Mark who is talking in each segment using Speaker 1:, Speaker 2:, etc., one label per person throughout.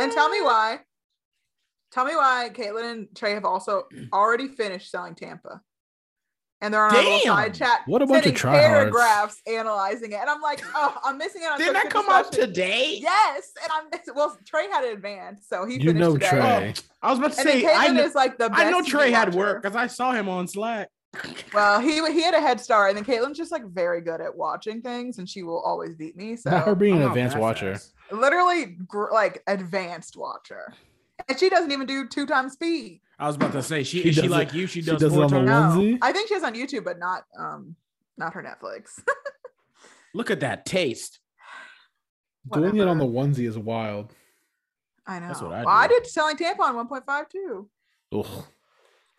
Speaker 1: And tell me why. Tell me why Caitlin and Trey have also already finished selling Tampa. And they're on our little
Speaker 2: Damn!
Speaker 1: side chat.
Speaker 3: What a bunch of
Speaker 1: sending
Speaker 3: tryhards.
Speaker 1: paragraphs analyzing it. And I'm like, oh, I'm missing out on
Speaker 2: Didn't
Speaker 1: such
Speaker 2: that
Speaker 1: good
Speaker 2: come out
Speaker 1: discussion.
Speaker 2: today?
Speaker 1: Yes. And I'm miss- well, Trey had it advanced, so he
Speaker 3: You
Speaker 1: finished
Speaker 3: know
Speaker 1: today.
Speaker 3: Trey.
Speaker 2: I was about to
Speaker 1: And then
Speaker 2: say I
Speaker 1: Caitlin
Speaker 2: know,
Speaker 1: is like the best
Speaker 2: I know
Speaker 1: TV
Speaker 2: Trey had
Speaker 1: watcher.
Speaker 2: work because I saw him on Slack.
Speaker 1: Well, he he had a head start, and then Caitlin's just like very good at watching things, and she will always beat me. So
Speaker 3: Not her being
Speaker 2: I'm
Speaker 3: an
Speaker 2: not
Speaker 3: advanced
Speaker 2: that
Speaker 3: watcher.
Speaker 2: fast.
Speaker 1: literally gr- like advanced watcher, and she doesn't even do two times speed.
Speaker 2: I was about to say she
Speaker 3: She
Speaker 2: is she
Speaker 3: does it-
Speaker 2: like you. She
Speaker 3: she
Speaker 2: does,
Speaker 3: does it
Speaker 2: four
Speaker 3: on the
Speaker 2: times.
Speaker 3: one-
Speaker 1: No,
Speaker 3: Onesie?
Speaker 1: I think she is on YouTube, but not um not her Netflix.
Speaker 2: Look at that taste.
Speaker 3: Doing it
Speaker 1: Whatever.
Speaker 3: on the onesie is wild.
Speaker 1: I know.
Speaker 2: That's what I
Speaker 1: I, well, I
Speaker 2: do.
Speaker 1: did selling tampon 1.5 too.
Speaker 3: Ugh.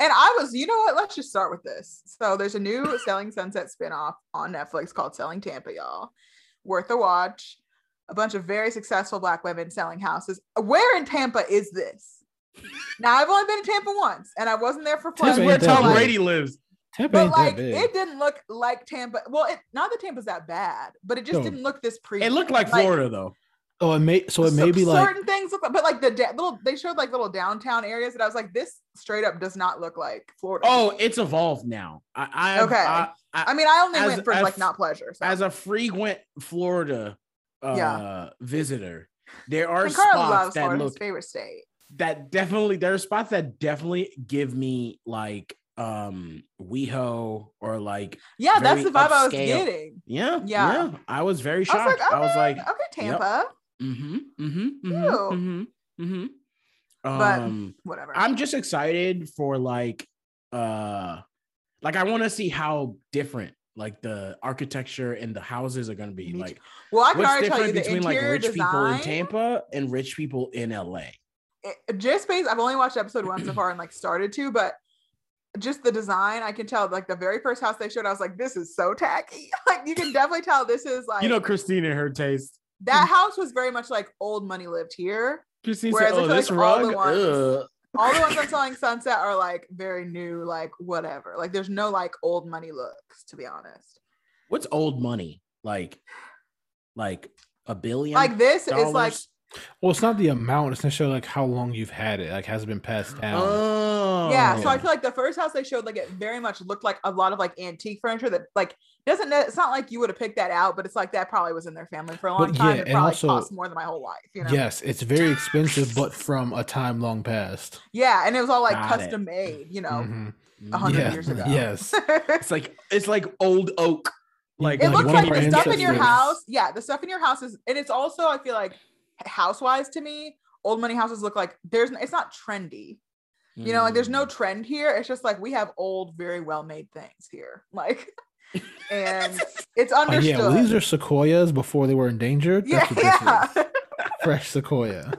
Speaker 1: And I was, you know what? Let's just start with this. So there's a new Selling Sunset spinoff on Netflix called Selling Tampa, y'all. Worth a watch. A bunch of very successful black women selling houses. Where in Tampa is this? Now I've only been to Tampa once and I wasn't there for
Speaker 2: This
Speaker 3: Tampa
Speaker 2: is
Speaker 1: fun,
Speaker 2: where
Speaker 3: ain't that
Speaker 2: Tom
Speaker 1: big.
Speaker 2: Brady lives.
Speaker 3: Tampa
Speaker 1: But
Speaker 3: ain't
Speaker 1: like
Speaker 3: that big.
Speaker 1: it didn't look like Tampa. Well, it not that Tampa's that bad, but it just
Speaker 3: No.
Speaker 1: didn't look this pre.
Speaker 2: It looked like
Speaker 1: Like-
Speaker 2: Florida though.
Speaker 3: oh, it may so it may
Speaker 1: Cer-
Speaker 3: be like
Speaker 1: certain things look like, but like the da- little they showed like little downtown areas that I was like, this straight up does not look like Florida.
Speaker 2: Oh, it's evolved now. I, I
Speaker 1: Okay.
Speaker 2: I-
Speaker 1: I mean, I only
Speaker 2: as-
Speaker 1: went for
Speaker 2: as-
Speaker 1: like not pleasure. So.
Speaker 2: as a frequent Florida uh,
Speaker 1: Yeah.
Speaker 2: visitor, there are
Speaker 1: and Carla
Speaker 2: spots
Speaker 1: loves
Speaker 2: that
Speaker 1: Florida,
Speaker 2: look
Speaker 1: his favorite state.
Speaker 2: that definitely there are spots that definitely give me like um WeHo or like
Speaker 1: Yeah, that's
Speaker 2: very
Speaker 1: the vibe I was
Speaker 2: upscale.
Speaker 1: getting.
Speaker 2: yeah
Speaker 1: Yeah.
Speaker 2: yeah. I was very
Speaker 1: I was
Speaker 2: shocked.
Speaker 1: like, "Oh, okay,
Speaker 2: I was like,
Speaker 1: okay, Tampa,
Speaker 2: mm-hmm, mm-hmm,
Speaker 1: Ew.
Speaker 2: mm-hmm, mm-hmm, mm-hmm.
Speaker 1: But-
Speaker 2: Um,
Speaker 1: whatever.
Speaker 2: I'm just excited for like uh like I want to see how different like the architecture and the houses are going to be
Speaker 1: Me too.
Speaker 2: like
Speaker 1: well, I can
Speaker 2: what's
Speaker 1: already tell you
Speaker 2: different
Speaker 1: the
Speaker 2: between like
Speaker 1: interior
Speaker 2: rich people in
Speaker 1: design.
Speaker 2: Tampa and rich people in LA?
Speaker 1: it- just based, I've only watched episode one so far and like started to, but just the design, I can tell. Like the very first house they showed, I was like, this is so tacky. like you can definitely tell this is like
Speaker 2: Christine and her taste.
Speaker 1: that
Speaker 3: Mm.
Speaker 1: house was very much like old money lived here.
Speaker 2: Christine "Oh,
Speaker 1: Whereas I feel like all the ones- All the ones I'm selling Sunset are like very new, like whatever. Like there's no like old money looks, to be honest.
Speaker 2: What's old money? Like, like a billion?
Speaker 1: Like this is like
Speaker 2: dollars?
Speaker 3: well, it's not the amount, it's necessarily like how long you've had it. Like has it been passed down?
Speaker 2: oh
Speaker 1: yeah. So I feel like the first house they showed, like it very much looked like a lot of like antique furniture that like doesn't. ne- It's not like you would have picked that out, but it's like that probably was in their family for a long
Speaker 3: But
Speaker 1: time.
Speaker 3: yeah,
Speaker 1: it
Speaker 3: and
Speaker 1: probably
Speaker 3: also-
Speaker 1: cost more than my whole life. You know.
Speaker 3: Yes, it's very expensive, but from a time long past.
Speaker 1: Yeah, and it was all like
Speaker 2: Got it.
Speaker 1: custom made. You know,
Speaker 3: Mhm.
Speaker 1: a hundred
Speaker 3: Yeah,
Speaker 1: years ago.
Speaker 3: yes.
Speaker 2: it's like it's like old oak. Like
Speaker 1: it
Speaker 3: like
Speaker 1: looks
Speaker 3: one
Speaker 1: like
Speaker 3: of our
Speaker 1: the stuff in your
Speaker 3: ancestors.
Speaker 1: house. Yeah, the stuff in your house is, and it's also I feel like housewise to me, old money houses look like there's. It's not trendy. You know, like there's
Speaker 2: Mm.
Speaker 1: no trend here. It's just like we have old, very well made things here. Like, and it's
Speaker 3: Oh, yeah, well, these
Speaker 1: understood.
Speaker 3: are sequoias before they were endangered.
Speaker 1: Yeah,
Speaker 3: That's what this
Speaker 1: yeah.
Speaker 3: is. Fresh sequoia.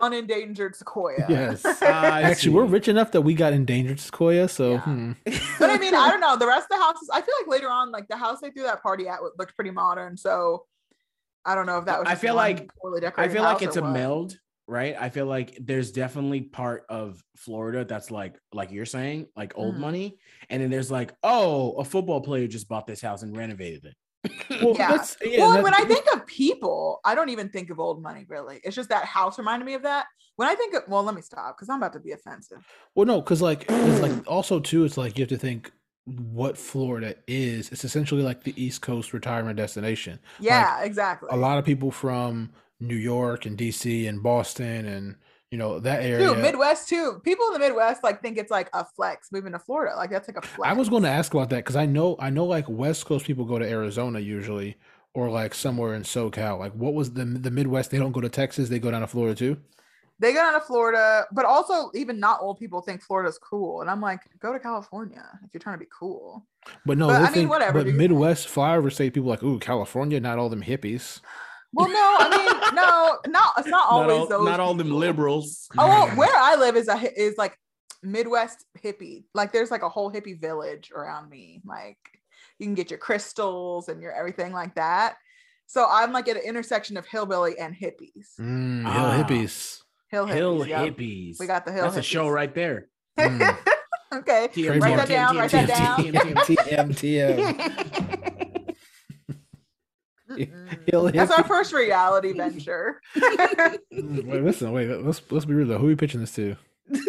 Speaker 1: Unendangered sequoia.
Speaker 3: Yes.
Speaker 2: I see.
Speaker 3: Actually, we're rich enough that we got endangered sequoia. So,
Speaker 1: Yeah.
Speaker 3: hmm.
Speaker 1: But I mean, I don't know. The rest of the houses, I feel like later on, like the house they threw that party at looked pretty modern. So I don't know if that was.
Speaker 2: I
Speaker 1: just
Speaker 2: feel
Speaker 1: one
Speaker 2: like-
Speaker 1: poorly
Speaker 2: I
Speaker 1: decorated
Speaker 2: feel like
Speaker 1: house
Speaker 2: it's
Speaker 1: or
Speaker 2: a
Speaker 1: what.
Speaker 2: meld, right? I feel like there's definitely part of Florida that's like, like you're saying, like old
Speaker 1: Mhm.
Speaker 2: money, and then there's like, oh, a football player just bought this house and renovated it.
Speaker 3: well,
Speaker 1: Yeah.
Speaker 3: that's, yeah,
Speaker 1: well,
Speaker 3: that-
Speaker 1: when I think of people, I don't even think of old money really. It's just that house reminded me of that. When I think of, well, let me stop because I'm about to be offensive.
Speaker 3: Well, no, because like it's like also too, it's like you have to think what Florida is. It's essentially like the East Coast retirement destination.
Speaker 1: Yeah, exactly.
Speaker 3: A lot of people from New York and DC and Boston and you know that area.
Speaker 1: Dude, Midwest too. People in the Midwest like think it's like a flex moving to Florida. Like that's like a flex.
Speaker 3: I was going to ask about that because I know I know like West Coast people go to Arizona usually or like somewhere in SoCal. Like what was the the Midwest? They don't go to Texas. They go down to Florida too.
Speaker 1: They go down to Florida, but also even not old people think Florida's cool. And I'm like, go to California if you're trying to be cool.
Speaker 3: But no,
Speaker 1: But,
Speaker 3: they
Speaker 1: I mean,
Speaker 3: think,
Speaker 1: whatever,
Speaker 3: But
Speaker 1: dude.
Speaker 3: Midwest flyover state people like ooh California. Not all them hippies.
Speaker 1: Well, no, I mean, no, not it's not
Speaker 2: not
Speaker 1: always
Speaker 2: all,
Speaker 1: those.
Speaker 2: not all them
Speaker 1: people.
Speaker 2: liberals.
Speaker 1: Oh, well, where I live is a hi- is like Midwest hippie. Like there's like a whole hippie village around me. Like you can get your crystals and your everything like that. So I'm like at an intersection of hillbilly and hippies.
Speaker 3: Mm, hill
Speaker 2: Ah.
Speaker 3: hippies.
Speaker 1: Hill hippies.
Speaker 2: Hill
Speaker 1: yep.
Speaker 2: hippies.
Speaker 1: We got the hill.
Speaker 2: That's a show
Speaker 1: hippies.
Speaker 2: right there.
Speaker 3: Mm.
Speaker 1: Okay.
Speaker 2: TM,
Speaker 3: Write
Speaker 2: TM,
Speaker 1: that down,
Speaker 2: TM,
Speaker 1: write
Speaker 2: TM,
Speaker 1: that down.
Speaker 2: TM, TM.
Speaker 3: TM, TM.
Speaker 1: Mm-mm.
Speaker 3: He'll- he'll
Speaker 1: That's our
Speaker 3: be-
Speaker 1: first reality venture.
Speaker 3: Mm, wait, listen, wait. Let's let's be real though. Who are we pitching this to?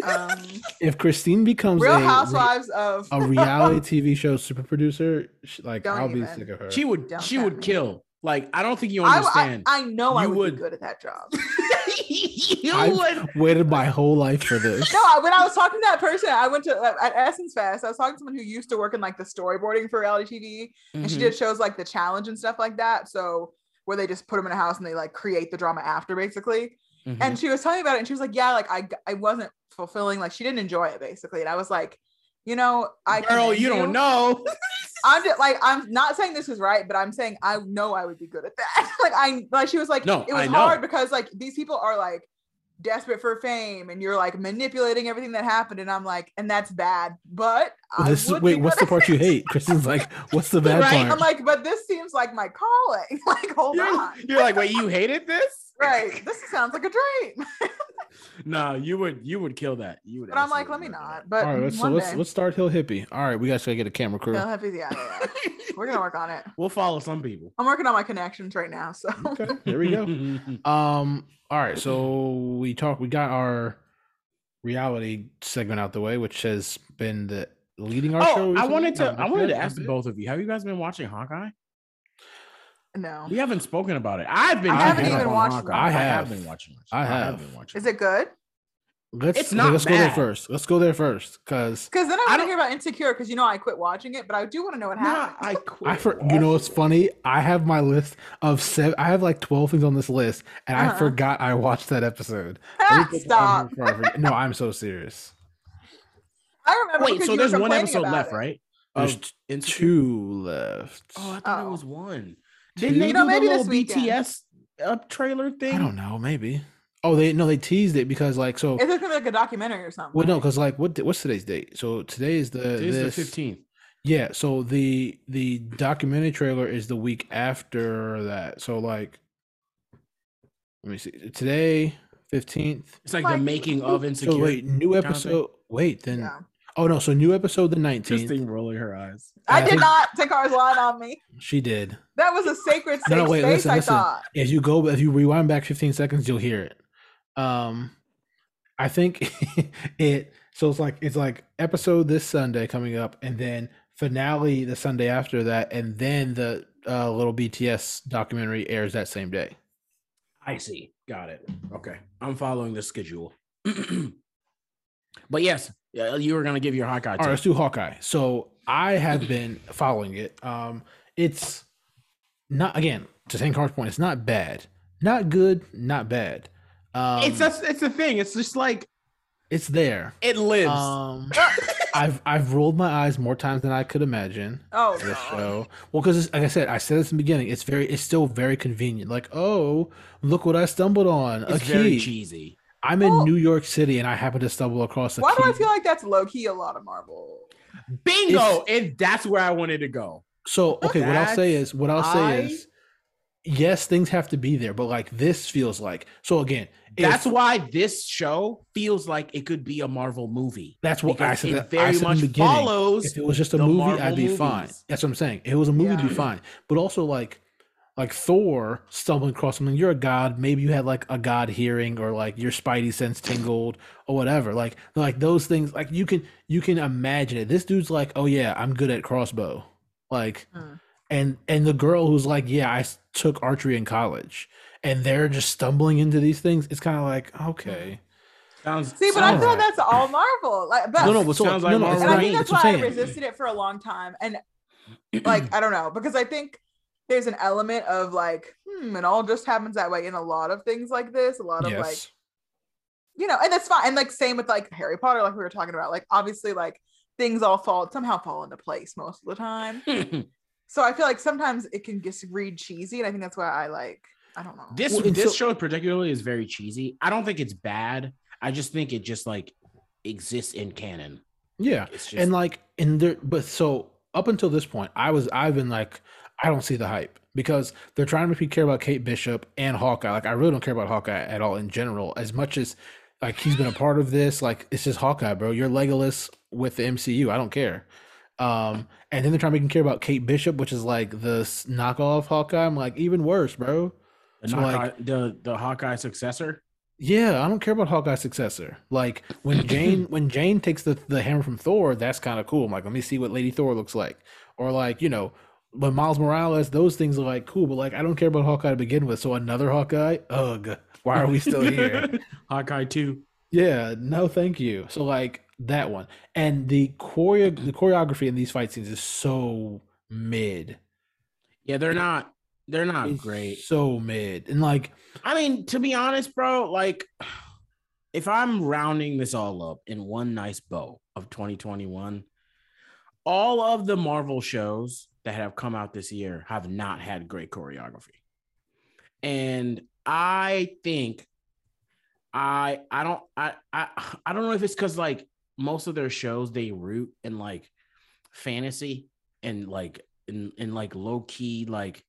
Speaker 1: um,
Speaker 3: If Christine becomes
Speaker 1: Real
Speaker 3: a,
Speaker 1: Housewives of
Speaker 3: a reality TV show super producer, she, like
Speaker 1: Don't
Speaker 3: I'll be
Speaker 1: even.
Speaker 3: sick of her.
Speaker 2: She would
Speaker 1: Don't
Speaker 2: she
Speaker 1: at
Speaker 2: would
Speaker 1: me.
Speaker 2: kill. Like I don't think you
Speaker 1: I, I,
Speaker 2: understand.
Speaker 1: I know I
Speaker 2: You
Speaker 1: would,
Speaker 2: would-
Speaker 1: be good at that job.
Speaker 2: you
Speaker 3: I've waited my whole life for this.
Speaker 1: No, I, when I was talking to that person, I went to at Essence Fest. I was talking to someone who used to work in like the storyboarding for reality TV,
Speaker 3: Mm-hmm,
Speaker 1: and she
Speaker 2: Mhm.
Speaker 1: did shows like The Challenge and stuff like that. So where they just put them in a house and they like create the drama after, basically.
Speaker 3: mm-hmm.
Speaker 2: Mhm.
Speaker 1: and she was telling me about it and she was like yeah like i g- i wasn't fulfilling like she didn't enjoy it basically and i was like you know i
Speaker 2: girl,
Speaker 1: commend
Speaker 2: you don't know.
Speaker 1: i'm just like i'm not saying this is right but i'm saying i know i would be good at that like i like she was like
Speaker 2: No,
Speaker 1: it was
Speaker 2: I know.
Speaker 1: hard because like these people are like desperate for fame and you're like manipulating everything that happened and i'm like and that's bad but I
Speaker 3: This is,
Speaker 1: would
Speaker 3: wait,
Speaker 1: be
Speaker 3: what's
Speaker 1: good
Speaker 3: the
Speaker 1: at
Speaker 3: part you
Speaker 1: this."
Speaker 3: hate? Kristen's like, what's the bad
Speaker 2: Right?
Speaker 1: i'm
Speaker 3: part?
Speaker 1: like but this seems like my calling like hold
Speaker 2: You're,
Speaker 1: on
Speaker 2: you're like, wait, you hated this?
Speaker 1: right this sounds like a dream
Speaker 2: No, you would you would kill that. You would.
Speaker 1: but i'm like let me
Speaker 2: absolutely murder
Speaker 1: not
Speaker 2: that.
Speaker 1: but
Speaker 3: All right, let's, so
Speaker 1: one
Speaker 3: let's
Speaker 1: day.
Speaker 3: let's start Hill Hippie. All right, we guys gotta get a camera crew.
Speaker 1: No, happy- yeah, yeah, yeah. We're gonna work on it.
Speaker 2: We'll follow some people.
Speaker 1: I'm working on my connections right now. So
Speaker 3: Okay, here we go.
Speaker 2: Oh,
Speaker 3: Um, all right, so we talk. We got our reality segment out the way, which has been the leading our show.
Speaker 2: oh, I
Speaker 3: recently.
Speaker 2: wanted to
Speaker 3: Not
Speaker 2: I wanted
Speaker 3: bad,
Speaker 2: to
Speaker 3: not
Speaker 2: ask the
Speaker 3: bad.
Speaker 2: both of you. Have you guys been watching Hawkeye?
Speaker 1: no.
Speaker 2: We haven't spoken about it. I've been.
Speaker 1: I
Speaker 2: keeping
Speaker 1: haven't
Speaker 2: up
Speaker 1: even
Speaker 2: on
Speaker 1: watched
Speaker 2: Hawkeye.
Speaker 1: it.
Speaker 3: I
Speaker 2: I have
Speaker 3: have.
Speaker 2: been watching. it.
Speaker 3: I have.
Speaker 2: been watching.
Speaker 1: Is it good?
Speaker 3: Let's
Speaker 2: It's not
Speaker 3: let's go there
Speaker 2: bad.
Speaker 3: first. Let's go there first, because
Speaker 1: Because then I
Speaker 2: I
Speaker 1: want to
Speaker 2: don't-
Speaker 1: hear about Insecure because you know I quit watching it, but I do want to know what
Speaker 2: Nah,
Speaker 1: happened.
Speaker 2: I quit.
Speaker 3: I for, you know what's
Speaker 2: watching it.
Speaker 3: funny? I have my list of seven. I have like twelve things on this list, and
Speaker 1: Uh-huh.
Speaker 3: I forgot I watched that episode. Let me
Speaker 1: Ah,
Speaker 3: put that on
Speaker 1: Stop.
Speaker 3: here before I forget- no, I'm so serious.
Speaker 1: I remember.
Speaker 2: Wait,
Speaker 1: because
Speaker 2: so
Speaker 1: you were
Speaker 2: there's one
Speaker 1: complaining
Speaker 2: episode
Speaker 1: about
Speaker 2: left,
Speaker 1: it.
Speaker 2: right?
Speaker 3: There's
Speaker 2: Of
Speaker 3: t-
Speaker 2: Insecure?
Speaker 3: two left.
Speaker 2: Oh, I thought
Speaker 1: Oh.
Speaker 2: it was one.
Speaker 3: Two?
Speaker 2: Didn't they
Speaker 1: You know,
Speaker 2: do the
Speaker 1: maybe
Speaker 2: little
Speaker 1: this weekend.
Speaker 2: BTS up uh, trailer thing?
Speaker 3: I don't know. Maybe. Oh, they no, they teased it because like so.
Speaker 1: Is this gonna be like a documentary or something?
Speaker 3: Well, no, because like what? What's today's date? So today is the
Speaker 2: It is
Speaker 3: this-
Speaker 2: the 15th.
Speaker 3: Yeah. So the the documentary trailer is the week after that. So like, let me see. Today, fifteenth.
Speaker 2: It's like,
Speaker 1: Like-
Speaker 2: the making of Insecure.
Speaker 3: So Oh, wait, new
Speaker 2: kind of thing.
Speaker 3: episode. Wait, then.
Speaker 1: Yeah.
Speaker 3: Oh no! So new episode the nineteenth.
Speaker 2: Christine rolling her eyes.
Speaker 1: I
Speaker 3: I
Speaker 1: did
Speaker 3: think-
Speaker 1: not. Takara's lying on me.
Speaker 3: She did.
Speaker 1: That was a sacred safe
Speaker 3: No, wait,
Speaker 1: space.
Speaker 3: listen,
Speaker 1: I
Speaker 3: listen.
Speaker 1: thought.
Speaker 3: If you go, if you rewind back fifteen seconds, you'll hear it. Um, I think it. So it's like it's like episode this Sunday coming up, and then finale the Sunday after that, and then the uh, little BTS documentary airs that same day.
Speaker 2: I see. Got it. Okay. I'm following the schedule. but yes, yeah, you were going to give your Hawkeye.
Speaker 3: All right,
Speaker 2: tip.
Speaker 3: let's do Hawkeye. So I have been following it. Um, it's not again to St. Carl's point. It's not bad, not good, not bad. Um,
Speaker 2: it's that's it's the thing. It's just like
Speaker 3: it's there.
Speaker 2: it lives.
Speaker 3: Um, I've I've rolled my eyes more times than I could imagine.
Speaker 1: Oh,
Speaker 3: for This
Speaker 1: God.
Speaker 3: show, well, because like I said, I said this in the beginning. It's very, it's still very convenient. Like, oh, look what I stumbled on.
Speaker 2: it's
Speaker 3: a
Speaker 2: very
Speaker 3: key.
Speaker 2: cheesy.
Speaker 3: I'm in
Speaker 1: Well-
Speaker 3: New York City, and I happen to stumble across a
Speaker 1: Oh. Why
Speaker 3: key.
Speaker 1: do I feel like that's low key a lot of Marvel?
Speaker 2: Bingo. and that's where I wanted to go.
Speaker 3: So okay, what I'll say
Speaker 2: That's-
Speaker 3: is what I'll
Speaker 2: I-
Speaker 3: say is yes, things have to be there, but like this feels like so again, if-
Speaker 2: That's why this show feels like it could be a Marvel movie.
Speaker 3: that's what I
Speaker 2: because
Speaker 3: said.
Speaker 2: it
Speaker 3: that- I
Speaker 2: very
Speaker 3: said in the
Speaker 2: much
Speaker 3: beginning,
Speaker 2: follows
Speaker 3: If it was just a
Speaker 2: the
Speaker 3: movie,
Speaker 2: Marvel
Speaker 3: I'd be fine.
Speaker 2: movies.
Speaker 3: That's what I'm saying. If it was a movie, it'd
Speaker 1: Yeah.
Speaker 3: be fine. But also like like Thor stumbling across something, you're a god. Maybe you had like a god hearing or like your spidey sense tingled or whatever. Like like those things, like you can you can imagine it. This dude's like, oh yeah, I'm good at crossbow. Like
Speaker 2: Hmm.
Speaker 1: Mm.
Speaker 3: and and the girl who's like, yeah, I s- took archery in college, and they're just stumbling into these things. It's kind of like okay,
Speaker 2: Sounds
Speaker 1: See, but I
Speaker 3: Sounds
Speaker 1: feel
Speaker 3: right.
Speaker 1: that's all Marvel. Like, but
Speaker 3: no, no, what's
Speaker 2: Sounds
Speaker 3: no,
Speaker 2: like
Speaker 3: no, it's
Speaker 1: and I
Speaker 3: not
Speaker 2: Right,
Speaker 1: think
Speaker 3: me,
Speaker 1: that's
Speaker 3: that's
Speaker 1: why
Speaker 3: what I'm
Speaker 1: I
Speaker 3: saying.
Speaker 1: resisted it for a long time. And like, I don't know, because I think there's an element of like, hmm, it all just happens that way in a lot of things like this. A lot of like,
Speaker 3: Yes,
Speaker 1: you know, and that's fine. And like, same with like Harry Potter, like we were talking about. Like, obviously, like things all fall somehow fall into place most of the time. So I feel like sometimes it can just read cheesy, and I think that's why I like. I don't know.
Speaker 2: this
Speaker 3: Well, and
Speaker 2: this
Speaker 3: so-
Speaker 2: show particularly is very cheesy. I don't think it's bad. I just think it just like exists in canon.
Speaker 3: yeah,
Speaker 2: It's just
Speaker 3: and like and there, but so up until this point, I was I've been like, I don't see the hype because they're trying to make me care about Kate Bishop and Hawkeye. Like I really don't care about Hawkeye at all in general, as much as like he's been a part of this. Like it's just Hawkeye, bro. You're Legolas with the MCU. I don't care. Um, and then they're trying to make me care about Kate Bishop, which is like the s- knockoff Hawkeye. I'm like, even worse, bro.
Speaker 2: The,
Speaker 3: So,
Speaker 2: Hawkeye,
Speaker 3: like-
Speaker 2: the the Hawkeye successor.
Speaker 3: Yeah, I don't care about Hawkeye's successor. Like when Jane when Jane takes the, the hammer from Thor, that's kind of cool. I'm like, let me see what Lady Thor looks like. Or like, you know, but Miles Morales, those things are like cool, but like I don't care about Hawkeye to begin with. So another Hawkeye? Ugh. Why are we still here?
Speaker 2: Hawkeye two.
Speaker 3: yeah, no thank you. So like that one. And the choreo the choreography in these fight scenes is so mid.
Speaker 2: Yeah, they're not. They're not
Speaker 3: It's
Speaker 2: great.
Speaker 3: So mid. And like
Speaker 2: I mean, to be honest, bro, like if I'm rounding this all up in one nice bow of 2021, all of the Marvel shows that have come out this year have not had great choreography. And I think I I don't I I I don't know if it's cuz like most of their shows they root in like fantasy and like in in like low key like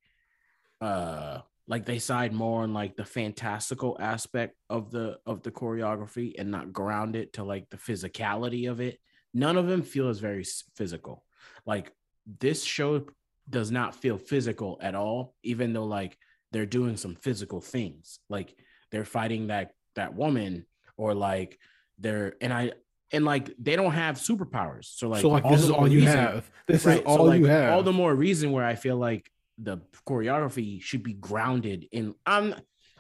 Speaker 2: uh like they side more on like the fantastical aspect of the of the choreography and not ground it to like the physicality of it none of them feel as very s- physical like this show does not feel physical at all even though like they're doing some physical things like they're fighting that that woman or like they're and i and like they don't have superpowers so like
Speaker 3: so like this
Speaker 2: the
Speaker 3: is all
Speaker 2: more
Speaker 3: you
Speaker 2: reason-
Speaker 3: have. This
Speaker 2: Right,
Speaker 3: is
Speaker 2: so,
Speaker 3: all
Speaker 2: like,
Speaker 3: you have.
Speaker 2: All the more reason where I feel like the choreography should be grounded in. I'm.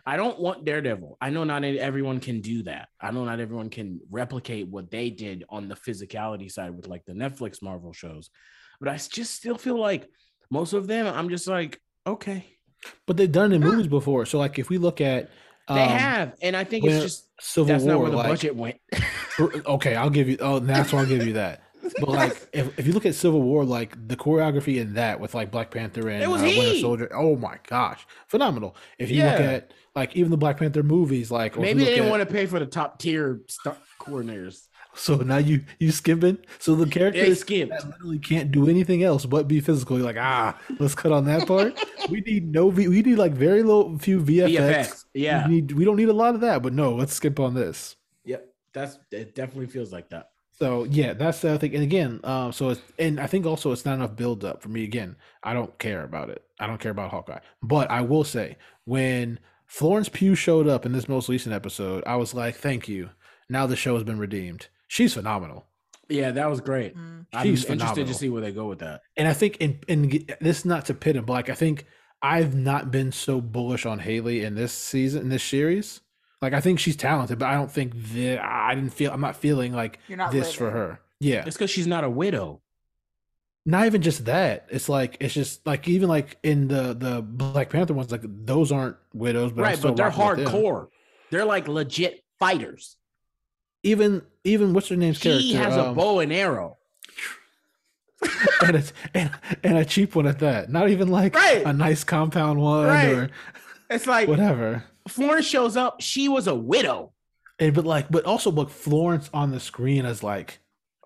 Speaker 2: I don't want Daredevil. I know not e, everyone can do that. I know not everyone can replicate what they did on the physicality side with like the Netflix Marvel shows, but I s- just still feel like most of them. I'm just like, okay,
Speaker 3: But they've done it in
Speaker 1: Huh.
Speaker 3: movies before. So like if we look at
Speaker 2: they
Speaker 3: um,
Speaker 2: have, and I think it's
Speaker 3: where
Speaker 2: just
Speaker 3: Civil
Speaker 2: that's
Speaker 3: War,
Speaker 2: not where the
Speaker 3: like,
Speaker 2: budget went.
Speaker 3: okay, I'll give you. Oh, that's why I'll give you that. But like, if, if you look at Civil War, like the choreography in that with like Black Panther and
Speaker 2: It was
Speaker 3: uh, Winter
Speaker 2: heat.
Speaker 3: Soldier, oh my gosh, phenomenal! If you look
Speaker 2: Yeah.
Speaker 3: at like even the Black Panther movies, like or if you
Speaker 2: Maybe they
Speaker 3: look
Speaker 2: didn't
Speaker 3: at-
Speaker 2: want to pay for the top tier stunt coordinators.
Speaker 3: So now you you skipping. So the
Speaker 2: They
Speaker 3: characters
Speaker 2: skipped.
Speaker 3: that literally can't do anything else but be physical. You're like, ah, let's cut on that part. we need no v. We need like very low few VFX.
Speaker 2: VFX. Yeah.
Speaker 3: We, need, we don't need a lot of that, but no, let's skip on this.
Speaker 2: Yep. That's it. Definitely feels like that.
Speaker 3: So yeah, that's the other thing. And again, um, so it's and I think also it's not enough build up for me. Again, I don't care about it. I don't care about Hawkeye. But I will say, when Florence Pugh showed up in this most recent episode, I was like, thank you. Now the show has been redeemed. She's phenomenal.
Speaker 2: Yeah, that was great.
Speaker 1: Mm.
Speaker 2: I'm
Speaker 3: She's
Speaker 2: interested
Speaker 3: phenomenal.
Speaker 2: to see where they go with that.
Speaker 3: And I think in and this is not to pit him, but like I think I've not been so bullish on Haley in this season, in this series. Like I think she's talented, but I don't think that I didn't feel. I'm not feeling like
Speaker 1: You're not
Speaker 3: this for
Speaker 1: living.
Speaker 3: her. Yeah.
Speaker 2: It's because she's not a widow.
Speaker 3: not even just that it's like it's just like even like in the the black panther ones like those aren't widows but I'm
Speaker 2: right,
Speaker 3: still
Speaker 2: but they're
Speaker 3: rocking with them.
Speaker 2: hardcore. They're like legit fighters.
Speaker 3: even even what's her name's
Speaker 2: She
Speaker 3: character
Speaker 2: has a
Speaker 3: um,
Speaker 2: bow and arrow.
Speaker 3: and, a, and, and a cheap one at that not even like
Speaker 2: Right.
Speaker 3: a nice compound one
Speaker 2: Right.
Speaker 3: or
Speaker 2: It's like
Speaker 3: whatever
Speaker 2: Florence shows up, she was a widow.
Speaker 3: and but like but also look florence on the screen is like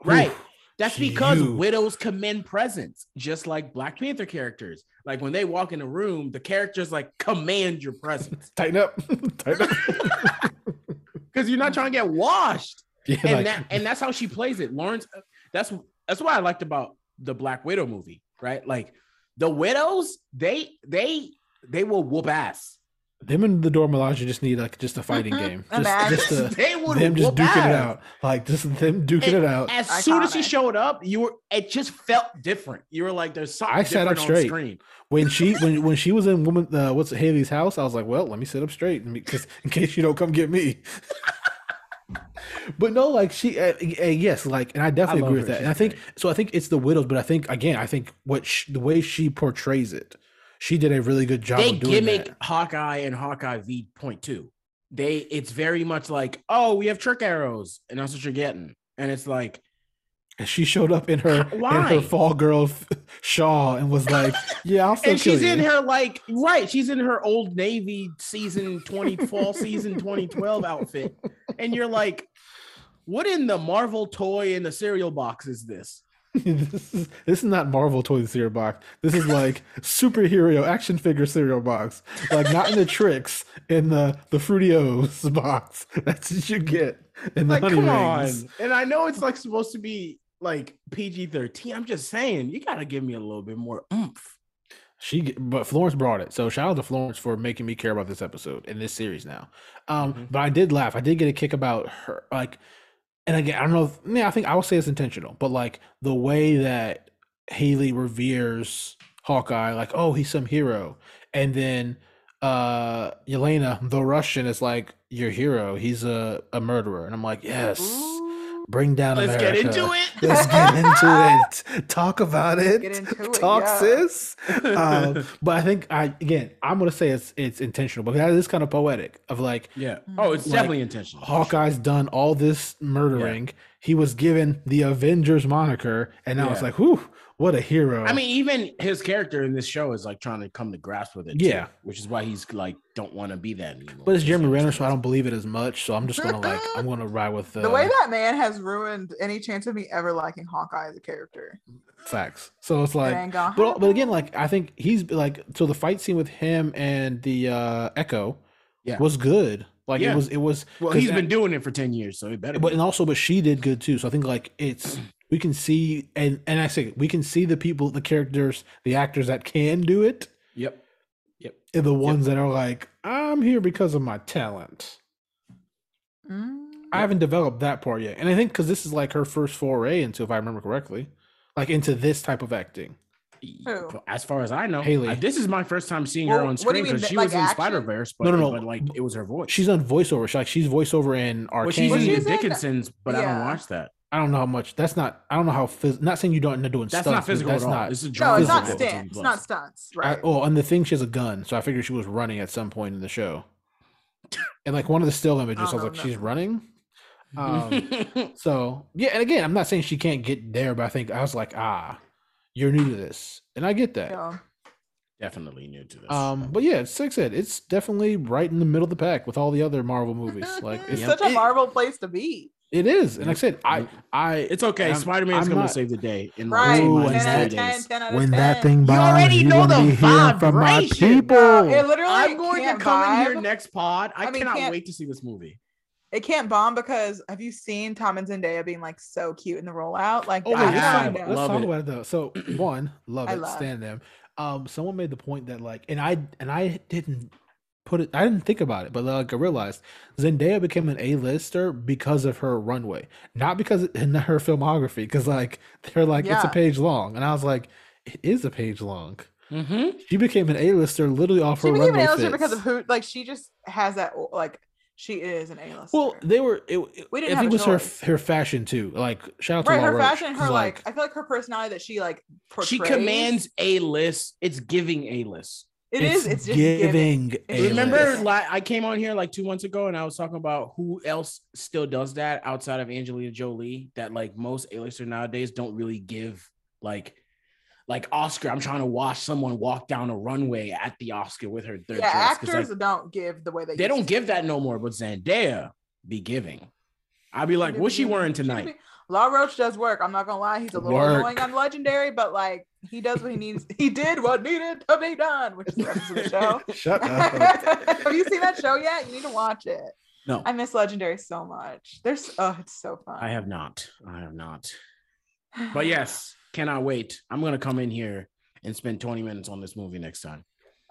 Speaker 2: Right.
Speaker 3: oof,
Speaker 2: That's because
Speaker 3: You.
Speaker 2: widows commend presence, just like Black Panther characters. Like when they walk in a room, the characters like command your presence
Speaker 3: tighten up tighten up
Speaker 2: because you're not trying to get washed.
Speaker 3: yeah
Speaker 2: and
Speaker 3: like,
Speaker 2: that and that's how she plays it. Lawrence, uh, that's that's what I liked about the Black Widow movie, right? Like the widows, they they they will whoop ass.
Speaker 3: them and the door Melange just need like just a fighting
Speaker 2: Mm-hmm.
Speaker 3: game just,
Speaker 1: Imagine.
Speaker 3: just a,
Speaker 2: they would
Speaker 3: them just
Speaker 2: whoop
Speaker 3: duking it
Speaker 2: ass.
Speaker 3: out like just them duking it,
Speaker 2: And
Speaker 3: out
Speaker 2: As soon as she
Speaker 1: Iconic.
Speaker 2: showed up, you were it just felt different. You were like, there's something
Speaker 3: I sat up
Speaker 2: different
Speaker 3: straight.
Speaker 2: on screen.
Speaker 3: when she when when she was in woman uh, what's it, Haley's house, I was like, well, let me sit up straight because in case you don't come get me. but no, like she, uh, uh, yes, like, and I definitely
Speaker 2: love
Speaker 3: agree
Speaker 2: her.
Speaker 3: with that. And
Speaker 2: She's
Speaker 3: I think so. I think it's the widows, but I think again, I think what sh the way she portrays it, she did a really good job.
Speaker 2: They
Speaker 3: of doing
Speaker 2: gimmick
Speaker 3: that.
Speaker 2: Hawkeye and Hawkeye V point two. They it's very much like, oh, we have trick arrows, and that's what you're getting. And it's like,
Speaker 3: And she showed up in her in
Speaker 2: Why?
Speaker 3: her fall girl f- shawl and was like, yeah, I'll still
Speaker 2: and
Speaker 3: kill
Speaker 2: she's in
Speaker 3: you.
Speaker 2: her like right she's in her old navy season 20 fall season 2012 outfit and you're like what in the marvel toy in the cereal box is this
Speaker 3: this is this is not Marvel toy cereal box. This is like superhero action figure cereal box. Like not in the tricks, in the the Fruitios box. That's what you get. In the
Speaker 2: like
Speaker 3: honey
Speaker 2: come
Speaker 3: rings.
Speaker 2: on and i know it's like supposed to be like PG thirteen. I'm just saying, you gotta give me a little bit more oomph.
Speaker 3: She, g- but Florence brought it. So shout out to Florence for making me care about this episode and this series now. Um,
Speaker 1: Mm-hmm.
Speaker 2: Mhm.
Speaker 3: but I did laugh. I did get a kick about her, like, and again, I don't know. If, yeah, I think I would say it's intentional, but like the way that Haley reveres Hawkeye, like, oh, he's some hero, and then uh Yelena, the Russian, is like, your hero. He's a a murderer, and I'm like, yes,
Speaker 1: Ooh,
Speaker 3: bring down.
Speaker 2: Let's
Speaker 3: America.
Speaker 2: get into it.
Speaker 3: Let's get into it. Talk about it.
Speaker 1: Get into it,
Speaker 3: Talk,
Speaker 1: yeah.
Speaker 3: sis. Um, but I think I again, I'm gonna say it's it's intentional, but that is kind of poetic. Of like
Speaker 2: yeah. Oh, it's
Speaker 3: Like,
Speaker 2: definitely intentional.
Speaker 3: Hawkeye's done all this murdering. He was given the Avengers moniker, and now it's
Speaker 2: Yeah.
Speaker 3: like, whew, what a hero.
Speaker 2: I mean, even his character in this show is like trying to come to grasp with it.
Speaker 3: Yeah.
Speaker 2: too, which is why he's like don't want to be that anymore.
Speaker 3: but it's
Speaker 2: He's
Speaker 3: Jeremy
Speaker 2: like,
Speaker 3: Renner, so I don't believe it as much. So I'm just gonna like, I'm gonna ride with uh,
Speaker 1: the way that man has ruined any chance of me ever liking Hawkeye as a character.
Speaker 3: facts. So it's like,
Speaker 1: it ain't gonna
Speaker 3: but but again,
Speaker 1: happen.
Speaker 3: like I think he's like so the fight scene with him and the uh Echo,
Speaker 2: Yeah.
Speaker 3: was good. Like
Speaker 2: Yeah.
Speaker 3: it was it was
Speaker 2: Well,
Speaker 3: 'cause
Speaker 2: he's
Speaker 3: that-
Speaker 2: been doing it for ten years, so he better.
Speaker 3: but
Speaker 2: be.
Speaker 3: and also but she did good too so i think like it's we can see and and i say we can see the people the characters the actors that can do it
Speaker 2: yep.
Speaker 3: and the ones that are like i'm here because of my talent
Speaker 1: Mm.
Speaker 3: i haven't developed that part yet and i think because this is like her first foray into if i remember correctly like into this type of acting
Speaker 1: Who?
Speaker 2: As far as I know,
Speaker 3: Haley.
Speaker 2: I- this is my first time seeing her
Speaker 1: Well,
Speaker 2: on
Speaker 1: what do
Speaker 2: screen
Speaker 1: you mean,
Speaker 2: because she
Speaker 1: like
Speaker 2: was in
Speaker 1: action?
Speaker 2: Spider Verse. But,
Speaker 3: No, no, no.
Speaker 2: but like it was her voice.
Speaker 3: she's on voiceover she, like she's voiceover in
Speaker 2: well, she's
Speaker 3: arcane
Speaker 1: Well,
Speaker 2: in the
Speaker 1: she's in-
Speaker 2: Dickinsons, but I don't
Speaker 1: yeah.
Speaker 2: watch that.
Speaker 3: i don't know how much that's not i don't know how phys- not saying you don't know doing
Speaker 2: That's
Speaker 3: stunts,
Speaker 2: not
Speaker 3: but
Speaker 2: physical
Speaker 3: that's
Speaker 2: at all.
Speaker 3: not
Speaker 2: It's a
Speaker 1: no, it's
Speaker 2: drama.
Speaker 1: not
Speaker 3: physical.
Speaker 1: stunts. It's not stunts,
Speaker 3: I-
Speaker 1: right?
Speaker 3: oh, and the thing she has a gun, so I figured she was running at some point in the show. And like one of the still images, I was
Speaker 1: Oh,
Speaker 3: like,
Speaker 1: no.
Speaker 3: she's running. Um, so yeah, and again, I'm not saying she can't get there, but I think I was like, ah, you're new to this, and I get that.
Speaker 1: Yeah.
Speaker 2: Definitely new to this.
Speaker 3: Um, but yeah, it's like I said, it's definitely right in the middle of the pack with all the other Marvel movies. Like
Speaker 1: it's
Speaker 3: it's,
Speaker 2: Yep.
Speaker 1: such a
Speaker 3: it-
Speaker 1: Marvel place to be.
Speaker 3: it is, and like I said, I,
Speaker 2: Yep.
Speaker 3: I,
Speaker 2: it's okay.
Speaker 3: I'm-
Speaker 2: Spider Man's
Speaker 3: I'm
Speaker 2: coming
Speaker 3: not-
Speaker 2: to save the day. In
Speaker 1: Right.
Speaker 2: Ooh,
Speaker 3: Ooh,
Speaker 2: in
Speaker 3: and
Speaker 1: 10 out
Speaker 2: three
Speaker 1: of 10,
Speaker 2: days.
Speaker 1: 10 out of 10.
Speaker 2: You already
Speaker 3: you
Speaker 2: know
Speaker 3: gonna
Speaker 2: the
Speaker 3: be hearing from my
Speaker 2: vibration.
Speaker 1: No,
Speaker 3: people.
Speaker 1: it literally
Speaker 2: I'm going to
Speaker 1: can't
Speaker 2: come in
Speaker 1: vibe.
Speaker 2: here next pod. I,
Speaker 1: I mean,
Speaker 2: cannot
Speaker 1: can't-
Speaker 2: wait to see this movie.
Speaker 1: It can't bomb because have you seen Tom and Zendaya being like so cute in the rollout? Like
Speaker 3: Oh, wait,
Speaker 1: that's
Speaker 3: let's
Speaker 2: yeah.
Speaker 1: how
Speaker 3: talk
Speaker 1: I
Speaker 3: about,
Speaker 1: know.
Speaker 3: let's
Speaker 2: Love
Speaker 3: talk
Speaker 2: it.
Speaker 3: about it though. So one, love
Speaker 1: I
Speaker 3: it,
Speaker 1: love.
Speaker 3: stand them. Um, someone made the point that like, and I and I didn't put it. I didn't think about it, but like I realized Zendaya became an A-lister because of her runway, not because in her filmography. Because like they're like it's a
Speaker 1: Yeah.
Speaker 3: page long, and I was like, it is a page long.
Speaker 2: Mm-hmm.
Speaker 3: She became an A-lister literally off
Speaker 1: She
Speaker 3: her
Speaker 1: became an
Speaker 3: runway
Speaker 1: A-lister because
Speaker 3: fits.
Speaker 1: of who? Like she just has that. Like she is an A-lister.
Speaker 3: Well, they were. It,
Speaker 1: We
Speaker 3: I
Speaker 1: didn't
Speaker 3: think
Speaker 1: have
Speaker 3: it
Speaker 1: a
Speaker 3: was her
Speaker 1: choice.
Speaker 3: her fashion too. Like shout out to
Speaker 1: right,
Speaker 3: Laura
Speaker 1: her
Speaker 3: Roach,
Speaker 1: fashion, her
Speaker 3: 'cause,
Speaker 1: like, I feel like her personality that she like portrays.
Speaker 2: She commands a list. It's giving a list.
Speaker 1: It is. It's just giving. A-list.
Speaker 2: Remember,
Speaker 3: A-list.
Speaker 2: like, I came on here like two months ago, and I was talking about who else still does that outside of Angelina Jolie. That like most A-listers nowadays don't really give like, like Oscar. I'm trying to watch someone walk down a runway at the Oscar with her third
Speaker 1: Yeah,
Speaker 2: dress 'cause,
Speaker 1: actors
Speaker 2: like,
Speaker 1: don't give the way they.
Speaker 2: they don't
Speaker 1: used
Speaker 2: give that no more. But Zendaya be giving. I'd be
Speaker 1: to.
Speaker 2: like, what's she wearing
Speaker 1: She did
Speaker 2: tonight?
Speaker 1: be- La Roach does work. I'm not gonna lie, he's a little
Speaker 3: Work.
Speaker 1: annoying on Legendary, but like he does what he needs. he did what needed to be done, which is the rest of the show.
Speaker 3: Shut up.
Speaker 1: Have you seen that show yet? You need to watch it.
Speaker 2: No,
Speaker 1: I miss Legendary so much. There's oh, it's so fun.
Speaker 2: I have not. I have not. But yes, cannot wait. I'm gonna come in here and spend 20 minutes on this movie next time.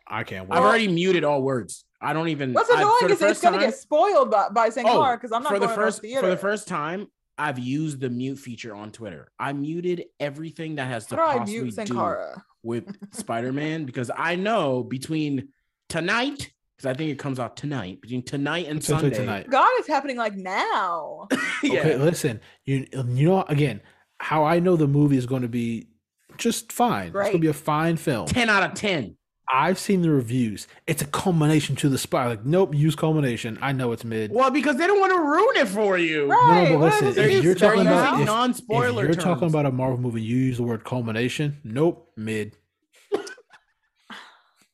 Speaker 3: I can't wait.
Speaker 2: I've already muted all words. I don't even.
Speaker 1: What's
Speaker 2: I- for
Speaker 1: annoying
Speaker 2: the
Speaker 1: is it's
Speaker 2: first
Speaker 1: gonna
Speaker 2: time-
Speaker 1: get spoiled by, by St.
Speaker 2: Oh,
Speaker 1: Clair because I'm not
Speaker 2: for
Speaker 1: going
Speaker 2: the
Speaker 1: to
Speaker 2: first
Speaker 1: the theater.
Speaker 2: for the first time. I've used the mute feature on Twitter. I muted everything that has to
Speaker 1: How do I
Speaker 2: possibly
Speaker 1: mute
Speaker 2: do
Speaker 1: Sankara?
Speaker 2: with Spider-Man because I know between tonight, because I think it comes out tonight, between tonight and
Speaker 3: Potentially
Speaker 2: Sunday.
Speaker 3: tonight.
Speaker 1: God, it's happening like now.
Speaker 2: yeah.
Speaker 3: Okay, listen. You you know again how I know the movie is going to be just fine. It's going to
Speaker 1: Great.
Speaker 3: be a fine film.
Speaker 2: 10 out of 10.
Speaker 3: I've seen the reviews. It's a culmination to the spot. Like, nope, use culmination. I know it's mid.
Speaker 2: Well, because they don't want to ruin it for you.
Speaker 1: Right.
Speaker 3: but
Speaker 1: what
Speaker 3: listen,
Speaker 1: is
Speaker 3: if
Speaker 1: this
Speaker 3: you're
Speaker 1: about
Speaker 3: talking about
Speaker 1: now?
Speaker 3: if- If
Speaker 2: non-spoiler
Speaker 3: you're talking
Speaker 2: terms.
Speaker 3: about a Marvel movie, you use the word culmination. Nope, mid.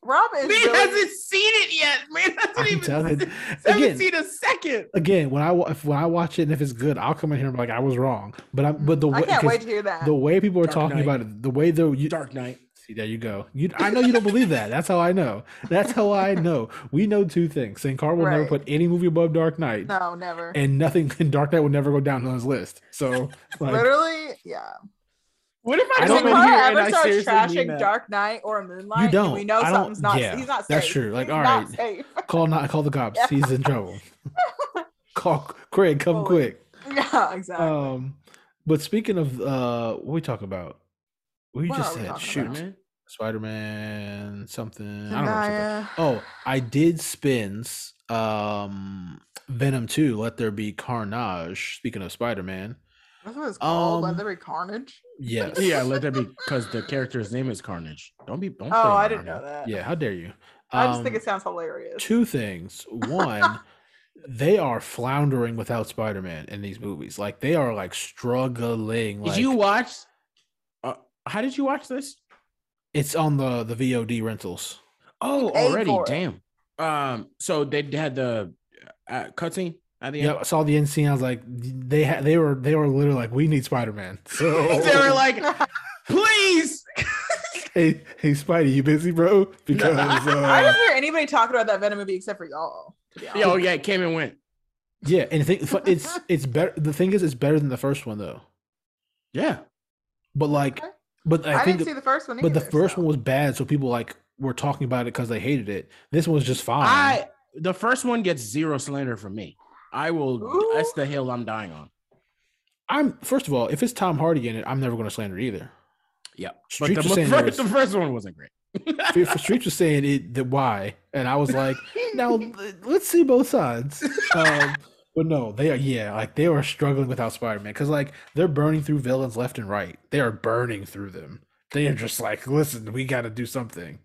Speaker 1: Rob is
Speaker 2: Man
Speaker 1: really,
Speaker 2: hasn't seen it yet. Man hasn't
Speaker 3: I'm telling-
Speaker 2: even seen- hasn't
Speaker 3: Again,
Speaker 2: seen a second.
Speaker 3: again, when I wa- if, when I watch it and if it's good, I'll come in here and be like I was wrong. But I'm but the way
Speaker 1: I can't
Speaker 3: 'cause
Speaker 1: wait to hear that.
Speaker 3: the way people are
Speaker 2: Dark
Speaker 3: talking
Speaker 2: Knight.
Speaker 3: about it, the way they're you,
Speaker 2: Dark Knight.
Speaker 3: See, there you go. You, I know you don't believe that. That's how I know. That's how I know. We know two things. St. Carl will never
Speaker 1: Right.
Speaker 3: put any movie above Dark Knight,
Speaker 1: No, never.
Speaker 3: and nothing. And Dark Knight will never go down on his list. So, like,
Speaker 1: Literally, yeah.
Speaker 2: What if I,
Speaker 3: I
Speaker 1: If
Speaker 3: don't
Speaker 2: come in
Speaker 1: Sinclair
Speaker 3: know
Speaker 2: here and
Speaker 1: ever
Speaker 2: I
Speaker 1: starts
Speaker 2: seriously mean
Speaker 1: trashing
Speaker 2: that?
Speaker 1: Dark Knight or Moonlight, then we
Speaker 3: don't.
Speaker 1: know
Speaker 3: I don't-
Speaker 1: something's not.
Speaker 3: yeah,
Speaker 1: he's not safe.
Speaker 3: that's true. Like,
Speaker 1: He's
Speaker 3: all
Speaker 1: not
Speaker 3: right.
Speaker 1: safe.
Speaker 3: call not call the cops. He's in trouble. call Craig. Come
Speaker 1: Holy
Speaker 3: quick.
Speaker 1: Yeah, exactly.
Speaker 3: Um, but speaking of uh, what we talk about, we
Speaker 1: What
Speaker 3: just
Speaker 1: are we
Speaker 3: said
Speaker 1: talking
Speaker 3: shoot
Speaker 1: about?
Speaker 2: Superman?
Speaker 3: Spider Man something. I don't know. what something-
Speaker 1: Zendaya.
Speaker 3: Oh, I did spins um Venom two. Let there be carnage. Speaking of Spider Man,
Speaker 1: That's what it's called.
Speaker 3: um,
Speaker 1: Leathery Carnage.
Speaker 3: yes.
Speaker 2: Yeah, let that be because the character's name is Carnage. Don't be. Don't
Speaker 1: Oh,
Speaker 2: blame
Speaker 1: I
Speaker 2: her.
Speaker 1: didn't know that.
Speaker 3: Yeah. How dare you?
Speaker 1: I just think
Speaker 3: Um,
Speaker 1: it sounds hilarious.
Speaker 3: two things. One, they are floundering without Spider Man in these movies. Like they are like struggling.
Speaker 2: Did
Speaker 3: Like,
Speaker 2: you watch? Uh, how did you watch this?
Speaker 3: It's on the the VOD rentals.
Speaker 2: Oh,
Speaker 1: Paid
Speaker 2: already.
Speaker 1: for it.
Speaker 2: Damn. Um. So they had the uh, cutscene at the
Speaker 3: Yeah,
Speaker 2: end.
Speaker 3: I saw the end scene. I was like, they had, they were, they were literally like, we need Spider Man. So
Speaker 2: they were like, please.
Speaker 3: hey, hey, Spidey, you busy, bro? Because
Speaker 1: I
Speaker 3: uh,
Speaker 1: didn't hear anybody talking about that Venom movie except for y'all. to be honest.
Speaker 2: Yo, yeah, it came and went.
Speaker 3: yeah, and the thing, fu- it's it's better. The thing is, it's better than the first one though.
Speaker 2: Yeah.
Speaker 3: But like,
Speaker 1: Okay.
Speaker 3: but I,
Speaker 1: I,
Speaker 3: think,
Speaker 1: didn't see the first one.
Speaker 3: but the
Speaker 1: either,
Speaker 3: first
Speaker 1: so.
Speaker 3: one was bad, so people like were talking about it because they hated it. This one was just fine.
Speaker 2: I the first one gets zero slander from me. I will.
Speaker 1: Ooh.
Speaker 2: That's the hill I'm dying on.
Speaker 3: I'm first of all, if it's Tom Hardy in it, I'm never going to slander it either.
Speaker 2: Yeah, but
Speaker 3: Street
Speaker 2: the,
Speaker 3: was saying
Speaker 2: fir-
Speaker 3: there was-
Speaker 2: the first one wasn't great.
Speaker 3: Fe- for Street was saying it the why, and I was like, now th- let's see both sides. Um, but no, they are yeah, like they are struggling without Spider Man because like they're burning through villains left and right. They are burning through them. They are just like, listen, we got to do something.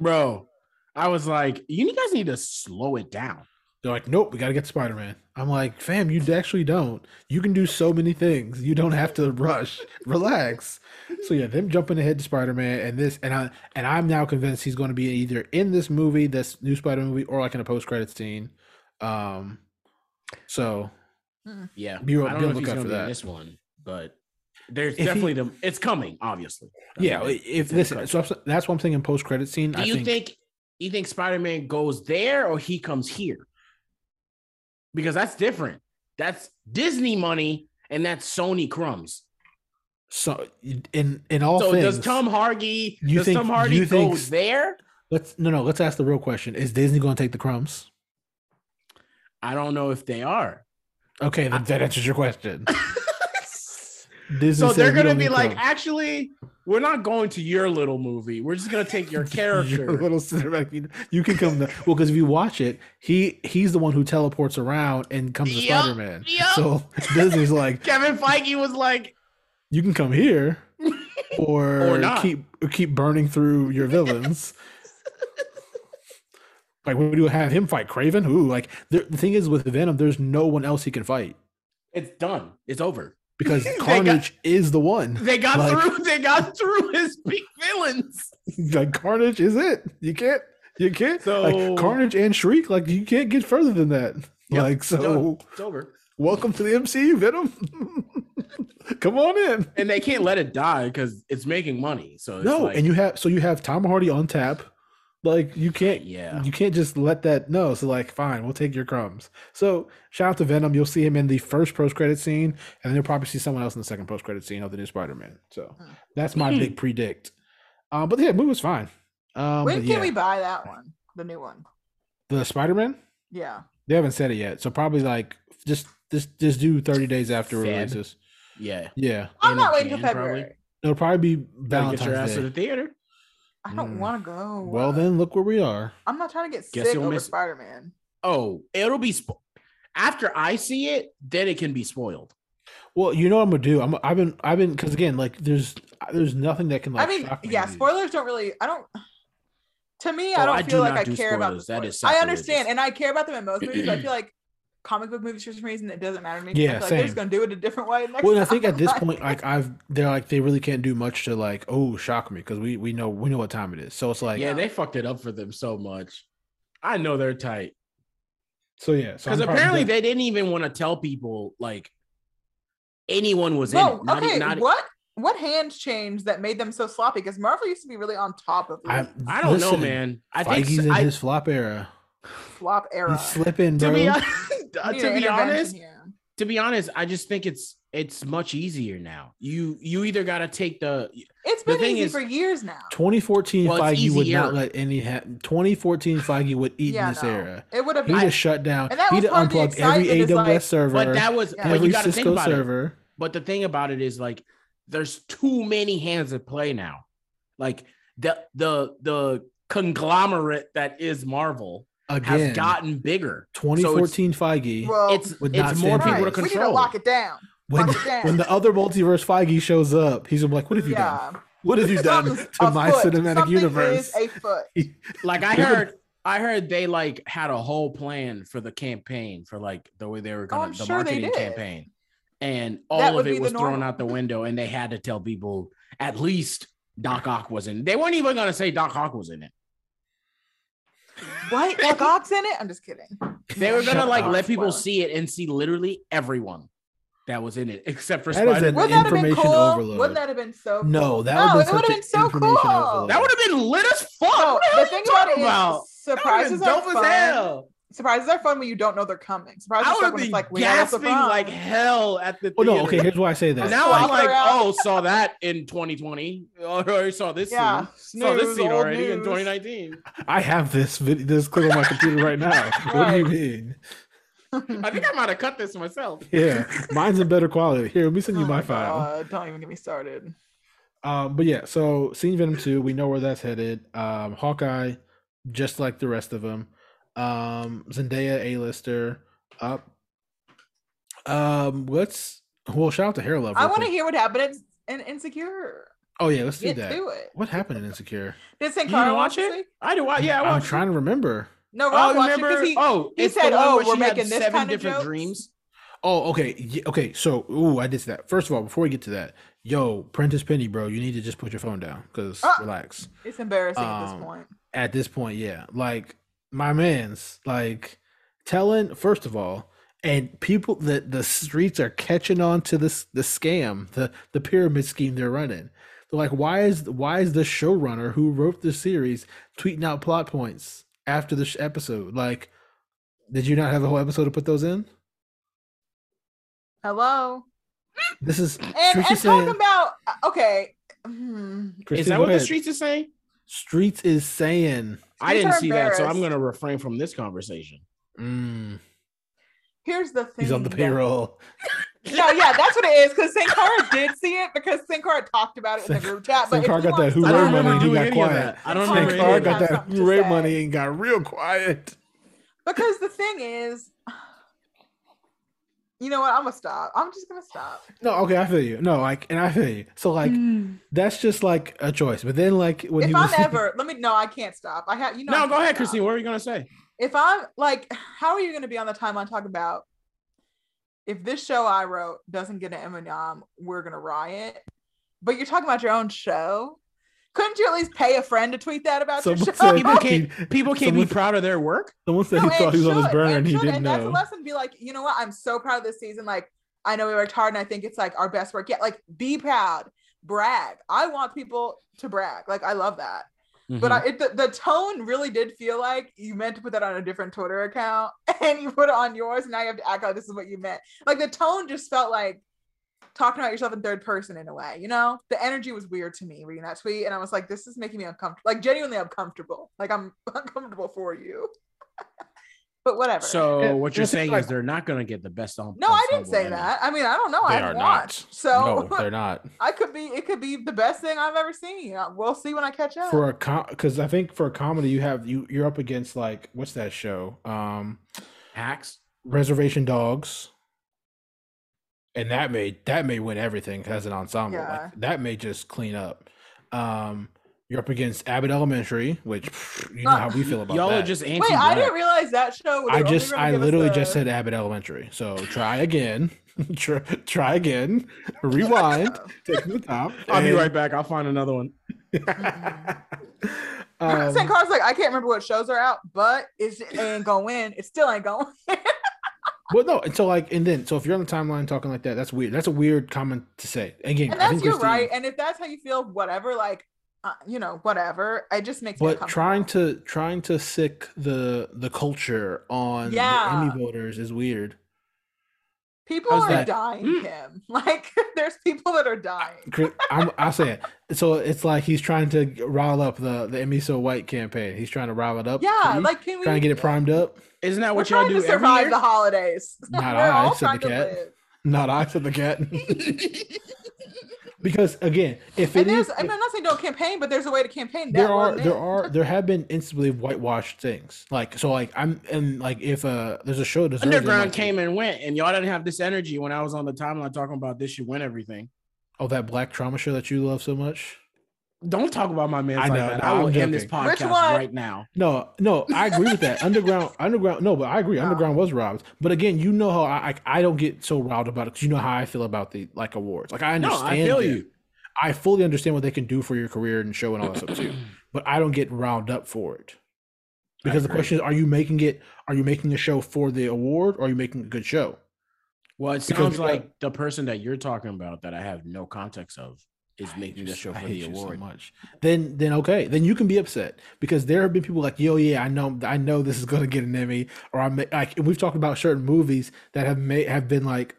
Speaker 2: Bro, I was like, you guys need to slow it down.
Speaker 3: They're like, nope, we got to get Spider Man. I'm like, fam, you actually don't. You can do so many things. You don't have to rush. Relax. So yeah, them jumping ahead to Spider Man and this, and I and I'm now convinced he's going to be either in this movie, this new Spider Man movie, or like in a post credit scene. Um, so
Speaker 2: Yeah,
Speaker 3: Be-
Speaker 2: I don't
Speaker 3: be
Speaker 2: know if
Speaker 3: on the
Speaker 2: he's
Speaker 3: lookout
Speaker 2: gonna
Speaker 3: for
Speaker 2: be in
Speaker 3: that.
Speaker 2: this one, but there's
Speaker 3: If he-
Speaker 2: definitely the it's coming, obviously. I
Speaker 3: yeah,
Speaker 2: mean, in
Speaker 3: if
Speaker 2: the
Speaker 3: this,
Speaker 2: cut.
Speaker 3: so I'm- that's what I'm thinking. Post credit scene.
Speaker 2: do
Speaker 3: I
Speaker 2: you think, you think Spider Man goes there or he comes here? Because that's different. That's Disney money and that's Sony crumbs.
Speaker 3: so? In in all
Speaker 2: so
Speaker 3: things,
Speaker 2: does Tom Hardy?
Speaker 3: You
Speaker 2: does
Speaker 3: think-
Speaker 2: Tom Hardy
Speaker 3: you
Speaker 2: go
Speaker 3: think-
Speaker 2: there?
Speaker 3: let's no no. Let's ask the real question: Is Disney going to take the crumbs?
Speaker 2: I don't know if they are.
Speaker 3: Okay,
Speaker 2: I-
Speaker 3: that, that answers your question. Disney
Speaker 2: so they're
Speaker 3: said, "We
Speaker 2: gonna
Speaker 3: don't
Speaker 2: be
Speaker 3: need
Speaker 2: like,
Speaker 3: crumbs."
Speaker 2: actually, we're not going to your little movie. We're just gonna take your character.
Speaker 3: Your little cinematic. You, you can come. To, well, because if you watch it, he he's the one who teleports around and comes to
Speaker 2: Yup,
Speaker 3: Spider Man.
Speaker 2: yup.
Speaker 3: So Disney's like,
Speaker 2: Kevin Feige was like,
Speaker 3: you can come here, or,
Speaker 2: Or not.
Speaker 3: keep or keep burning through your villains. like, what do you have him fight Craven? Who? Like, the, the thing is with Venom, there's no one else he can fight
Speaker 2: "It's done. It's over."
Speaker 3: because
Speaker 2: They got-
Speaker 3: Carnage is the one.
Speaker 2: They got
Speaker 3: Like-
Speaker 2: through. They got through his big villains.
Speaker 3: like, Carnage is it. You can't. You can't.
Speaker 2: So-
Speaker 3: like Carnage and Shriek. Like, you can't get further than that.
Speaker 2: Yep,
Speaker 3: Like, so.
Speaker 2: done. It's over.
Speaker 3: Welcome to the MCU, Venom. Come on in.
Speaker 2: And they can't let it die because it's making money. So it's
Speaker 3: no,
Speaker 2: like,
Speaker 3: and you have so you have Tom Hardy on tap. Like you can't
Speaker 2: yeah,
Speaker 3: you can't just let that no. So like fine, we'll take your crumbs. So shout out to Venom. You'll see him in the first post credit scene, and then you'll probably see someone else in the second post credit scene of the new Spider Man. So
Speaker 1: Mm.
Speaker 3: that's my
Speaker 2: Hmm.
Speaker 3: big predict. Um, but yeah, movie was fine. Um,
Speaker 1: when
Speaker 3: but
Speaker 1: can
Speaker 3: yeah,
Speaker 1: we buy that one? The new one.
Speaker 3: the Spider Man?
Speaker 1: Yeah.
Speaker 3: They haven't said it yet, so probably like just just just do thirty days after
Speaker 2: Feb.
Speaker 3: releases.
Speaker 2: yeah.
Speaker 3: Yeah,
Speaker 1: I'm
Speaker 2: End of
Speaker 1: not waiting till
Speaker 2: Jan, probably.
Speaker 1: February.
Speaker 3: it'll probably be
Speaker 2: Gotta get your
Speaker 3: Valentine's
Speaker 2: ass to
Speaker 3: Day.
Speaker 2: the theater.
Speaker 1: I don't
Speaker 3: Mm.
Speaker 1: want to go.
Speaker 3: Well, then look where we are.
Speaker 1: I'm not trying to get
Speaker 2: Guess
Speaker 1: sick
Speaker 2: you'll
Speaker 1: over
Speaker 2: miss it.
Speaker 1: Spider Man.
Speaker 2: Oh, it'll be spo- after I see it. Then it can be spoiled.
Speaker 3: Well, you know what I'm gonna do. I'm I've been I've been because again, like there's there's nothing that can like.
Speaker 1: I mean,
Speaker 3: shock me
Speaker 1: yeah,
Speaker 3: in these.
Speaker 1: spoilers don't really. I don't. To me,
Speaker 2: Oh,
Speaker 1: I don't
Speaker 2: I do
Speaker 1: feel like
Speaker 2: not
Speaker 1: I
Speaker 2: do
Speaker 1: care about the
Speaker 2: spoilers. That is
Speaker 1: spoilers. I
Speaker 2: sacrilegious.
Speaker 1: understand, and I care about them in most movies. but I feel like comic book movies for some reason it doesn't matter to me. 'cause I
Speaker 3: Yeah,
Speaker 1: feel like they're just
Speaker 3: same.
Speaker 1: gonna do it a different way. Next
Speaker 3: Well, and I think
Speaker 1: time.
Speaker 3: at this
Speaker 1: Like,
Speaker 3: point, like I've they're like they really can't do much to like oh shock me because we we know we know what time it is. So it's like
Speaker 2: yeah, they fucked it up for them so much. I know they're tight.
Speaker 3: so yeah. So
Speaker 2: Because
Speaker 3: I'm probably
Speaker 2: apparently
Speaker 3: done.
Speaker 2: they didn't even want to tell people like anyone was in
Speaker 1: no,
Speaker 2: it. Not, e-
Speaker 1: okay,
Speaker 2: not,
Speaker 1: what? what hand changed that made them so sloppy? Because Marvel used to be really on top of
Speaker 3: I,
Speaker 1: the
Speaker 2: I don't know,
Speaker 3: listen,
Speaker 2: man. I think
Speaker 3: Feige's in
Speaker 2: I,
Speaker 3: his flop era.
Speaker 1: flop era.
Speaker 3: He's slipping,
Speaker 2: to
Speaker 3: bro.
Speaker 2: be,
Speaker 1: We need
Speaker 2: Uh, to
Speaker 1: an
Speaker 2: be
Speaker 1: intervention
Speaker 2: honest,
Speaker 1: here.
Speaker 2: to be honest, I just think it's it's much easier now. You you either got to take the
Speaker 1: it's
Speaker 2: the
Speaker 1: been
Speaker 2: thing
Speaker 1: easy
Speaker 2: is-
Speaker 1: for years now.
Speaker 3: 2014
Speaker 2: Well, it's
Speaker 3: Feige would
Speaker 2: easier.
Speaker 3: not let any happen. 2014 Feige would eat
Speaker 1: Yeah,
Speaker 3: in this
Speaker 1: no.
Speaker 3: era.
Speaker 1: It would have
Speaker 3: He
Speaker 1: been.
Speaker 3: just shut down.
Speaker 1: and that was
Speaker 3: He'd
Speaker 1: part of the
Speaker 3: unplugged every
Speaker 1: excitement
Speaker 3: AWS
Speaker 1: is, like-
Speaker 3: server,
Speaker 2: but that was
Speaker 1: Yeah.
Speaker 2: but
Speaker 3: every
Speaker 2: you got to think
Speaker 3: Cisco
Speaker 2: about it.
Speaker 3: server.
Speaker 2: But the thing about it is like there's too many hands at play now. Like the the the conglomerate that is Marvel
Speaker 3: Again,
Speaker 2: has gotten bigger.
Speaker 3: 2014 Feige.
Speaker 1: well,
Speaker 2: It's
Speaker 3: Would not
Speaker 2: it's more
Speaker 3: stand
Speaker 1: all
Speaker 3: for
Speaker 2: people
Speaker 3: it.
Speaker 2: to
Speaker 1: right, we need to
Speaker 2: control.
Speaker 1: lock it down.
Speaker 3: when,
Speaker 1: lock it down.
Speaker 3: when the other multiverse Feige shows up, he's like, "What have you done?
Speaker 1: yeah.
Speaker 3: What have you done
Speaker 1: Something's
Speaker 3: to my
Speaker 1: afoot.
Speaker 3: cinematic
Speaker 1: Something Is
Speaker 3: universe?"
Speaker 1: a foot.
Speaker 2: Like I
Speaker 3: They would-
Speaker 2: heard I heard they like had a whole plan for the campaign for like the way they were
Speaker 1: Oh,
Speaker 2: going
Speaker 1: I'm
Speaker 2: to the
Speaker 1: sure they
Speaker 2: marketing
Speaker 1: did.
Speaker 2: campaign. And all
Speaker 1: That
Speaker 2: of
Speaker 1: would be
Speaker 2: it
Speaker 1: the
Speaker 2: was thrown
Speaker 1: normal.
Speaker 2: out the window and they had to tell people at least Doc Ock was in. They weren't even going to say Doc Ock was in it.
Speaker 1: What? Black Ox in it? I'm just kidding.
Speaker 2: They were gonna
Speaker 3: Shut
Speaker 2: like
Speaker 3: up.
Speaker 2: let people
Speaker 1: Spoiler.
Speaker 2: see it and see literally everyone that was in it except for
Speaker 3: That is
Speaker 2: Spider.
Speaker 3: an
Speaker 1: Wouldn't that have been
Speaker 3: information
Speaker 1: cool?
Speaker 3: overload.
Speaker 1: Wouldn't that have been so? Cool?
Speaker 3: no, that
Speaker 1: No,
Speaker 3: would
Speaker 1: Oh, it would've
Speaker 3: have been
Speaker 1: been so
Speaker 3: so
Speaker 1: cool.
Speaker 3: cool.
Speaker 2: That would have been lit as fuck.
Speaker 1: No,
Speaker 2: what the,
Speaker 1: the
Speaker 2: hell
Speaker 1: thing
Speaker 2: you
Speaker 1: about
Speaker 2: talking
Speaker 1: it is
Speaker 2: about? That would've been
Speaker 1: surprises are
Speaker 2: dope
Speaker 1: fun.
Speaker 2: as hell.
Speaker 1: Surprises are fun when you don't know they're coming. Surprises
Speaker 2: I
Speaker 1: are
Speaker 2: would
Speaker 1: fun
Speaker 2: have
Speaker 1: when
Speaker 2: been
Speaker 1: it's like we have a
Speaker 2: gasping
Speaker 1: surprise.
Speaker 2: like hell at the.
Speaker 3: Well, Oh, no,
Speaker 2: theater.
Speaker 3: okay. Here's why I say that.
Speaker 2: Now I'm
Speaker 1: Walk
Speaker 2: like,
Speaker 1: around.
Speaker 2: oh, saw that in 2020. Oh, I already saw this
Speaker 1: yeah,
Speaker 2: scene. Saw this
Speaker 1: snooze,
Speaker 2: scene
Speaker 1: old
Speaker 2: already in
Speaker 1: news.
Speaker 2: 2019.
Speaker 3: I have this video, this clip on my computer right now. What do you mean?
Speaker 2: I think I might have cut this myself.
Speaker 3: Yeah, mine's in better quality. Here, let me send you
Speaker 1: Oh
Speaker 3: my file.
Speaker 1: God, don't even get me started.
Speaker 3: Um, but yeah, so seeing Venom two, we know where that's headed. Um, Hawkeye, just like the rest of them. Um, Zendaya, a lister, up. Um, let's well shout out to Hair Love.
Speaker 1: I
Speaker 3: real
Speaker 1: want to
Speaker 3: quick.
Speaker 1: hear what happened in, in Insecure.
Speaker 3: Oh yeah, let's do
Speaker 1: Get
Speaker 3: that.
Speaker 1: to it.
Speaker 3: What happened in Insecure?
Speaker 1: Did
Speaker 2: You
Speaker 1: St.
Speaker 2: didn't
Speaker 1: Carl
Speaker 2: watch
Speaker 1: watch
Speaker 2: it? I
Speaker 1: Uh,
Speaker 2: do. I, yeah, I
Speaker 3: I'm
Speaker 2: watched.
Speaker 3: trying to remember.
Speaker 1: No,
Speaker 2: Oh,
Speaker 1: Rob watched it
Speaker 2: remember?
Speaker 1: because he.
Speaker 2: oh,
Speaker 1: he
Speaker 2: it's the
Speaker 1: said,
Speaker 2: one where
Speaker 1: "Oh, we're
Speaker 2: she had
Speaker 1: making this
Speaker 2: seven
Speaker 1: kind of
Speaker 2: different
Speaker 1: jokes."
Speaker 2: dreams.
Speaker 3: Oh, okay. Ye- okay, so ooh, I did that. First of all, before we get to that, yo, Prentice Penny, bro, you need to just put your phone down because
Speaker 1: Ah.
Speaker 3: relax.
Speaker 1: It's embarrassing at
Speaker 3: Um,
Speaker 1: this point.
Speaker 3: At this point, yeah, like my man's like telling first of all, and people that the streets are catching on to this the scam, the the pyramid scheme they're running. They're like, why is why is the showrunner who wrote the series tweeting out plot points after the sh- episode? Like, did you not have a whole episode to put those in?
Speaker 1: Hello.
Speaker 3: This is
Speaker 1: And, and
Speaker 3: Trisha
Speaker 1: talking
Speaker 3: saying-
Speaker 1: about uh, okay. hmm.
Speaker 2: Is
Speaker 3: Christine,
Speaker 2: that
Speaker 3: go
Speaker 2: what the
Speaker 3: ahead.
Speaker 2: streets are saying?
Speaker 3: Streets is saying,
Speaker 2: I
Speaker 1: Streets
Speaker 2: didn't
Speaker 1: are
Speaker 2: see that, so I'm
Speaker 1: embarrassed.
Speaker 2: going to refrain from this conversation.
Speaker 3: mm,
Speaker 1: Here's the thing.
Speaker 3: he's on the
Speaker 1: that-
Speaker 3: payroll.
Speaker 1: No, yeah, that's what it is. Because St. Cara did see it because St. Cara talked about it in the
Speaker 3: Sankara-
Speaker 1: group chat. But if you
Speaker 3: Sankara got that
Speaker 1: want-
Speaker 3: who
Speaker 2: I don't
Speaker 3: Hooray money
Speaker 2: remember
Speaker 3: and he
Speaker 2: doing
Speaker 3: got
Speaker 2: any of
Speaker 3: quiet.
Speaker 2: that. I don't
Speaker 1: Thank
Speaker 2: remember. any
Speaker 1: God
Speaker 3: Sankara
Speaker 2: of
Speaker 1: got
Speaker 3: got
Speaker 2: that.
Speaker 1: that.
Speaker 3: that
Speaker 1: something to
Speaker 3: Hooray
Speaker 1: say.
Speaker 3: money and got real quiet.
Speaker 1: Because the thing is, you know what? I'm gonna stop. I'm just gonna stop. Hmm.
Speaker 3: No, okay, I feel you. No, like, and I feel you. So like, that's just like a choice. But then like when
Speaker 1: Mm. if
Speaker 3: he
Speaker 1: I'm
Speaker 3: was
Speaker 1: ever, let me. No, I can't stop. I have you know. I
Speaker 2: No, go
Speaker 1: can't
Speaker 2: ahead,
Speaker 1: stop.
Speaker 2: Christine. What were you going to say?
Speaker 1: If I'm like, how are you gonna be on the timeline talking about? If this show I wrote doesn't get an Emmy nom, we're gonna riot. But you're talking about your own show. Couldn't you at least pay a friend to tweet that about your
Speaker 3: someone
Speaker 1: show?
Speaker 3: said,
Speaker 2: People can't-
Speaker 3: he-
Speaker 2: People can't
Speaker 3: Someone-
Speaker 2: be proud of their work.
Speaker 3: someone said
Speaker 1: No,
Speaker 3: he thought
Speaker 1: and
Speaker 3: he was on his
Speaker 1: should,
Speaker 3: burner and he
Speaker 1: should,
Speaker 3: didn't
Speaker 1: and That's
Speaker 3: know.
Speaker 1: a lesson. Be like, you know what? I'm so proud of this season. Like, I know we worked hard, and I think it's like our best work yet. Like, be proud, brag. I want people to brag. Like, I love that. But
Speaker 3: Mm-hmm.
Speaker 1: I, it, the, the tone really did feel like you meant to put that on a different Twitter account, and you put it on yours. And now you have to act like this is what you meant. Like the tone just felt like talking about yourself in third person in a way. You know, the energy was weird to me reading that tweet, and I was like, this is making me uncomfortable. Like genuinely uncomfortable. Like I'm uncomfortable for you. but whatever.
Speaker 2: so
Speaker 3: Yeah,
Speaker 2: what you're
Speaker 3: it's
Speaker 2: saying
Speaker 3: Mm-hmm. like-
Speaker 2: is they're not going to get the best on.
Speaker 1: no, I didn't
Speaker 2: ensemble
Speaker 1: say
Speaker 2: in it.
Speaker 1: that. I mean, I don't know. I
Speaker 3: They are
Speaker 1: haven't
Speaker 3: not.
Speaker 1: watched. So
Speaker 3: no, they're not
Speaker 1: I could be. It could be the best thing I've ever seen. Uh, We'll see when I catch up.
Speaker 3: for a com because I think for a comedy you have you you're up against like what's that show? Um,
Speaker 2: Hacks.
Speaker 3: Reservation Dogs. And that may that may win everything as an ensemble. Like,
Speaker 1: Yeah.
Speaker 3: that may just clean up. Um, you're up against Abbott Elementary, which pff, you know
Speaker 1: Uh,
Speaker 3: how we feel about
Speaker 2: Y'all
Speaker 3: that.
Speaker 2: are just anti.
Speaker 1: Wait, I didn't realize that show.
Speaker 3: I
Speaker 1: they were only
Speaker 3: just
Speaker 1: gonna
Speaker 3: I
Speaker 1: give us
Speaker 3: literally
Speaker 1: the-
Speaker 3: just said Abbott Elementary. So try again, try, try again, rewind, take from the top.
Speaker 2: I'll be
Speaker 3: and-
Speaker 2: right back. I'll find another one.
Speaker 3: Um,
Speaker 1: St. Carl's like, I can't remember what shows are out, but it's, it ain't gonna win. It still ain't going.
Speaker 3: Well, no, and so like, and then so if you're on the timeline talking like that, that's weird. That's a weird comment to say. Again,
Speaker 1: and
Speaker 3: I
Speaker 1: that's
Speaker 3: think
Speaker 1: your
Speaker 3: Christine-
Speaker 1: right. And if that's how you feel, whatever, like, uh, you know, whatever. It just makes me
Speaker 3: But
Speaker 1: uncomfortable.
Speaker 3: trying to trying to sick the the culture on
Speaker 1: Yeah.
Speaker 3: the Emmy voters is weird.
Speaker 1: people
Speaker 2: How's
Speaker 1: are
Speaker 2: that?
Speaker 1: dying,
Speaker 2: Mm.
Speaker 1: Kim. Like, there's people that are dying.
Speaker 3: Chris- I'm, I'll say it. So it's like he's trying to rile up the the Emmy so white campaign. He's trying to rile it up.
Speaker 1: Yeah,
Speaker 3: Cree,
Speaker 1: like, can we
Speaker 3: trying to get it primed up.
Speaker 2: Isn't that
Speaker 1: We're
Speaker 2: what y'all
Speaker 1: trying
Speaker 2: do
Speaker 1: to
Speaker 2: every
Speaker 1: survive
Speaker 2: year?
Speaker 1: the holidays.
Speaker 3: Not
Speaker 1: We're
Speaker 3: I,
Speaker 1: all
Speaker 3: said the
Speaker 1: trying to
Speaker 3: cat.
Speaker 1: live.
Speaker 3: Not I said the cat. because again, if
Speaker 1: And
Speaker 3: it
Speaker 1: there's,
Speaker 3: is,
Speaker 1: I mean, I'm not saying don't campaign, but there's a way to campaign. That
Speaker 3: there are
Speaker 1: wasn't
Speaker 3: there
Speaker 1: it.
Speaker 3: are there have been instantly whitewashed things like so like I'm and like if uh there's a show that deserves it,
Speaker 2: Underground
Speaker 3: like,
Speaker 2: came and went, and y'all didn't have this energy when I was on the timeline talking about this should win everything.
Speaker 3: oh that black trauma show that you love so much.
Speaker 2: Don't talk about my man
Speaker 3: I
Speaker 2: like
Speaker 3: know,
Speaker 2: that.
Speaker 3: no,
Speaker 2: I will
Speaker 3: I'm
Speaker 2: end this
Speaker 3: joking.
Speaker 1: Which
Speaker 2: podcast
Speaker 1: one?
Speaker 2: right now.
Speaker 3: No, no, I agree with that. Underground, underground, no, but I agree.
Speaker 1: No.
Speaker 3: Underground was robbed, but again, you know how I I, I don't get so riled about it because you know how I feel about the like awards. Like I
Speaker 2: No,
Speaker 3: understand,
Speaker 2: I feel
Speaker 3: them.
Speaker 2: you.
Speaker 3: I fully understand what they can do for your career and show and all that stuff too. But I don't get riled up for it because the
Speaker 2: agree.
Speaker 3: question is: Are you making it? Are you making a show for the award? Or are you making a good show?
Speaker 2: Well, it
Speaker 3: Because uh,
Speaker 2: sounds
Speaker 3: we got-
Speaker 2: like the person that you're talking about that I have no context of is making the show
Speaker 3: I
Speaker 2: for
Speaker 3: hate
Speaker 2: the
Speaker 3: you so
Speaker 2: award.
Speaker 3: much. Then, then okay, then you can be upset because there have been people like, yo, yeah, I know, I know this is gonna get an Emmy, or I may, like and we've talked about certain movies that have may have been like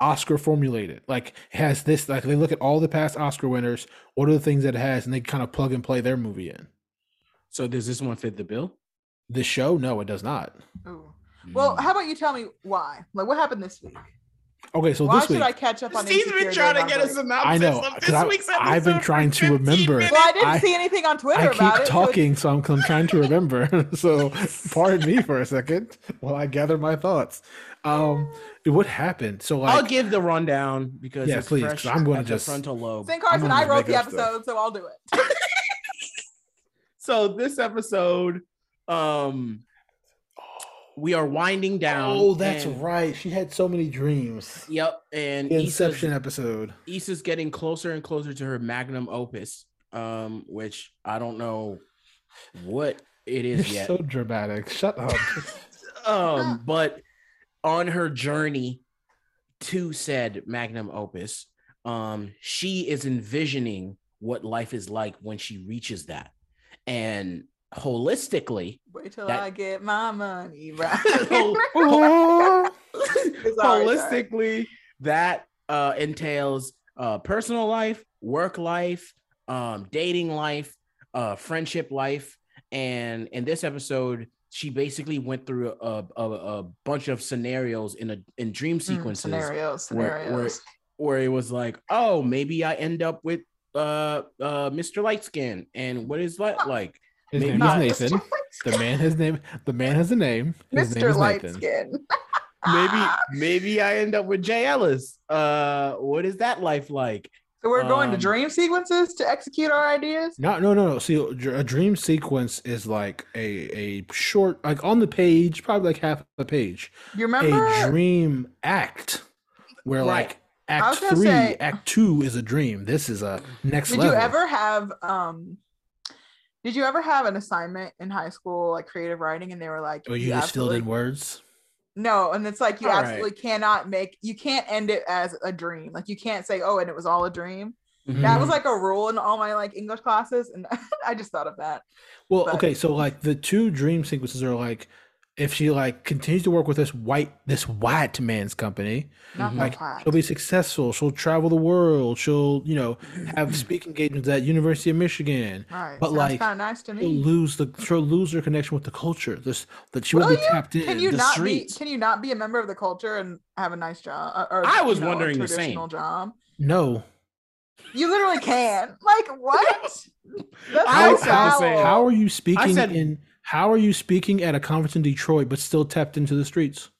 Speaker 3: Oscar formulated, like has this like they look at all the past Oscar winners, what are the things that it has, and they kind of plug and play their movie in.
Speaker 2: So does this one fit the bill?
Speaker 3: This show, no, it does not.
Speaker 1: Ooh.
Speaker 3: Hmm.
Speaker 1: Well,
Speaker 2: Mm.
Speaker 1: how about you tell me why? Like, what happened this week?
Speaker 3: Okay, so
Speaker 1: why
Speaker 3: this
Speaker 1: should
Speaker 3: week
Speaker 1: I catch up on?
Speaker 2: Steve's been
Speaker 1: Insecure
Speaker 2: trying to
Speaker 1: Day
Speaker 2: get
Speaker 1: Number
Speaker 2: a
Speaker 1: Eight?
Speaker 2: synopsis
Speaker 3: I know,
Speaker 2: of
Speaker 3: 'cause
Speaker 2: this
Speaker 3: I-
Speaker 2: week's episode.
Speaker 3: I've been
Speaker 2: for
Speaker 3: trying to
Speaker 2: 15
Speaker 3: remember.
Speaker 2: minutes.
Speaker 1: Well, I didn't
Speaker 3: I-
Speaker 1: see anything on Twitter
Speaker 3: I
Speaker 1: about
Speaker 3: keep
Speaker 1: it. so it's-
Speaker 3: talking, so I'm, I'm trying to remember. so, pardon me for a second while I gather my thoughts. Um, what happened? So, like,
Speaker 2: I'll give the rundown because
Speaker 3: Yeah,
Speaker 2: it's
Speaker 3: please,
Speaker 2: fresh
Speaker 3: 'cause I'm gonna
Speaker 2: at the
Speaker 3: just-
Speaker 2: frontal lobe.
Speaker 1: St. Carson,
Speaker 3: gonna
Speaker 1: I wrote
Speaker 3: make
Speaker 1: the
Speaker 3: up stuff.
Speaker 1: episode, so I'll do it.
Speaker 2: So this episode, um, we are winding down.
Speaker 3: oh, that's
Speaker 2: and-
Speaker 3: right. She had so many dreams.
Speaker 2: Yep, and
Speaker 3: The Inception
Speaker 2: Issa's,
Speaker 3: episode.
Speaker 2: Issa's getting closer and closer to her magnum opus, um, which I don't know what it
Speaker 3: You're
Speaker 2: is yet.
Speaker 3: so dramatic. Shut up.
Speaker 2: um, but on her journey to said magnum opus, um, she is envisioning what life is like when she reaches that. And holistically,
Speaker 1: Wait till
Speaker 2: That-
Speaker 1: I get my money right.
Speaker 2: hol-
Speaker 3: Oh,
Speaker 1: Sorry, sorry.
Speaker 2: holistically, that uh, entails uh, personal life, work life, um, dating life, uh, friendship life, and in this episode, she basically went through a, a, a bunch of scenarios in a in dream
Speaker 1: Mm,
Speaker 2: sequences
Speaker 1: scenarios,
Speaker 2: where- where-
Speaker 1: scenarios.
Speaker 2: where it was like, oh, maybe I end up with uh uh Mr. Lightskin, and what is that like?
Speaker 3: his
Speaker 2: Maybe
Speaker 3: name
Speaker 2: not.
Speaker 3: is Nathan. The man has name. The man has a name. His name
Speaker 1: Mr.
Speaker 3: is
Speaker 1: Light
Speaker 3: Nathan.
Speaker 1: Skin.
Speaker 2: Maybe
Speaker 1: Ah.
Speaker 2: maybe I end up with Jay Ellis. Uh, what is that life like?
Speaker 1: So we're going to
Speaker 2: Um,
Speaker 1: dream sequences to execute our ideas.
Speaker 3: No, no, no, no. See, a dr- a dream sequence is like a a short, like on the page, probably like half a page.
Speaker 1: You remember?
Speaker 3: a dream act where
Speaker 2: Right.
Speaker 3: like
Speaker 1: I
Speaker 3: act
Speaker 1: was gonna
Speaker 3: three
Speaker 1: say-
Speaker 3: act two is a dream this is a next
Speaker 1: did
Speaker 3: level
Speaker 1: you ever have um? Did you ever have an assignment in high school, like creative writing, and they were like,
Speaker 3: or Oh, you, just filled in
Speaker 1: absolutely-
Speaker 3: words
Speaker 1: No, and it's like you
Speaker 2: All right.
Speaker 1: absolutely cannot make. You can't end it as a dream. Like you can't say, "Oh, and it was all a dream." That
Speaker 2: Mm-hmm.
Speaker 1: was like a rule in all my like English classes, and I just thought of that.
Speaker 3: well
Speaker 1: but-
Speaker 3: okay so like the two dream sequences are like if she like continues to work with this white this white man's company
Speaker 1: Not
Speaker 2: Mhm.
Speaker 1: my
Speaker 3: Like,
Speaker 1: class.
Speaker 3: she'll be successful she'll travel the world she'll you know have speaking engagements at university of michigan
Speaker 1: All right,
Speaker 3: but,
Speaker 1: sounds
Speaker 3: like,
Speaker 1: kind of nice to
Speaker 3: she'll
Speaker 1: me.
Speaker 3: lose the she'll lose her connection with the culture this that she won't
Speaker 1: Will
Speaker 3: be
Speaker 1: you?
Speaker 3: tapped in
Speaker 1: Can you
Speaker 2: the
Speaker 1: not
Speaker 2: streets.
Speaker 1: be? Can you not be a member of the culture and have a nice job? uh, Or,
Speaker 2: I was
Speaker 1: you know, a
Speaker 2: wondering the same.
Speaker 1: traditional job.
Speaker 3: no
Speaker 1: You literally can. Like what? That's
Speaker 2: I
Speaker 1: so
Speaker 2: was about to say,
Speaker 1: foul.
Speaker 3: How are you speaking
Speaker 2: said-
Speaker 3: in? How are you speaking at a conference in Detroit, but still tapped into the streets?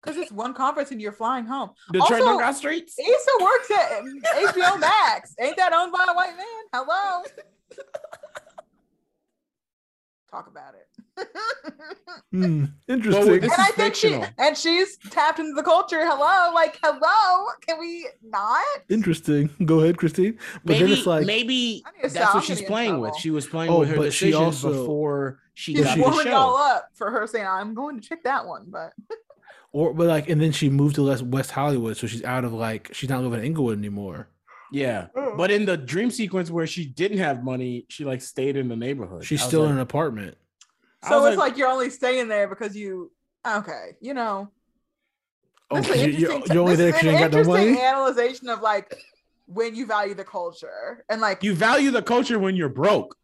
Speaker 1: Because it's one conference and you're flying home.
Speaker 2: Detroit don't
Speaker 1: Also-
Speaker 2: got streets.
Speaker 1: Issa works at um, HBO Max. Ain't that owned by a white man? Hello. Talk about it.
Speaker 3: Hmm,
Speaker 2: with
Speaker 3: interesting.
Speaker 2: this-
Speaker 1: and I
Speaker 2: is
Speaker 1: think she
Speaker 2: fictional.
Speaker 1: and she's tapped into the culture. Hello, like hello. Can we not?
Speaker 3: Interesting. Go ahead, Christine. But then
Speaker 2: Maybe
Speaker 3: it's like
Speaker 2: maybe
Speaker 1: I need to
Speaker 2: that's
Speaker 1: stop.
Speaker 2: what
Speaker 1: I'm
Speaker 2: she's
Speaker 1: getting in
Speaker 2: playing with.
Speaker 1: trouble.
Speaker 2: She was playing
Speaker 3: Oh,
Speaker 2: with her
Speaker 3: but she
Speaker 2: decisions
Speaker 3: also-
Speaker 2: before she
Speaker 1: She's
Speaker 2: got
Speaker 3: she-
Speaker 2: the
Speaker 1: warming y'all
Speaker 2: show.
Speaker 1: up for her saying, "I'm going to check that one," but
Speaker 3: Or but like, and then she moved to Les- West Hollywood, so she's out of like she's not living in Inglewood anymore.
Speaker 2: Yeah. But in the dream sequence where she didn't have money, she like stayed in the neighborhood.
Speaker 3: She's
Speaker 2: I was
Speaker 3: still
Speaker 2: like-
Speaker 3: in an apartment.
Speaker 2: I
Speaker 1: so
Speaker 2: was
Speaker 1: it's like, you're only staying there because you okay, you know.
Speaker 3: Oh,
Speaker 1: This is an
Speaker 3: you- you're,
Speaker 1: interesting-
Speaker 3: you're only
Speaker 1: this
Speaker 3: there
Speaker 1: is
Speaker 3: because
Speaker 1: an
Speaker 3: you ain't got no money.
Speaker 1: interesting Analyzation of like when you value the culture and like
Speaker 2: you value the culture when you're broke.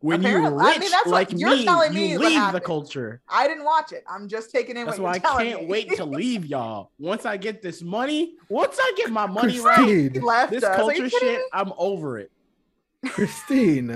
Speaker 2: When you're
Speaker 1: Apparently. I
Speaker 2: rich,
Speaker 1: mean, that's what-
Speaker 2: like
Speaker 1: you're
Speaker 2: me,
Speaker 1: telling
Speaker 2: you
Speaker 1: me what
Speaker 2: leave the
Speaker 1: happened.
Speaker 2: culture.
Speaker 1: I didn't watch it. I'm just taking in
Speaker 2: That's
Speaker 1: what
Speaker 2: why I
Speaker 1: you're telling
Speaker 2: can't
Speaker 1: me.
Speaker 2: wait to leave y'all. Once I get this money, once I get my money right,
Speaker 3: Christine,
Speaker 1: left
Speaker 2: this
Speaker 1: us. Are you
Speaker 2: culture
Speaker 1: kidding
Speaker 2: shit,
Speaker 1: me?
Speaker 2: I'm over it.
Speaker 3: Christine.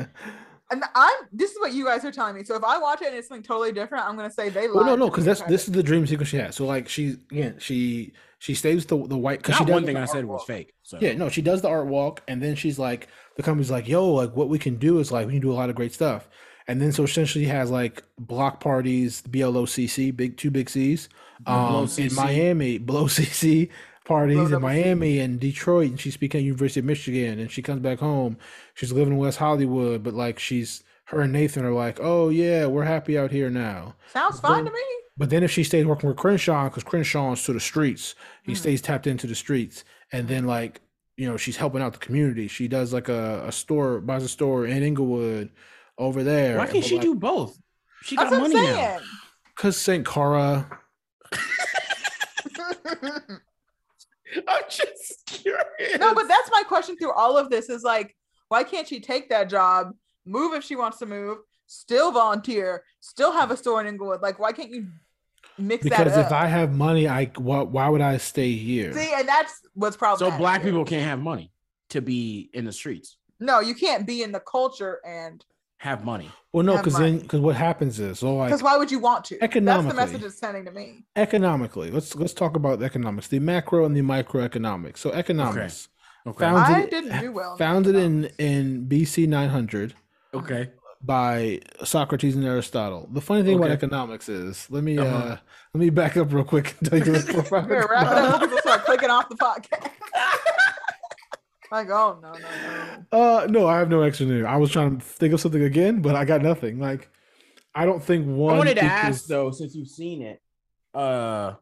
Speaker 1: And I'm this is what you guys are telling me. So if I watch it and it's something totally different, I'm gonna say they lied.
Speaker 3: Well, Oh, no,
Speaker 1: to
Speaker 3: no,
Speaker 1: me
Speaker 3: because that's
Speaker 1: about
Speaker 3: this
Speaker 1: it.
Speaker 3: is the dream sequence she has. So like she again she she stays the the white because she
Speaker 2: Not
Speaker 3: does
Speaker 2: one
Speaker 3: the
Speaker 2: thing I said
Speaker 3: art
Speaker 2: was
Speaker 3: walk.
Speaker 2: fake. So
Speaker 3: Yeah, no, she does the art walk, and then she's like, the company's like, yo, like what we can do is like we can do a lot of great stuff, and then so essentially has like block parties, BLOCC, big two big C's, um, in
Speaker 2: BLOCC.
Speaker 3: Miami, blow CC parties in
Speaker 1: double C.
Speaker 3: Miami and Detroit, and she's speaking at University of Michigan, and she comes back home, she's living in West Hollywood, but like she's her and Nathan are like, oh yeah, we're happy out here now.
Speaker 1: sounds fine to me.
Speaker 3: But then if she stays working with Crenshaw, because Crenshaw's to the streets, he
Speaker 1: Mhm.
Speaker 3: stays tapped into the streets. And then like, you know, she's helping out the community. She does like a, a store, buys a store in Inglewood over there.
Speaker 2: why can't she do both? She got
Speaker 1: That's what I'm
Speaker 2: money now.
Speaker 1: saying.
Speaker 3: because St. Cara
Speaker 2: I'm just curious.
Speaker 1: no, but that's my question through all of this is like, why can't she take that job, move if she wants to move, still volunteer, still have a store in Inglewood? Like, why can't you mix
Speaker 3: because
Speaker 1: that
Speaker 3: if
Speaker 1: up?
Speaker 3: I have money, I why, why would I stay here?
Speaker 1: See, and that's what's probably
Speaker 2: so black people can't have money to be in the streets.
Speaker 1: No, you can't be in the culture and
Speaker 2: Have money.
Speaker 3: well, no,
Speaker 1: have
Speaker 3: because then
Speaker 1: money.
Speaker 3: because what happens is so like
Speaker 1: because why would you want to? That's the
Speaker 3: Economically.
Speaker 1: message it's sending to me.
Speaker 3: economically, let's let's talk about economics, the macro and the microeconomics. So economics
Speaker 2: Okay.
Speaker 3: founded
Speaker 1: I didn't do well. in
Speaker 3: founded in
Speaker 1: economics.
Speaker 3: in BC 900.
Speaker 2: okay.
Speaker 3: by Socrates and Aristotle. The funny thing
Speaker 2: Okay.
Speaker 3: about economics is, let me uh
Speaker 2: Uh-huh.
Speaker 3: let me back up real quick and tell you this profile.
Speaker 1: We're wrapping up. People start clicking off the podcast. like, oh no, no, no.
Speaker 3: Uh, no, I have no extra news. I was trying to think of something again, but I got nothing. Like, I don't think one.
Speaker 2: I wanted to
Speaker 3: equals-
Speaker 2: ask though, since you've seen it, uh,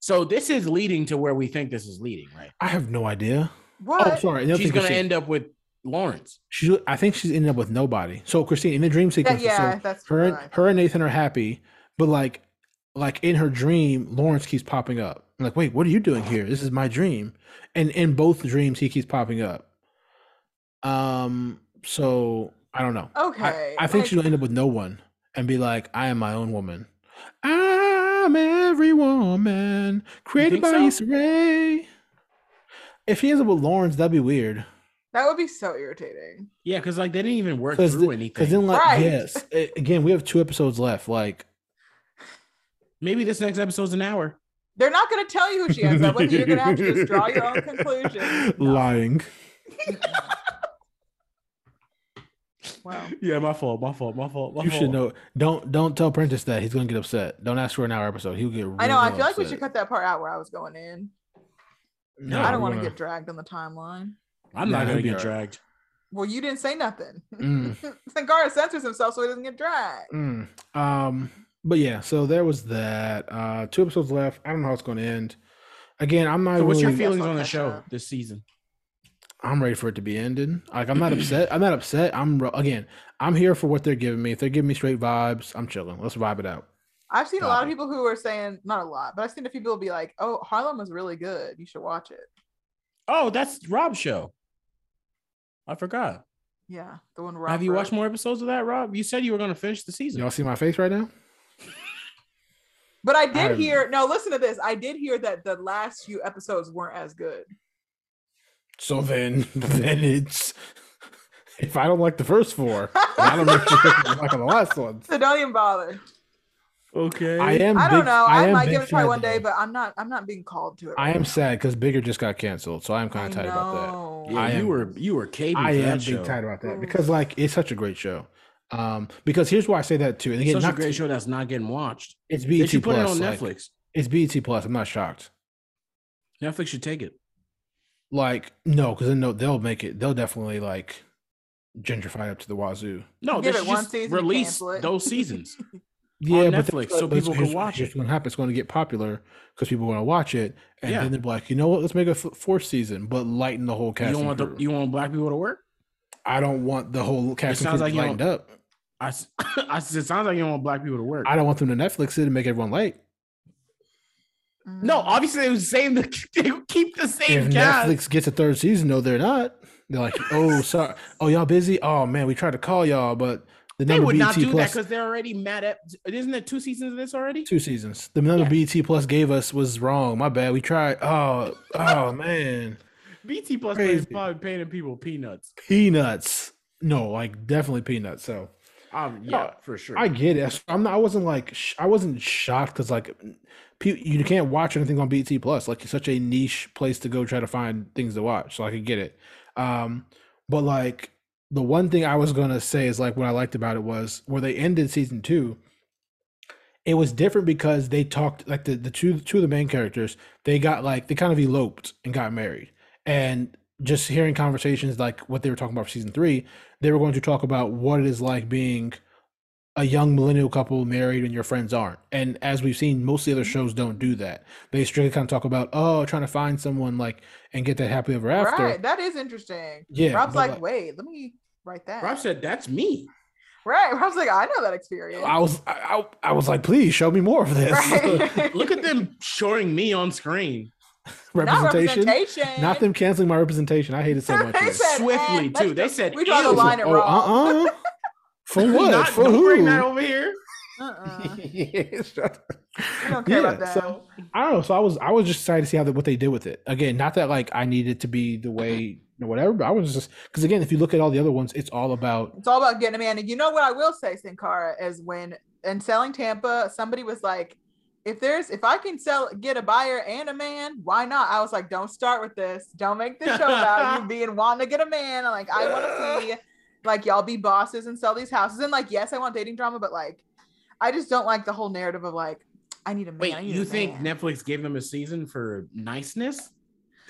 Speaker 2: so this is leading to where we think this is leading, right?
Speaker 3: I have no idea.
Speaker 1: What?
Speaker 3: Oh, sorry. Another
Speaker 2: She's
Speaker 3: thing,
Speaker 2: gonna
Speaker 3: Christine.
Speaker 2: end up with Lawrence.
Speaker 3: She, I think she's ended up with nobody. So Christine, in the dream
Speaker 1: Yeah,
Speaker 3: sequence,
Speaker 1: yeah,
Speaker 3: so
Speaker 1: that's
Speaker 3: her,
Speaker 1: right.
Speaker 3: and her and Nathan are happy, but like, like in her dream, Lawrence keeps popping up. I'm like, wait, what are you doing here? This is my dream, and in both dreams, he keeps popping up. Um, so I don't know.
Speaker 1: Okay,
Speaker 3: I, I think
Speaker 1: like-
Speaker 3: she'll end up with no one and be like, I am my own woman. I'm every woman created
Speaker 2: think
Speaker 3: by
Speaker 2: so?
Speaker 3: Issa Rae. If he ends up with Lawrence, that'd be weird.
Speaker 1: That would be so irritating.
Speaker 2: Yeah, because like they didn't even work
Speaker 3: Because
Speaker 2: through
Speaker 3: the-
Speaker 2: anything.
Speaker 3: Because then, like,
Speaker 1: Right.
Speaker 3: yes, a- again, we have two episodes left. Like,
Speaker 2: Maybe this next episode's an hour.
Speaker 1: They're not going to tell you who she ends up with. You're going to have to just draw your own conclusion.
Speaker 3: Lying.
Speaker 1: Wow.
Speaker 2: Yeah, my fault. My fault. My fault. My
Speaker 3: You should know. Don't don't tell Prentice that he's gonna get upset. Don't ask for an hour episode. He'll get.
Speaker 1: I know. I
Speaker 3: real
Speaker 1: feel like we should
Speaker 3: upset.
Speaker 1: cut that part out where I was going in.
Speaker 3: No,
Speaker 1: I don't
Speaker 3: we're
Speaker 1: want to
Speaker 3: gonna-
Speaker 1: get dragged on the timeline.
Speaker 2: I'm not
Speaker 3: Nah,
Speaker 2: gonna
Speaker 3: it'll be
Speaker 2: get
Speaker 3: all
Speaker 2: dragged.
Speaker 1: Well, you didn't say nothing.
Speaker 3: Mm.
Speaker 1: Sangara censors himself so he doesn't get dragged.
Speaker 3: Mm. Um, but yeah, so there was that. Uh, two episodes left. I don't know how it's going to end. Again, I'm not.
Speaker 2: So what's your
Speaker 3: really-
Speaker 2: feelings
Speaker 1: I'll
Speaker 2: on the
Speaker 1: catch
Speaker 2: show
Speaker 1: up.
Speaker 2: this season?
Speaker 3: I'm ready for it to be ended. Like I'm not upset. I'm not upset. I'm ro- again. I'm here for what they're giving me. If they're giving me straight vibes, I'm chilling. Let's vibe it out.
Speaker 1: I've seen a lot of
Speaker 3: Got it.
Speaker 1: people who are saying, not a lot, but I've seen a few people be like, oh, Harlem was really good. You should watch it.
Speaker 2: Oh, that's Rob's show. I forgot.
Speaker 1: Yeah. The one Rob
Speaker 2: Have you
Speaker 1: wrote.
Speaker 2: watched more episodes of that, Rob? You said you were gonna finish the season.
Speaker 3: Y'all see my face right now?
Speaker 1: But I did
Speaker 3: I-
Speaker 1: hear, no, listen to this. I did hear that the last few episodes weren't as good.
Speaker 3: So then, then it's if I don't like the first four, then I don't know if I'm like on the last ones.
Speaker 1: So don't even bother.
Speaker 2: Okay.
Speaker 3: I am.
Speaker 1: I don't
Speaker 3: big-
Speaker 1: know. I,
Speaker 3: am
Speaker 1: might
Speaker 3: big
Speaker 1: give it a try
Speaker 3: sad,
Speaker 1: one day,
Speaker 3: though.
Speaker 1: but I'm not. I'm not being called to it.
Speaker 3: I
Speaker 1: right
Speaker 3: am
Speaker 1: now.
Speaker 3: sad because Bigger just got canceled, so I'm kind of
Speaker 1: I
Speaker 3: tight about
Speaker 1: know. Oh.
Speaker 2: Yeah,
Speaker 3: I
Speaker 2: you
Speaker 3: am-
Speaker 2: were you were
Speaker 3: that.
Speaker 2: caving.
Speaker 3: I
Speaker 2: for
Speaker 3: am
Speaker 2: that
Speaker 3: big
Speaker 2: show.
Speaker 3: tight about that
Speaker 1: Ooh.
Speaker 3: because like it's such a great show. Um, because here's why I say that too. And again,
Speaker 2: Such
Speaker 3: not
Speaker 2: a great
Speaker 3: to-
Speaker 2: show that's not getting watched.
Speaker 3: It's
Speaker 2: They
Speaker 3: BET
Speaker 2: should put
Speaker 3: Plus.
Speaker 2: it on
Speaker 3: like,
Speaker 2: Netflix.
Speaker 3: It's BET Plus. I'm not shocked.
Speaker 2: Netflix should take it.
Speaker 3: Like no, because then no, they'll make it. They'll definitely like gentrify up to the wazoo.
Speaker 2: No,
Speaker 1: Give
Speaker 2: they
Speaker 1: it
Speaker 2: should
Speaker 1: one
Speaker 2: just
Speaker 1: season and
Speaker 2: release
Speaker 1: cancel it.
Speaker 2: those seasons.
Speaker 3: Yeah, but
Speaker 2: Netflix,
Speaker 3: that's
Speaker 2: so
Speaker 3: what- that's
Speaker 2: people
Speaker 3: here's-
Speaker 2: can watch
Speaker 3: here's
Speaker 2: it.
Speaker 3: what's gonna happen? It's going to get popular because people want to watch it, and
Speaker 2: Yeah.
Speaker 3: then they're like, you know what? Let's make a f- fourth season, but lighten the whole
Speaker 2: you
Speaker 3: cast.
Speaker 2: don't want the, you want black people to work.
Speaker 3: I don't want the whole cast and
Speaker 2: sounds
Speaker 3: crew
Speaker 2: like you
Speaker 3: lightened up.
Speaker 2: I, s- I s- it sounds like you don't want black people to work.
Speaker 3: I don't want them to Netflix it and make everyone light.
Speaker 2: no,
Speaker 1: Mm.
Speaker 2: obviously they would same the they would keep the same
Speaker 3: if
Speaker 2: cast.
Speaker 3: Netflix gets a third season, no, they're not. They're like, oh, sorry, oh, y'all busy? Oh man, we tried to call y'all, but the
Speaker 2: they
Speaker 3: number
Speaker 2: would not
Speaker 3: BT
Speaker 2: do that
Speaker 3: plus
Speaker 2: because they're already mad at. Isn't there two seasons of this already?
Speaker 3: two seasons. The number
Speaker 2: Yeah.
Speaker 3: BT plus gave us was wrong. My bad. We tried. Oh, oh man,
Speaker 2: BT Plus is
Speaker 3: Crazy.
Speaker 2: probably paying people peanuts.
Speaker 3: peanuts. No, like definitely peanuts. So
Speaker 2: Um, yeah,
Speaker 3: No,
Speaker 2: for sure.
Speaker 3: I get it. I'm not. I wasn't like. Sh- I wasn't shocked because like, pe- you can't watch anything on BT Plus. Like, it's such a niche place to go try to find things to watch. So I could get it. Um, but like, the one thing I was gonna say is like what I liked about it was where they ended season two. It was different because they talked like the the two two of the main characters. They got like they kind of eloped and got married, and just hearing conversations like what they were talking about for season three, they were going to talk about what it is like being a young millennial couple married and your friends aren't. And as we've seen, most of the other
Speaker 1: Mm-hmm.
Speaker 3: shows don't do that. They strictly kind of talk about, oh, trying to find someone like and get that happy ever after.
Speaker 1: Mm-hmm. Right, that is interesting.
Speaker 3: Yeah.
Speaker 1: Rob's
Speaker 3: but,
Speaker 1: like, wait, let me write that.
Speaker 2: Rob said that's me.
Speaker 1: right, Rob's like, I know that experience.
Speaker 3: I was I, I, I was like, please show me more of this
Speaker 1: right.
Speaker 2: Look at them showing me on screen
Speaker 1: Not
Speaker 3: representation. Not,
Speaker 1: representation.
Speaker 3: them canceling my representation. I hate it so much.
Speaker 1: They said,
Speaker 2: swiftly
Speaker 1: "Eh,
Speaker 2: too.
Speaker 1: let's
Speaker 2: They
Speaker 1: just-
Speaker 2: said,
Speaker 1: we draw the
Speaker 2: "Ew."
Speaker 1: line at
Speaker 3: oh,
Speaker 1: Rob.
Speaker 3: uh uh For what?
Speaker 2: Not,
Speaker 3: For
Speaker 2: don't bring that
Speaker 3: who?
Speaker 2: over here.
Speaker 1: Uh-uh.
Speaker 3: Yeah, shut up.
Speaker 1: We don't care
Speaker 3: Yeah,
Speaker 1: about that.
Speaker 3: so- I don't know. So I was I was just excited to see how the, what they did with it. Again, not that like I needed to be the
Speaker 1: Uh-huh.
Speaker 3: way or whatever, but I was just because again, if you look at all the other ones, it's all about
Speaker 1: It's all about getting a man. And you know what I will say, Sankara, is when in selling Tampa, somebody was like, if there's if I can sell get a buyer and a man, why not? I was like, don't start with this. Don't make this show about you being wanting to get a man. I'm like, I want to see like y'all be bosses and sell these houses. And like, yes, I want dating drama, but like I just don't like the whole narrative of like, I need a man. I
Speaker 2: Wait,
Speaker 1: need
Speaker 2: you
Speaker 1: a
Speaker 2: think
Speaker 1: man.
Speaker 2: Netflix gave them a season for niceness?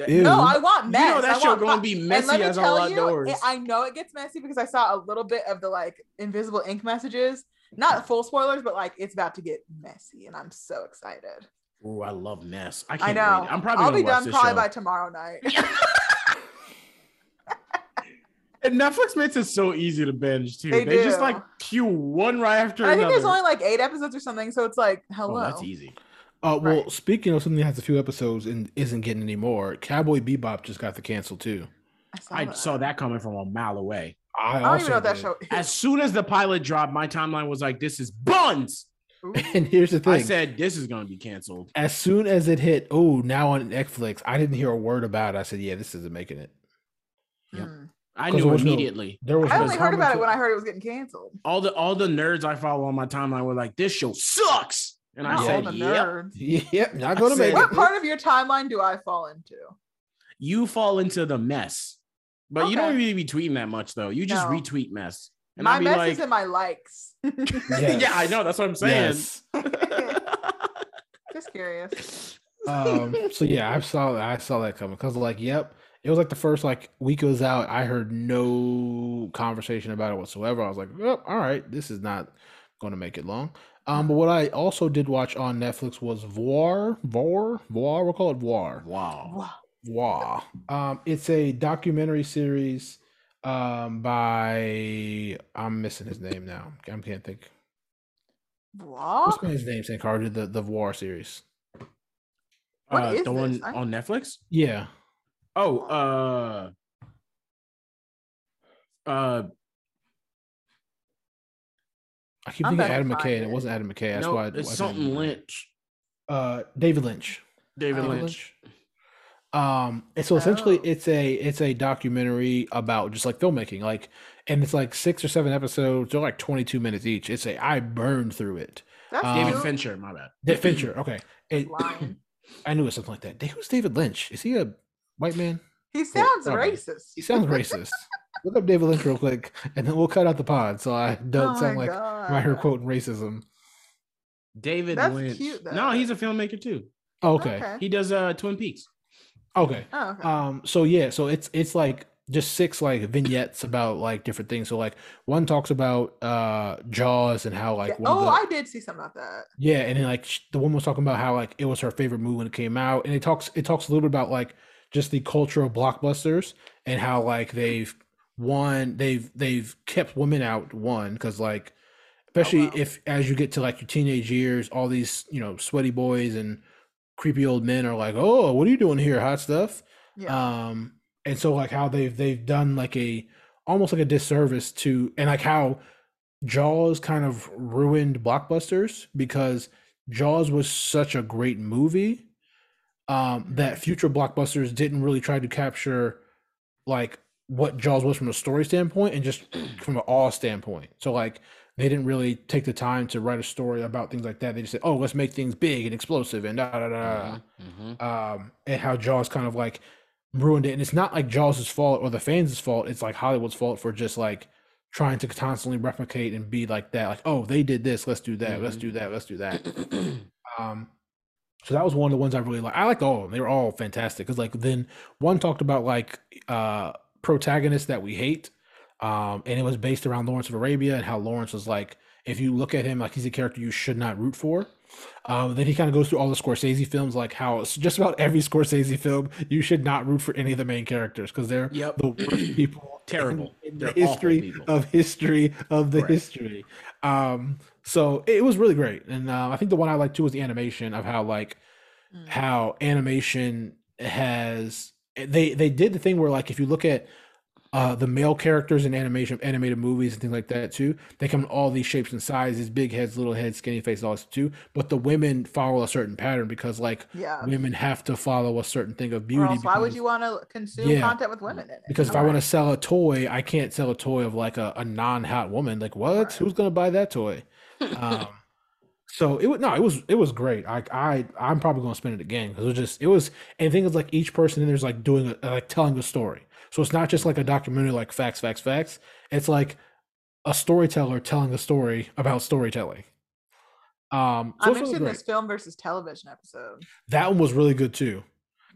Speaker 3: Ew.
Speaker 1: No, I want
Speaker 2: You
Speaker 1: mess.
Speaker 2: know that
Speaker 1: I
Speaker 2: show
Speaker 1: want
Speaker 2: gonna
Speaker 1: fu-
Speaker 2: be
Speaker 1: And
Speaker 2: messy
Speaker 1: let me
Speaker 2: as all
Speaker 1: tell
Speaker 2: outdoors.
Speaker 1: It, I know it gets messy because I saw a little bit of the like invisible ink messages. Not full spoilers, but like it's about to get messy, and I'm so excited.
Speaker 2: Ooh, I love mess. I
Speaker 1: I
Speaker 2: can't
Speaker 1: know.
Speaker 2: wait. I'm probably
Speaker 1: I'll
Speaker 2: gonna
Speaker 1: be
Speaker 2: watch
Speaker 1: done
Speaker 2: this
Speaker 1: probably
Speaker 2: show.
Speaker 1: by tomorrow night.
Speaker 2: And Netflix makes it so easy to binge too. They,
Speaker 1: They
Speaker 2: just
Speaker 1: do.
Speaker 2: like cue one right after
Speaker 1: And I think
Speaker 2: another.
Speaker 1: there's only like eight episodes or something, so it's like, hello.
Speaker 2: oh, that's easy.
Speaker 3: Uh, well,
Speaker 1: Right.
Speaker 3: speaking of something that has a few episodes and isn't getting any more, Cowboy Bebop just got the cancel too.
Speaker 1: I saw
Speaker 2: I
Speaker 1: that.
Speaker 2: saw that coming from a mile away.
Speaker 3: I,
Speaker 1: I don't
Speaker 3: also
Speaker 1: even know what that
Speaker 3: did.
Speaker 1: show. Is.
Speaker 2: As soon as the pilot dropped, my timeline was like, "This is buns."
Speaker 1: Ooh.
Speaker 3: And here's the
Speaker 2: I
Speaker 3: thing:
Speaker 2: said, "This is gonna be canceled."
Speaker 3: as soon as it hit, oh, now on Netflix, I didn't hear a word about it. I said, yeah, this isn't making it.
Speaker 2: Yep.
Speaker 1: Mm.
Speaker 2: I
Speaker 3: 'Cause
Speaker 2: knew
Speaker 3: there was no-
Speaker 2: immediately.
Speaker 3: There was
Speaker 1: I
Speaker 3: no
Speaker 1: only heard about it
Speaker 3: commentary-
Speaker 1: when I heard it was getting canceled.
Speaker 2: All the all the nerds I follow on my timeline were like, "This show sucks," and I
Speaker 1: Not all
Speaker 2: said,
Speaker 1: the
Speaker 2: "Yep."
Speaker 1: nerds.
Speaker 3: Yep, not
Speaker 2: I
Speaker 3: going to
Speaker 2: said-
Speaker 3: make
Speaker 1: What
Speaker 3: it.
Speaker 1: part of your timeline do I fall into?
Speaker 2: You fall into the mess, but you don't
Speaker 1: Okay.
Speaker 2: really be tweeting that much though. You just
Speaker 1: No.
Speaker 2: retweet mess, and
Speaker 1: My
Speaker 2: I'd be
Speaker 1: mess
Speaker 2: like,
Speaker 1: is in my likes.
Speaker 2: "Yeah, I know. That's what I'm saying."
Speaker 3: Yes.
Speaker 1: Just curious.
Speaker 3: um so yeah i saw i saw that coming because like yep it was like the first like week it was out i heard no conversation about it whatsoever i was like oh, all right this is not going to make it long um but what i also did watch on netflix was voir voir voir we'll call it voir
Speaker 2: wow.
Speaker 3: Wow. Um, it's a documentary series um by I'm missing his name now. I can't think.
Speaker 1: Blah?
Speaker 3: What's his name? Saint Carter, the the War series.
Speaker 1: What
Speaker 2: uh,
Speaker 1: is
Speaker 2: the
Speaker 1: this?
Speaker 2: one
Speaker 1: I-
Speaker 2: on Netflix?
Speaker 3: Yeah.
Speaker 2: Oh, uh, uh,
Speaker 3: I keep
Speaker 1: I'm
Speaker 3: thinking
Speaker 1: gonna
Speaker 3: Adam
Speaker 1: find
Speaker 3: McKay, and it
Speaker 1: it.
Speaker 3: wasn't Adam McKay. That's
Speaker 2: no,
Speaker 3: why I-
Speaker 2: it's
Speaker 3: why I said
Speaker 2: something
Speaker 3: Adam McKay.
Speaker 2: Lynch,
Speaker 3: Uh, David Lynch.
Speaker 2: David
Speaker 1: Oh.
Speaker 2: Lynch.
Speaker 3: Um, and so essentially,
Speaker 1: Oh.
Speaker 3: it's a it's a documentary about just like filmmaking, like, and it's like six or seven episodes. They're like twenty two minutes each. It's a I burned through it.
Speaker 1: That's
Speaker 3: Um,
Speaker 2: David
Speaker 1: cute.
Speaker 2: Fincher, my bad.
Speaker 3: Da- Fincher. Okay, It-
Speaker 1: Lion.
Speaker 3: I knew it was something like that. Da- Who's David Lynch? Is he a white man?
Speaker 1: He sounds
Speaker 3: probably.
Speaker 1: racist.
Speaker 3: He sounds racist. Look up David Lynch real quick, and then we'll cut out the pod so I don't
Speaker 1: Oh
Speaker 3: sound
Speaker 1: my
Speaker 3: like
Speaker 1: God.
Speaker 3: I'm out here quoting racism.
Speaker 2: David
Speaker 1: That's
Speaker 2: Lynch.
Speaker 1: cute, though.
Speaker 2: no, he's a filmmaker too.
Speaker 3: Okay,
Speaker 2: He does uh Twin Peaks.
Speaker 3: okay.
Speaker 1: Oh, okay.
Speaker 3: Um, so yeah, so it's it's like just six like vignettes about like different things. So like one talks about uh Jaws and how like
Speaker 1: Yeah.
Speaker 3: one of
Speaker 1: Oh,
Speaker 3: the-
Speaker 1: I did see something about that.
Speaker 3: yeah, and then like sh- the woman was talking about how like it was her favorite movie when it came out, and it talks it talks a little bit about like just the culture of blockbusters and how like they've one they've they've kept women out one because like especially
Speaker 1: Oh, wow.
Speaker 3: if as you get to like your teenage years, all these you know sweaty boys and creepy old men are like, oh, what are you doing here, hot stuff?
Speaker 1: Yeah.
Speaker 3: um and so like how they've they've done like a almost like a disservice to and like how jaws kind of ruined blockbusters because jaws was such a great movie um that future blockbusters didn't really try to capture like what jaws was from a story standpoint and just from an awe standpoint so like they didn't really take the time to write a story about things like that they just said oh let's make things big and explosive and da da da da
Speaker 2: Mhm, mhm.
Speaker 3: um, and how Jaws kind of like ruined it. And it's not like Jaws' fault or the fans' fault. It's like Hollywood's fault for just like trying to constantly replicate and be like that. Like, oh, they did this. Let's do that. Let's
Speaker 2: Mhm.
Speaker 3: do that. Let's do that.
Speaker 1: Mm-hmm.
Speaker 3: Um, so that was one of the ones I really liked. I liked all of them. They were all fantastic. Cause like then one talked about like uh protagonists that we hate. Um, and it was based around Lawrence of Arabia and how Lawrence was like, if you look at him like he's a character you should not root for. Um, then he kind of goes through all the Scorsese films, like how it's just about every Scorsese film you should not root for any of the main characters because they're
Speaker 2: Yep.
Speaker 3: the worst people.
Speaker 2: Terrible.
Speaker 3: in, in
Speaker 2: They're
Speaker 3: the
Speaker 2: awful
Speaker 3: history
Speaker 2: people.
Speaker 3: of history of the
Speaker 2: Right.
Speaker 3: history. Um, so it was really great, and uh, I think the one I liked too was the animation of how like
Speaker 1: Mm.
Speaker 3: how animation has they they did the thing where like if you look at uh the male characters in animation animated movies and things like that too they come in all these shapes and sizes big heads little heads skinny faces all this too but the women follow a certain pattern because like
Speaker 1: yeah.
Speaker 3: women have to follow a certain thing of beauty
Speaker 1: Or else, why would
Speaker 3: because-
Speaker 1: you want to consume
Speaker 3: Yeah.
Speaker 1: content with women in it?
Speaker 3: because if I want to sell a toy, I can't sell a toy of like a, a non hot woman. Like what?
Speaker 1: Right.
Speaker 3: Who's gonna buy that toy? Um, so it was no, it was it was great. I I I'm probably gonna spend it again because it was just it was and the thing is like each person in there's like doing a uh, like telling a story. So it's not just like a documentary like facts facts facts. It's like a storyteller telling a story about storytelling. Um,
Speaker 1: I'm
Speaker 3: so it's really
Speaker 1: interested in
Speaker 3: great.
Speaker 1: this film versus television episode.
Speaker 3: That one was really good too.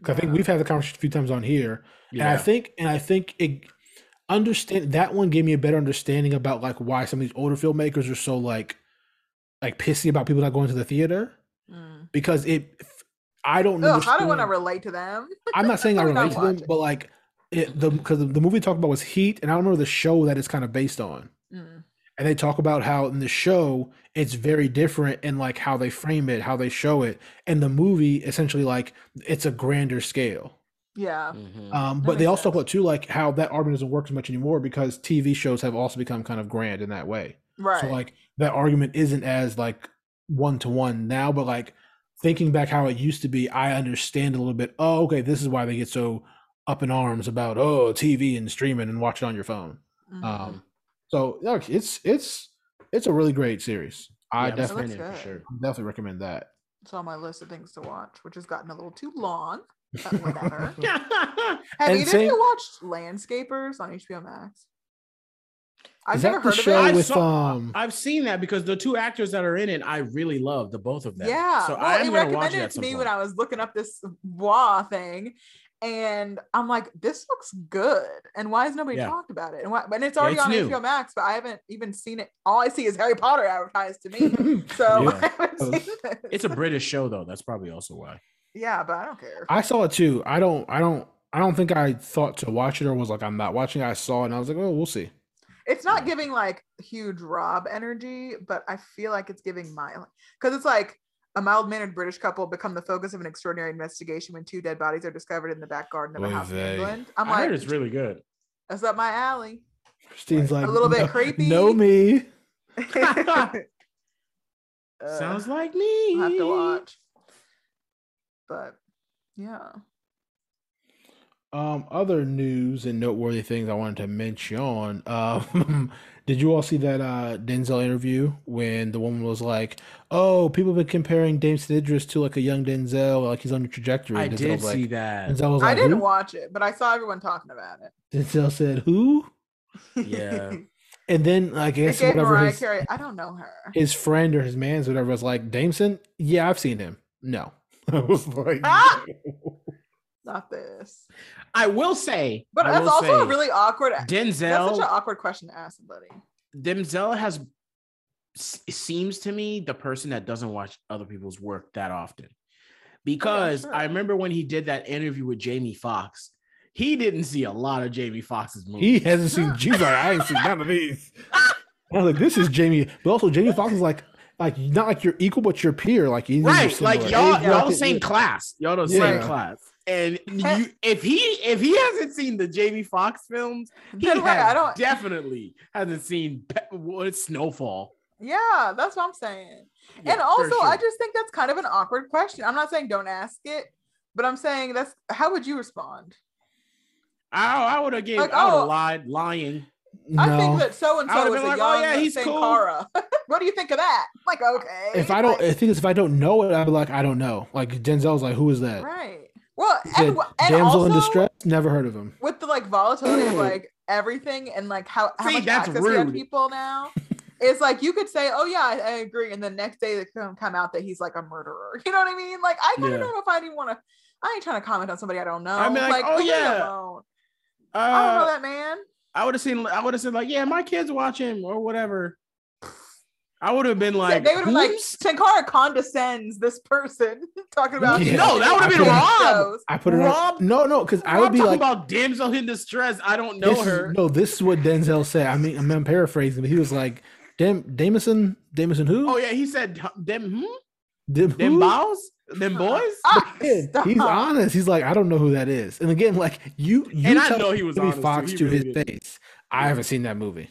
Speaker 3: 'Cause I think
Speaker 1: Yeah.
Speaker 3: we've had the conversation a few times on here and I
Speaker 2: Yeah.
Speaker 3: think and I think it understand that one gave me a better understanding about like why some of these older filmmakers are so like like pissy about people not going to the theater
Speaker 1: Mm.
Speaker 3: because it I don't
Speaker 1: Ugh, I don't want to
Speaker 3: understand-
Speaker 1: relate to them.
Speaker 3: I'm not saying I
Speaker 1: We're
Speaker 3: relate
Speaker 1: not
Speaker 3: to them
Speaker 1: watching.
Speaker 3: but like it, the because the movie talked about was Heat and I don't remember the show that it's kind of based on
Speaker 1: Mm.
Speaker 3: and they talk about how in the show it's very different in like how they frame it how they show it and the movie essentially like it's a grander scale
Speaker 1: Yeah.
Speaker 2: Mhm.
Speaker 3: um,
Speaker 1: That
Speaker 3: but they
Speaker 1: makes
Speaker 3: also
Speaker 1: sense.
Speaker 3: put too like how that argument doesn't work as much anymore because TV shows have also become kind of grand in that way.
Speaker 1: Right.
Speaker 3: So like that argument isn't as like one to one now, but like thinking back how it used to be, I understand a little bit. Oh, okay, this is why they get so up in arms about oh TV and streaming and watch it on your phone.
Speaker 1: Mhm.
Speaker 3: Um, so look, it's it's it's a really great series. I
Speaker 2: Yeah, I'm
Speaker 1: that's
Speaker 3: definitely
Speaker 2: spending it for
Speaker 1: good.
Speaker 2: sure.
Speaker 3: definitely recommend that.
Speaker 1: it's on my list of things to watch, which has gotten a little too long. But whatever. Have
Speaker 3: And
Speaker 1: either of
Speaker 3: same-
Speaker 1: you watched Landscapers on HBO Max? I've
Speaker 3: Is
Speaker 1: never
Speaker 3: that the
Speaker 1: heard
Speaker 3: show
Speaker 1: of
Speaker 2: I
Speaker 1: it.
Speaker 3: with
Speaker 2: saw-
Speaker 3: um?
Speaker 2: I've seen that because the two actors that are in it, I really love the both of them.
Speaker 1: Yeah.
Speaker 2: So
Speaker 1: well,
Speaker 2: I am
Speaker 1: it
Speaker 2: gonna watch
Speaker 1: recommended
Speaker 2: it
Speaker 1: it
Speaker 2: at
Speaker 1: to
Speaker 2: some
Speaker 1: me
Speaker 2: point.
Speaker 1: when I was looking up this WA thing. And I'm like, this looks good. And why has nobody
Speaker 2: Yeah.
Speaker 1: talked about it? And why? And it's
Speaker 2: Yeah,
Speaker 1: already
Speaker 2: it's
Speaker 1: on
Speaker 2: new.
Speaker 1: HBO Max, but I haven't even seen it. All I see is Harry Potter advertised to me. So I
Speaker 2: Yeah. Oh.
Speaker 1: haven't seen
Speaker 3: It's-
Speaker 1: this.
Speaker 2: it's a British show though. That's probably also why.
Speaker 1: yeah, but I don't care.
Speaker 3: I saw it too. I don't I don't I don't think I thought to watch it or was like I'm not watching. it. I saw it and I was like, oh, we'll see.
Speaker 1: it's not
Speaker 2: Yeah.
Speaker 1: giving like huge Rob energy, but I feel like it's giving mild because it's like a mild mannered British couple become the focus of an extraordinary investigation when two dead bodies are discovered in the back garden of a
Speaker 3: Oy
Speaker 1: house in
Speaker 3: vey.
Speaker 1: England.
Speaker 2: i
Speaker 1: I'm like,
Speaker 2: heard it's really good.
Speaker 1: that's up my alley.
Speaker 3: Christine's like
Speaker 1: A little bit
Speaker 3: "No-
Speaker 1: creepy."
Speaker 3: Know me.
Speaker 1: Uh,
Speaker 2: Sounds like me.
Speaker 1: I'll have to watch, but yeah,
Speaker 3: Um, other news and noteworthy things I wanted to mention. Um, did you all see that uh Denzel interview when the woman was like, "Oh, people have been comparing Damson Idris to like a young Denzel, like he's on the trajectory."
Speaker 2: I
Speaker 3: and Denzel
Speaker 2: did
Speaker 3: was like,
Speaker 2: see that.
Speaker 3: Denzel was
Speaker 1: I
Speaker 3: like,
Speaker 1: didn't
Speaker 3: "Who?"
Speaker 1: watch it, but I saw everyone talking about it.
Speaker 3: Denzel said, "Who?"
Speaker 2: Yeah.
Speaker 3: And then I
Speaker 1: it
Speaker 3: guess
Speaker 1: gave
Speaker 3: whatever
Speaker 1: Mariah
Speaker 3: his-
Speaker 1: Carey. I don't know her.
Speaker 3: his friend or his man's whatever was like, Dameson, yeah, I've seen him. No. I was like,
Speaker 1: Ah!
Speaker 3: "No."
Speaker 1: Not this.
Speaker 2: I will say,
Speaker 1: But
Speaker 2: I
Speaker 1: that's
Speaker 2: will
Speaker 1: also a
Speaker 2: say,
Speaker 1: really awkward. That's such an
Speaker 2: Denzel.
Speaker 1: awkward question to ask somebody.
Speaker 2: Denzel has s- seems to me the person that doesn't watch other people's work that often, because
Speaker 1: sure.
Speaker 2: I remember when he did that interview with Jamie Foxx, he didn't see a lot of Jamie Foxx's movies.
Speaker 3: He hasn't seen. She's like, I ain't seen none of these. And I'm like, this is Jamie, but also Jamie Foxx is like, like not like your equal, but your peer. Like, you- you're
Speaker 2: right like
Speaker 3: similar.
Speaker 2: y'all
Speaker 1: Yeah.
Speaker 2: y'all same class y'all the same
Speaker 3: Yeah.
Speaker 2: class and
Speaker 1: Eh.
Speaker 2: you if he if he hasn't seen the jamie fox films he
Speaker 1: Then right,
Speaker 2: has
Speaker 1: I don't.
Speaker 2: definitely hasn't seen Pe- what snowfall
Speaker 1: Yeah, that's what I'm saying.
Speaker 2: Yeah,
Speaker 1: and
Speaker 2: for
Speaker 1: also, I
Speaker 2: sure.
Speaker 1: just think that's kind of an awkward question. I'm not saying don't ask it, but I'm saying that's how would you respond?
Speaker 2: I, I would have gave
Speaker 1: Like,
Speaker 2: I would have
Speaker 1: oh.
Speaker 2: lied lying
Speaker 1: I
Speaker 3: No.
Speaker 1: think that so and
Speaker 2: I
Speaker 1: so
Speaker 2: would've
Speaker 1: is a
Speaker 2: been like,
Speaker 1: young
Speaker 2: oh, yeah, he's cool.
Speaker 1: Sankara. what do you think of that? Like, okay.
Speaker 3: if I don't,
Speaker 1: like,
Speaker 3: I think it's if I don't know it, I'd be like, I don't know. Like Denzel's like, who is that?
Speaker 1: right. Well,
Speaker 3: He
Speaker 1: and,
Speaker 3: said,
Speaker 1: wh- and
Speaker 3: Damsel
Speaker 1: also
Speaker 3: in distress. Never heard of him.
Speaker 1: with the like volatility of like everything and like how, how
Speaker 2: See,
Speaker 1: much
Speaker 2: that's
Speaker 1: access we have to
Speaker 2: rude.
Speaker 1: people now. It's like you could say, "Oh yeah, I, I agree," and the next day it can come out that he's like a murderer. You know what I mean? Like I kind
Speaker 2: Yeah.
Speaker 1: of don't know if I even want to. I ain't trying to comment on somebody I don't know.
Speaker 2: I'd be like, "Oh,
Speaker 1: leave me
Speaker 2: yeah."
Speaker 1: alone. I don't know
Speaker 2: uh,
Speaker 1: that man.
Speaker 2: I would have seen I would have said like yeah my kids watch him or whatever I would have been
Speaker 1: Yeah,
Speaker 2: like
Speaker 1: they would have like
Speaker 2: "Who?"
Speaker 1: Sankara condescends this person talking about
Speaker 3: Yeah.
Speaker 2: no that would have
Speaker 3: I
Speaker 2: been
Speaker 3: could've-
Speaker 2: wrong
Speaker 1: shows.
Speaker 3: I put it
Speaker 2: Rob-
Speaker 3: on. No, no, because I
Speaker 2: I
Speaker 3: would be
Speaker 2: talking
Speaker 3: like,
Speaker 2: about damsel in distress I don't know
Speaker 3: this is-
Speaker 2: her
Speaker 3: no, this is what Denzel said. I mean, I'm, I'm paraphrasing, but he was like, Dam, Damison, Damison who?
Speaker 2: oh yeah he said them hmm?
Speaker 3: Dim,
Speaker 2: Them
Speaker 3: who?"
Speaker 2: balls? Them boys?
Speaker 1: Ah,
Speaker 3: Yeah, he's
Speaker 1: stop.
Speaker 3: honest. He's like, I don't know who that is. And again, like you, you
Speaker 2: And I
Speaker 3: tell
Speaker 2: know he was
Speaker 3: Jamie
Speaker 2: honest, too.
Speaker 3: Fox
Speaker 2: He
Speaker 3: to
Speaker 2: really
Speaker 3: his
Speaker 2: did.
Speaker 3: face. I haven't seen that movie.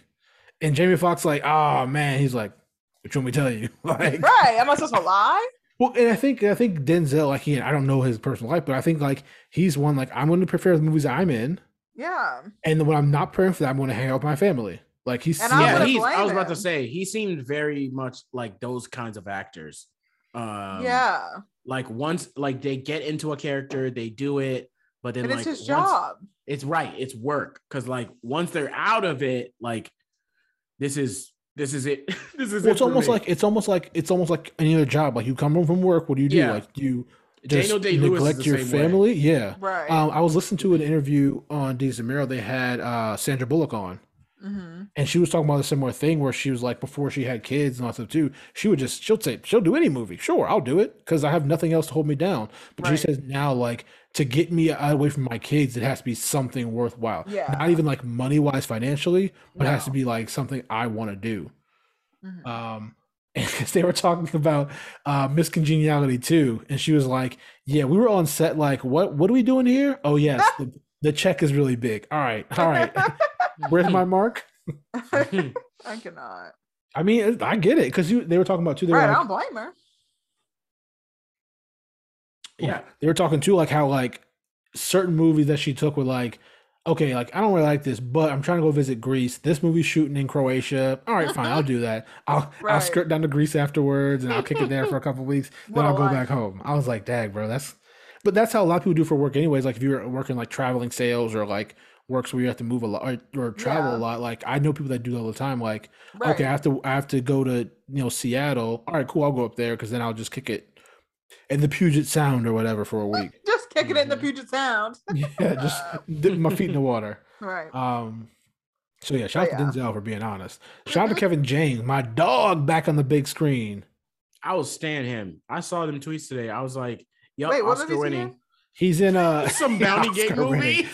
Speaker 3: And Jamie Fox like, oh man, he's like, what you want me to tell you? Like,
Speaker 1: Right? Am I supposed to lie?
Speaker 3: well, and I think I think Denzel, like, he, I don't know his personal life, but I think like he's one like I'm going to prepare the movies I'm in,
Speaker 1: Yeah.
Speaker 3: and then when I'm not preparing for that, I'm going to hang out with my family. Like he's
Speaker 1: And I
Speaker 2: yeah,
Speaker 1: wouldn't
Speaker 2: he's, I
Speaker 1: blame
Speaker 2: was about to
Speaker 1: him.
Speaker 2: say he seemed very much like those kinds of actors. Um,
Speaker 1: yeah.
Speaker 2: like once like they get into a character, they do it, but then
Speaker 1: And
Speaker 2: like
Speaker 1: it's his
Speaker 2: once-
Speaker 1: job.
Speaker 2: It's right, it's work because like once they're out of it, like this is this is it. this is
Speaker 3: well,
Speaker 2: it
Speaker 3: it's
Speaker 2: for
Speaker 3: almost
Speaker 2: me.
Speaker 3: like it's almost like it's almost like any other job. Like you come home from work, what do you do?
Speaker 2: Yeah.
Speaker 3: Like you just
Speaker 2: Daniel Day Lewis
Speaker 3: neglect
Speaker 2: is the
Speaker 3: your
Speaker 2: same Way.
Speaker 3: family. Yeah.
Speaker 1: Right.
Speaker 3: Um, I was listening to an interview on De Zamiro. They had uh, Sandra Bullock on,
Speaker 1: hmm
Speaker 3: and she was talking about a similar thing where she was like, before she had kids and all that stuff too, she would just she'll say she'll do any movie. Sure, I'll do it because I have nothing else to hold me down. But she
Speaker 1: Right.
Speaker 3: says now, like to get me away from my kids, it has to be something worthwhile.
Speaker 1: Yeah.
Speaker 3: Not even like money wise, financially, but it has to
Speaker 1: No.
Speaker 3: be like something I want to do.
Speaker 1: Mhm.
Speaker 3: Um, because they were talking about uh, Miss Congeniality too, and she was like, "Yeah, we were on set. Like, what what are we doing here? Oh yes, the, the check is really big. All right, all right. Where's my mark?
Speaker 1: I cannot.
Speaker 3: I mean, it- I get it because they were talking about too. They were
Speaker 1: Right. I
Speaker 3: like-
Speaker 1: don't blame her.
Speaker 2: yeah.
Speaker 3: they were talking too, like how like certain movies that she took were like, okay, like I don't really like this, but I'm trying to go visit Greece. This movie's shooting in Croatia. All right, fine, I'll do that. I'll I'll
Speaker 1: Right.
Speaker 3: skirt down to Greece afterwards, and I'll kick it there for a couple weeks.
Speaker 1: What
Speaker 3: Then
Speaker 1: a
Speaker 3: I'll go
Speaker 1: life.
Speaker 3: back home. I was like, dag, bro, that's. But that's how a lot of people do for work, anyways. Like if you're working like traveling sales or like works where you have to move a lot or, or travel
Speaker 1: Yeah.
Speaker 3: a lot, like I know people that do that all the time. Like
Speaker 1: Right.
Speaker 3: okay, I have to I have to go to you know Seattle. All right, cool, I'll go up there because then I'll just kick it in the Puget Sound or whatever for a week.
Speaker 1: Just kicking it in the
Speaker 2: Mhm.
Speaker 3: Mm-hmm.
Speaker 1: Puget Sound.
Speaker 3: yeah, just dip my feet in the water.
Speaker 1: Right.
Speaker 3: Um, so yeah, shout out
Speaker 1: yeah.
Speaker 3: to Denzel for being honest. Shout out to Kevin James, my dog, back on the big screen.
Speaker 2: I was stand him. I saw them tweets today. I was like, yo,
Speaker 1: Wait, what
Speaker 2: Oscar
Speaker 1: movie
Speaker 2: winning.
Speaker 1: winning?
Speaker 3: He's in uh
Speaker 2: Some Bounty Gate
Speaker 3: Oscar
Speaker 2: movie.
Speaker 3: winning.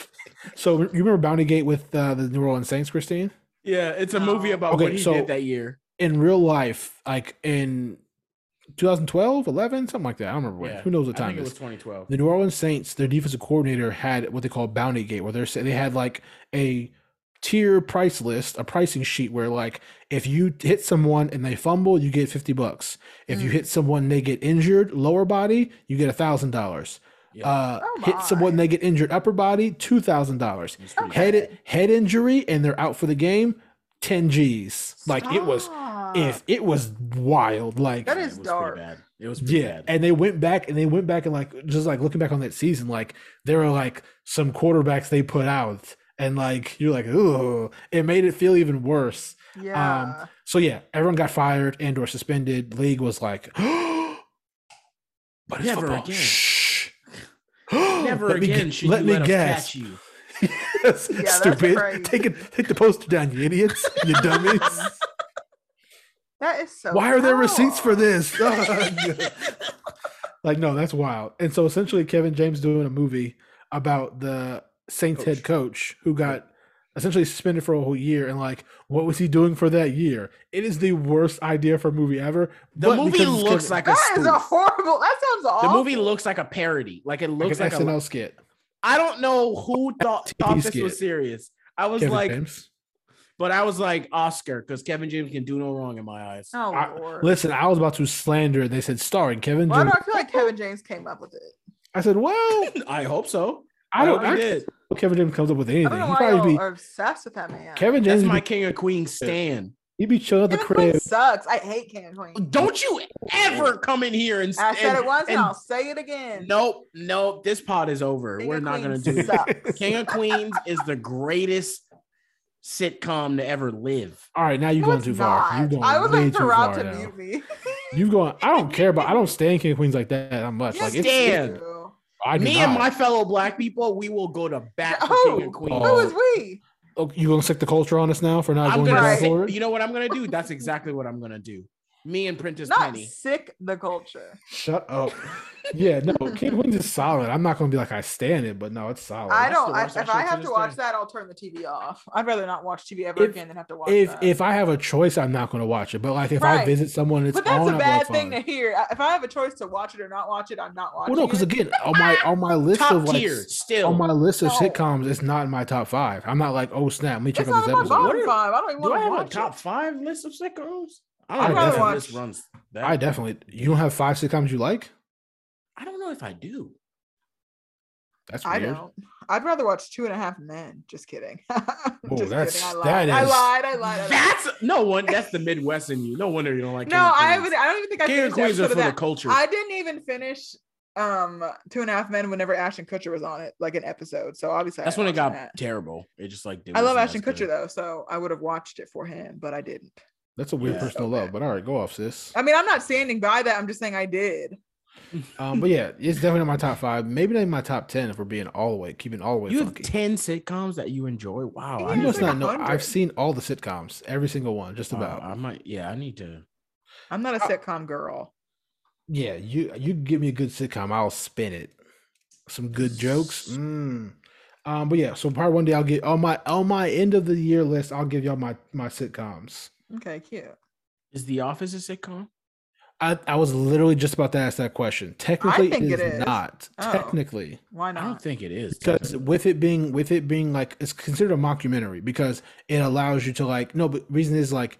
Speaker 3: So you remember Bounty Gate with uh, the New Orleans Saints, Christine?
Speaker 2: Yeah, it's a
Speaker 1: No.
Speaker 2: movie about
Speaker 3: Okay,
Speaker 2: what he
Speaker 3: so-
Speaker 2: did that year.
Speaker 3: In real life, like in 2012, 11, something like that. I don't remember when.
Speaker 2: Yeah,
Speaker 3: Who knows
Speaker 2: I
Speaker 3: what time
Speaker 2: think it
Speaker 3: it
Speaker 2: was
Speaker 3: is.
Speaker 2: 2012.
Speaker 3: the New Orleans Saints, their defensive coordinator had what they call bounty gate, where they're sa- they had like a tier price list, a pricing sheet where like if you hit someone and they fumble, you get fifty bucks. If you
Speaker 1: Mm.
Speaker 3: hit someone and they get injured, lower body, you get a thousand dollars.
Speaker 2: Yeah.
Speaker 3: Uh
Speaker 1: Oh
Speaker 3: hit someone and
Speaker 1: my.
Speaker 3: they get injured upper body, two thousand dollars.
Speaker 2: It's pretty
Speaker 1: Okay.
Speaker 3: Head head injury and they're out for the game, ten G's. Like it was
Speaker 1: Stop.
Speaker 3: if it was wild. Like
Speaker 1: That
Speaker 2: bad.
Speaker 1: is
Speaker 2: It was pretty
Speaker 1: dark.
Speaker 2: bad. It was pretty
Speaker 3: yeah,
Speaker 2: bad.
Speaker 3: and they went back and they went back and like just like looking back on that season, like there were like some quarterbacks they put out, and like you're like, oh, it made it feel even worse.
Speaker 1: Yeah.
Speaker 3: So yeah, everyone got fired and or suspended. League was like, but it's
Speaker 2: Never
Speaker 3: football.
Speaker 2: again.
Speaker 3: Shh.
Speaker 2: Never
Speaker 3: Let me
Speaker 2: again
Speaker 3: gu-
Speaker 2: should
Speaker 3: let
Speaker 2: you
Speaker 3: me
Speaker 2: let us
Speaker 3: guess.
Speaker 2: catch you.
Speaker 3: Yes,
Speaker 1: Yeah, that's
Speaker 3: stupid.
Speaker 1: crazy.
Speaker 3: Take it. Take the poster down, you idiots. You dummies.
Speaker 1: That is so.
Speaker 3: Why are there receipts for
Speaker 1: foul.
Speaker 3: this? Oh, like, no, that's wild. And so essentially, Kevin James doing a movie about the Saints head coach who got essentially suspended for a whole year and like, what was he doing for that year? It is the worst idea for a movie ever.
Speaker 2: The
Speaker 3: but
Speaker 2: movie
Speaker 3: because it's
Speaker 2: looks
Speaker 3: Kevin-
Speaker 2: like a
Speaker 1: That is a
Speaker 2: spoof.
Speaker 1: horrible. That sounds awful.
Speaker 2: The movie looks like a parody. Like it
Speaker 3: like
Speaker 2: looks
Speaker 3: an
Speaker 2: like,
Speaker 3: SNL
Speaker 2: a.
Speaker 3: skit.
Speaker 2: I don't know who thought
Speaker 3: TV
Speaker 2: thought this
Speaker 3: skit.
Speaker 2: was serious. I was
Speaker 3: Kevin
Speaker 2: like,
Speaker 3: James.
Speaker 2: but I was like Oscar because Kevin James can do no wrong in my eyes.
Speaker 1: Oh
Speaker 3: I-
Speaker 1: lord.
Speaker 3: Listen, I was about to slander. and They said starring Kevin
Speaker 1: Why do
Speaker 3: James.
Speaker 1: I feel like Kevin James came up with it?
Speaker 3: I said, well,
Speaker 2: I hope so.
Speaker 3: I don't.
Speaker 2: I
Speaker 3: I
Speaker 2: did.
Speaker 3: don't know Kevin James comes up with
Speaker 1: I
Speaker 3: anything.
Speaker 1: don't uh, know
Speaker 3: He'd
Speaker 1: why
Speaker 3: probably
Speaker 1: y'all
Speaker 3: be
Speaker 1: are obsessed with that man.
Speaker 3: Kevin James.
Speaker 2: That's
Speaker 3: would
Speaker 2: my
Speaker 3: be-
Speaker 2: King of Queens stand.
Speaker 3: he'd be chilling at the
Speaker 1: Kevin
Speaker 3: crib.
Speaker 1: Queen sucks. I hate Kevin Queen.
Speaker 2: Don't you ever come in here and
Speaker 1: I said
Speaker 2: and-
Speaker 1: it once and,
Speaker 2: and-
Speaker 1: I'll say it again.
Speaker 2: Nope, nope. This pod is over.
Speaker 1: King
Speaker 2: We're
Speaker 1: of
Speaker 2: not gonna
Speaker 1: Queens
Speaker 2: do it.
Speaker 1: sucks.
Speaker 2: King of Queens is the greatest sitcom to ever live.
Speaker 3: All right, now you're
Speaker 1: No,
Speaker 3: going
Speaker 1: it's
Speaker 3: too far. You're
Speaker 1: not.
Speaker 3: going
Speaker 1: I would
Speaker 3: way
Speaker 1: like for
Speaker 3: too
Speaker 1: Rob
Speaker 3: far
Speaker 1: to
Speaker 3: now.
Speaker 1: mute me.
Speaker 3: You've gone. I don't care, but I don't stand King of Queens like that that much. like
Speaker 1: Yes,
Speaker 3: it's,
Speaker 2: Dan.
Speaker 1: you do.
Speaker 3: I do
Speaker 2: Me
Speaker 3: not.
Speaker 2: and my fellow black people, we will go to bat for King
Speaker 1: Oh,
Speaker 2: and Queen.
Speaker 1: Who is we?
Speaker 3: Oh, you gonna stick the culture on us now for not
Speaker 2: I'm
Speaker 3: going
Speaker 2: gonna
Speaker 3: back
Speaker 1: Right.
Speaker 2: say,
Speaker 3: forward?
Speaker 2: you know what I'm gonna do? That's exactly what I'm gonna do. Me and Prentice
Speaker 1: Not
Speaker 2: Penny.
Speaker 1: sick the culture.
Speaker 3: Shut up. yeah, no, King of Queens is solid. I'm not gonna be like I stand it, but no, it's solid.
Speaker 2: that's
Speaker 1: I
Speaker 2: the
Speaker 1: don't. I,
Speaker 2: worst
Speaker 1: if
Speaker 2: I
Speaker 1: I
Speaker 2: should
Speaker 1: have
Speaker 2: do
Speaker 1: to
Speaker 2: this
Speaker 1: watch
Speaker 2: thing.
Speaker 1: that, I'll turn the TV off. I'd rather not watch TV ever
Speaker 3: If-
Speaker 1: again than have to watch
Speaker 3: If
Speaker 1: that.
Speaker 3: if I have a choice, I'm not gonna watch it. But like if I
Speaker 1: Right.
Speaker 3: visit someone, and it's
Speaker 1: but that's
Speaker 3: on.
Speaker 1: a
Speaker 3: I'm
Speaker 1: bad
Speaker 3: like,
Speaker 1: thing to
Speaker 3: fine.
Speaker 1: hear. I- If I have a choice to watch it or not watch it, I'm not watching.
Speaker 3: Well, no, because
Speaker 1: it.
Speaker 3: again, on my on my list
Speaker 2: Top
Speaker 3: of like
Speaker 2: tier still.
Speaker 3: on my list of
Speaker 1: No.
Speaker 3: sitcoms, it's not in my top five. I'm not like, oh snap, let me
Speaker 1: it's
Speaker 3: check
Speaker 1: not
Speaker 3: out this
Speaker 1: in my
Speaker 3: episode.
Speaker 1: bottom
Speaker 2: What are-
Speaker 1: five. I don't even
Speaker 2: do I
Speaker 1: want to
Speaker 2: have a
Speaker 1: watch
Speaker 2: top
Speaker 1: it.
Speaker 2: five list of sitcoms? I
Speaker 3: I'd
Speaker 2: don't know if
Speaker 3: rather
Speaker 2: that list
Speaker 1: watch-
Speaker 2: runs that.
Speaker 3: I definitely. You don't have five sitcoms you like?
Speaker 2: I don't know if I do.
Speaker 3: That's
Speaker 1: I
Speaker 3: weird.
Speaker 1: don't. I'd rather watch Two and a Half Men. Just kidding. Just
Speaker 3: that's-
Speaker 1: kidding. I
Speaker 3: that
Speaker 1: lied. I lied. I
Speaker 3: is-
Speaker 1: lied. I lied.
Speaker 2: That's no one. That's the Midwest in you. No wonder you don't like.
Speaker 1: no,
Speaker 2: King of
Speaker 1: I
Speaker 2: Queens.
Speaker 1: haven't. I don't even think I
Speaker 2: King and
Speaker 1: finished the
Speaker 2: Queens are
Speaker 1: episode
Speaker 2: for
Speaker 1: of
Speaker 2: the
Speaker 1: that.
Speaker 2: culture.
Speaker 1: I didn't even finish um Two and a Half Men whenever Ashton Kutcher was on it, like an episode. So obviously, I
Speaker 2: That's when it
Speaker 1: ain't
Speaker 2: got
Speaker 1: watching that.
Speaker 2: terrible. It just like.
Speaker 1: I love Ashton Kutcher though, so I would have watched it for him, but I didn't.
Speaker 3: That's a weird
Speaker 2: Yeah.
Speaker 3: personal love, but all right, go off, sis.
Speaker 1: I mean, I'm not standing by that. I'm just saying I did.
Speaker 3: Um, but yeah, it's definitely in my top five. Maybe not in my top ten if we're being all the way, keeping all the way
Speaker 2: You have
Speaker 3: funky.
Speaker 2: ten sitcoms that you enjoy. Wow,
Speaker 1: Yeah,
Speaker 3: I
Speaker 2: need
Speaker 3: must
Speaker 1: it's like
Speaker 3: not know.
Speaker 1: 100.
Speaker 3: I've seen all the sitcoms, every single one, just
Speaker 2: wow,
Speaker 3: about.
Speaker 2: I might. Yeah, I need to.
Speaker 1: I'm not a
Speaker 3: Uh,
Speaker 2: Oh.
Speaker 1: sitcom girl.
Speaker 3: yeah, you you give me a good sitcom, I'll spin it. Some good jokes. Mm. Um, but yeah, so probably one day I'll get on my on my end of the year list. I'll give y'all my my sitcoms.
Speaker 1: Okay, cute.
Speaker 2: Is The Office a sitcom?
Speaker 3: I, I was literally just about to ask that question. Technically,
Speaker 1: think
Speaker 3: it
Speaker 1: it
Speaker 3: is,
Speaker 1: is.
Speaker 3: not.
Speaker 1: Oh.
Speaker 3: Technically,
Speaker 1: Why
Speaker 2: I don't
Speaker 1: not?
Speaker 2: think it is.
Speaker 3: because with it being with it being like it's considered a mockumentary because it allows you to like no but reason is like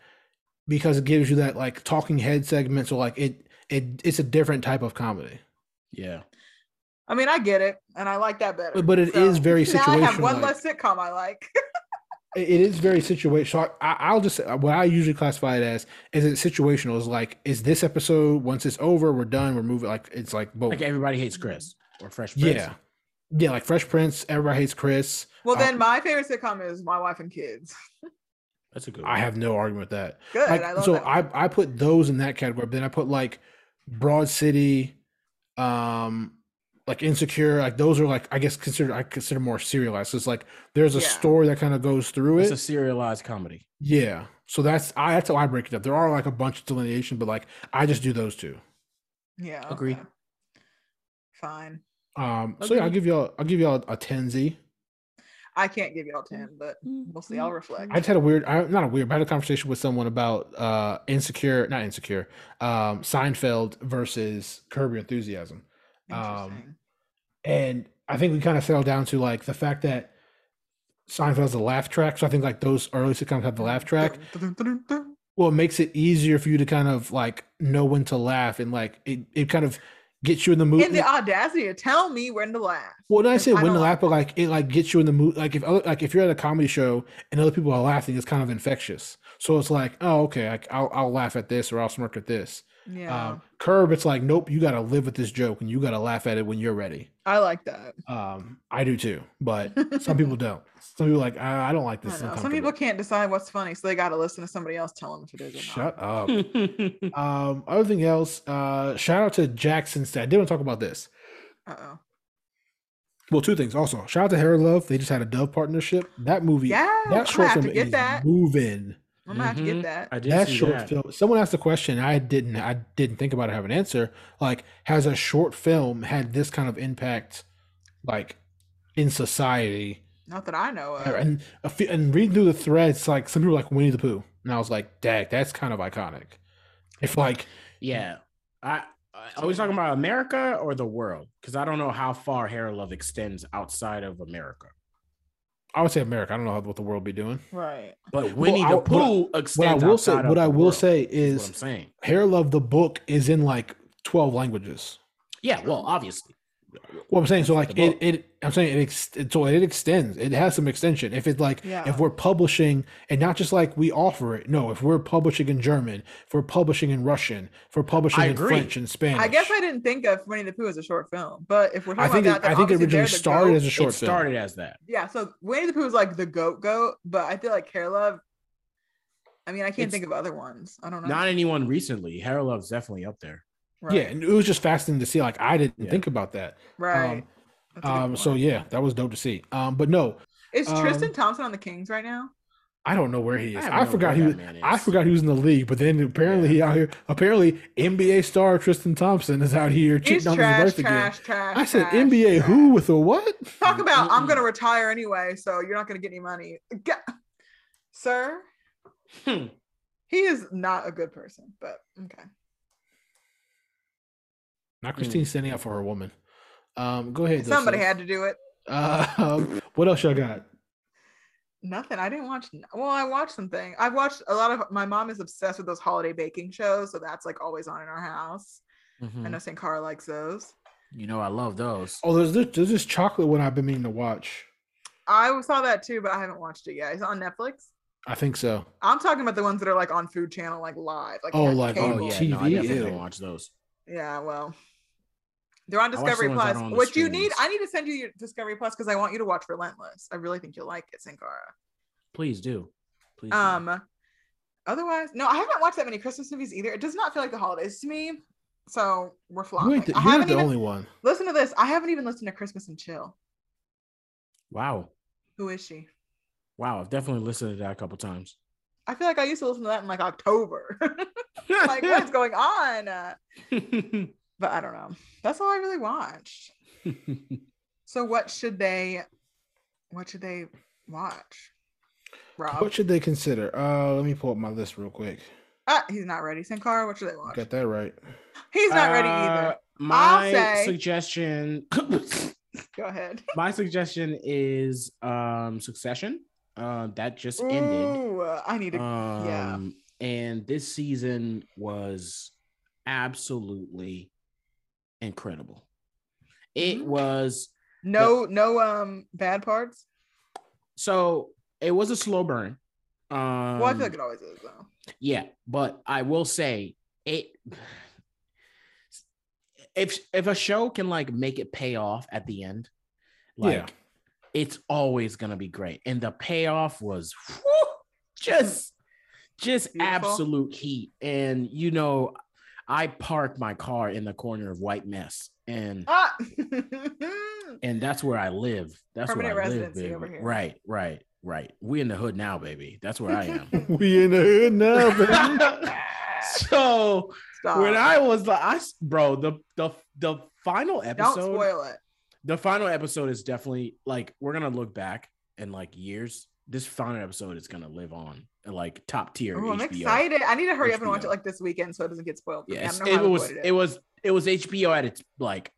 Speaker 3: because it gives you that like talking head segment so like it it it's a different type of comedy
Speaker 2: yeah,
Speaker 1: I mean, I get it, and I like that better.
Speaker 3: But- but it
Speaker 1: it is
Speaker 3: is very
Speaker 1: Now I have one
Speaker 3: situational,
Speaker 1: less sitcom I like.
Speaker 3: It- it is very situational so I, i'll just what i usually classify it as is it situational is like is this episode once it's over we're done we're moving like it's like both
Speaker 2: like everybody hates Chris or Fresh Prince.
Speaker 3: yeah yeah like fresh prince everybody hates chris
Speaker 1: well,
Speaker 3: Uh,
Speaker 1: then my favorite sitcom is My Wife and Kids.
Speaker 2: that's a good. One.
Speaker 3: i have no argument with that
Speaker 1: Good.
Speaker 3: Like,
Speaker 1: I love
Speaker 3: so
Speaker 1: that. one.
Speaker 3: I I put those in that category. But then I put like Broad City, um, like Insecure. Like those are like I guess considered I consider more serialized. So it's like there's a
Speaker 1: Yeah.
Speaker 3: story that kind of goes through
Speaker 2: It's
Speaker 3: it.
Speaker 2: a serialized comedy.
Speaker 3: yeah. So that's I that's how I break it up. There are like a bunch of delineation, but like I just do those two.
Speaker 1: yeah.
Speaker 2: Agree.
Speaker 1: okay. Fine.
Speaker 3: Um. So yeah, I'll
Speaker 2: Okay.
Speaker 3: give y'all I'll give y'all a, a tensy.
Speaker 1: I can't give y'all ten, but we'll see. I'll reflect.
Speaker 3: I just had a weird, I, not a weird, but I had a conversation with someone about uh insecure, not insecure, um, Seinfeld versus Curb Your Enthusiasm. um,
Speaker 1: Interesting.
Speaker 3: and I think we kind of settled down to like the fact that Seinfeld has a laugh track. So I think like those early sitcoms have the laugh track. Well, it makes it easier for you to kind of like know when to laugh and like it, it kind of gets you in the mood.
Speaker 1: And the audacity to tell me when to laugh.
Speaker 3: well, not I say
Speaker 1: I
Speaker 3: when to
Speaker 1: don't
Speaker 3: laugh, but like it like gets you in the mood. Like if other, like if you're at a comedy show and other people are laughing, it's kind of infectious. So it's like, oh, okay, like I'll I'll laugh at this or I'll smirk at this.
Speaker 1: Yeah,
Speaker 3: Um, Curb, it's like, nope, you got to live with this joke and you got to laugh at it when you're ready.
Speaker 1: I like that.
Speaker 3: Um, I do too, but some people don't. Some people like I, I don't like this.
Speaker 1: I
Speaker 3: is
Speaker 1: know. Some
Speaker 3: uncomfortable."
Speaker 1: people can't decide what's funny, so they got to listen to somebody else tell them if it is or not.
Speaker 3: shut up.
Speaker 2: Wait,
Speaker 3: um, other thing else. Uh, shout out to Jackson Stat. I did want to talk about this.
Speaker 1: Uh oh.
Speaker 3: Well, two things. Also, shout out to Hair Love. They just had a Dove partnership. That movie,
Speaker 1: Yeah, I'm
Speaker 3: that
Speaker 1: gonna
Speaker 3: short
Speaker 1: have
Speaker 3: film
Speaker 1: to get
Speaker 3: is
Speaker 1: that.
Speaker 3: moving.
Speaker 1: I'm gonna have to
Speaker 2: Mhm.
Speaker 1: get that.
Speaker 2: I did
Speaker 3: That
Speaker 2: see
Speaker 3: short
Speaker 2: that.
Speaker 3: film. Someone asked a question. I didn't. I didn't think about. it, have an answer. Like, has a short film had this kind of impact, like, in society?
Speaker 1: Not that I know of.
Speaker 3: And a few, and reading through the threads, like some people were like Winnie the Pooh, and I was like, "Dag, that's kind of iconic." If like
Speaker 2: Yeah. I, I are we talking about America or the world? Because I don't know how far Hair Love extends outside of America.
Speaker 3: I would say America, I don't know how, what the world be doing.
Speaker 1: Right.
Speaker 2: But Winnie
Speaker 3: I-
Speaker 2: the
Speaker 3: what I-
Speaker 2: Pooh
Speaker 3: What I
Speaker 2: extends
Speaker 3: will say,
Speaker 2: outside of
Speaker 3: what I
Speaker 2: the
Speaker 3: will
Speaker 2: world,
Speaker 3: say
Speaker 2: is what
Speaker 3: is,
Speaker 2: I'm saying.
Speaker 3: Hair Love the book is in like twelve languages.
Speaker 2: Yeah, well, obviously.
Speaker 3: Well, I'm saying so like
Speaker 2: The
Speaker 3: it,
Speaker 2: book.
Speaker 3: it I'm saying it, ex- it- so it extends. It has some extension. If it's like
Speaker 1: Yeah.
Speaker 3: if we're publishing and not just like we offer it. No, if we're publishing in German, if we're publishing in Russian, if we're publishing
Speaker 2: I
Speaker 3: in
Speaker 2: agree.
Speaker 3: French and Spanish.
Speaker 1: I guess I didn't think of Winnie the Pooh as a short film, but if we're
Speaker 3: I
Speaker 1: talking
Speaker 3: think
Speaker 1: about
Speaker 3: it,
Speaker 1: that,
Speaker 3: I think it originally started as a
Speaker 2: Short
Speaker 3: short
Speaker 2: it started as that.
Speaker 1: yeah. So Winnie the Pooh is like the goat goat, but I feel like Hair Love. I mean, I can't
Speaker 2: It's-
Speaker 1: think of other ones. I don't know.
Speaker 2: Not anyone recently. Hair Love's definitely up there.
Speaker 3: film. Yeah, and it was just fascinating to see. Like I didn't
Speaker 2: Yeah.
Speaker 3: think about that.
Speaker 1: Right. That's a good
Speaker 3: Um, so
Speaker 1: point.
Speaker 3: yeah, that was dope to see. Um, but no,
Speaker 1: is Tristan
Speaker 3: um,
Speaker 1: Thompson on the Kings right now?
Speaker 3: I don't know where he is.
Speaker 2: have
Speaker 3: I,
Speaker 2: no
Speaker 3: forgot he
Speaker 2: idea
Speaker 3: was.
Speaker 2: where that man
Speaker 3: I
Speaker 2: is.
Speaker 3: forgot he was in the league, but then apparently he out here. Apparently, NBA star Tristan Thompson is out here
Speaker 1: He's
Speaker 3: cheating on his
Speaker 1: trash,
Speaker 3: wife again.
Speaker 1: trash, trash.
Speaker 3: I said
Speaker 1: trash,
Speaker 3: NBA
Speaker 1: trash.
Speaker 3: who with a what?
Speaker 1: Talk about I'm
Speaker 2: Mm-mm.
Speaker 1: gonna retire anyway, so you're not gonna get any money, Ga- sir.
Speaker 2: Hmm.
Speaker 1: He is not a good person, but okay.
Speaker 3: Not Christine standing up for her woman. Um, go ahead.
Speaker 1: Hmm. Somebody had
Speaker 3: Dustin.
Speaker 1: to do it.
Speaker 3: Uh, what else y'all got?
Speaker 1: Nothing. I didn't watch. n- Well, I watched something. I've watched a lot of. My mom is obsessed with those holiday baking shows, so that's like always on in our house. I
Speaker 3: Mm-hmm.
Speaker 2: Mhm.
Speaker 1: know St. Cara likes those.
Speaker 2: You know, I love those.
Speaker 3: Oh, there's this, there's this chocolate one I've been meaning to watch.
Speaker 1: I saw that too, but I haven't watched it yet. It's on Netflix.
Speaker 3: I think so.
Speaker 1: I'm talking about the ones that are like on Food Channel, like live. Like
Speaker 3: Oh,
Speaker 1: on
Speaker 3: like, oh,
Speaker 2: Oh,
Speaker 1: cable.
Speaker 2: yeah, no, I
Speaker 3: TV,
Speaker 2: definitely
Speaker 3: ew.
Speaker 2: don't watch those.
Speaker 1: Yeah, well, they're on
Speaker 2: I watch the
Speaker 1: Discovery
Speaker 2: ones that
Speaker 1: Plus.
Speaker 2: are on the
Speaker 1: What you need,
Speaker 2: streams.
Speaker 1: I need to send you your Discovery Plus because I want you to watch Relentless. I really think you'll like it, Sankara.
Speaker 2: Please do. Please. do.
Speaker 3: Mm-hmm.
Speaker 1: Um, otherwise, no, I haven't watched that many Christmas movies either. It does not feel like the holidays to me. So we're
Speaker 3: You
Speaker 1: flopping.
Speaker 3: ain't the,
Speaker 1: I
Speaker 3: you're not
Speaker 1: haven't
Speaker 3: the
Speaker 1: even
Speaker 3: only one.
Speaker 1: listen to this. I haven't even listened to Christmas and Chill.
Speaker 2: wow.
Speaker 1: Who is she?
Speaker 2: Wow. I've definitely listened to that a couple times.
Speaker 1: I feel like I used to listen to that in like October. like, what's going on? Uh, but I don't know. That's all I really watched. So what should they what should they watch? Rob.
Speaker 3: What should they consider? Uh, let me pull up my list real quick.
Speaker 1: ah, he's not ready. Sankara, what should they watch?
Speaker 3: Got that right.
Speaker 1: He's not ready
Speaker 2: Uh,
Speaker 1: either.
Speaker 2: My
Speaker 1: say-
Speaker 2: suggestion
Speaker 1: Go ahead.
Speaker 2: my suggestion is um succession. Um that just ended.
Speaker 1: Ooh, uh, I need to yeah.
Speaker 2: Um and this season was absolutely incredible. It
Speaker 1: Mhm.
Speaker 2: was
Speaker 1: no no um bad parts.
Speaker 2: so it was a slow burn. Um
Speaker 1: Well, I feel like it always is though.
Speaker 2: Yeah, but I will say it. If if a show can like make it pay off at the end, like
Speaker 3: Yeah.
Speaker 2: it's always gonna be great, and the payoff was whew, just just
Speaker 1: Beautiful.
Speaker 2: absolute heat. And you know, I parked my car in the corner of White Mess, and
Speaker 1: Ah
Speaker 2: and that's where I live. That's
Speaker 1: Permanent
Speaker 2: where I
Speaker 1: residency
Speaker 2: live,
Speaker 1: over
Speaker 2: baby.
Speaker 1: here.
Speaker 2: Right, right, right. We in the hood now, baby. That's where I am.
Speaker 3: we in the hood now, baby.
Speaker 2: so
Speaker 1: Stop.
Speaker 2: when I was like, I s- bro, the the the final
Speaker 1: Don't
Speaker 2: episode,
Speaker 1: spoil it.
Speaker 2: the final episode is definitely like we're gonna look back in like years. This final episode is gonna live on like top tier
Speaker 1: Ooh, I'm
Speaker 2: HBO.
Speaker 1: excited. I need to hurry up and watch it
Speaker 2: HBO.
Speaker 1: like this weekend so it doesn't get spoiled. for me. I
Speaker 2: Yes,
Speaker 1: don't know
Speaker 2: it
Speaker 1: how
Speaker 2: was
Speaker 1: avoided
Speaker 2: it was it was HBO at its like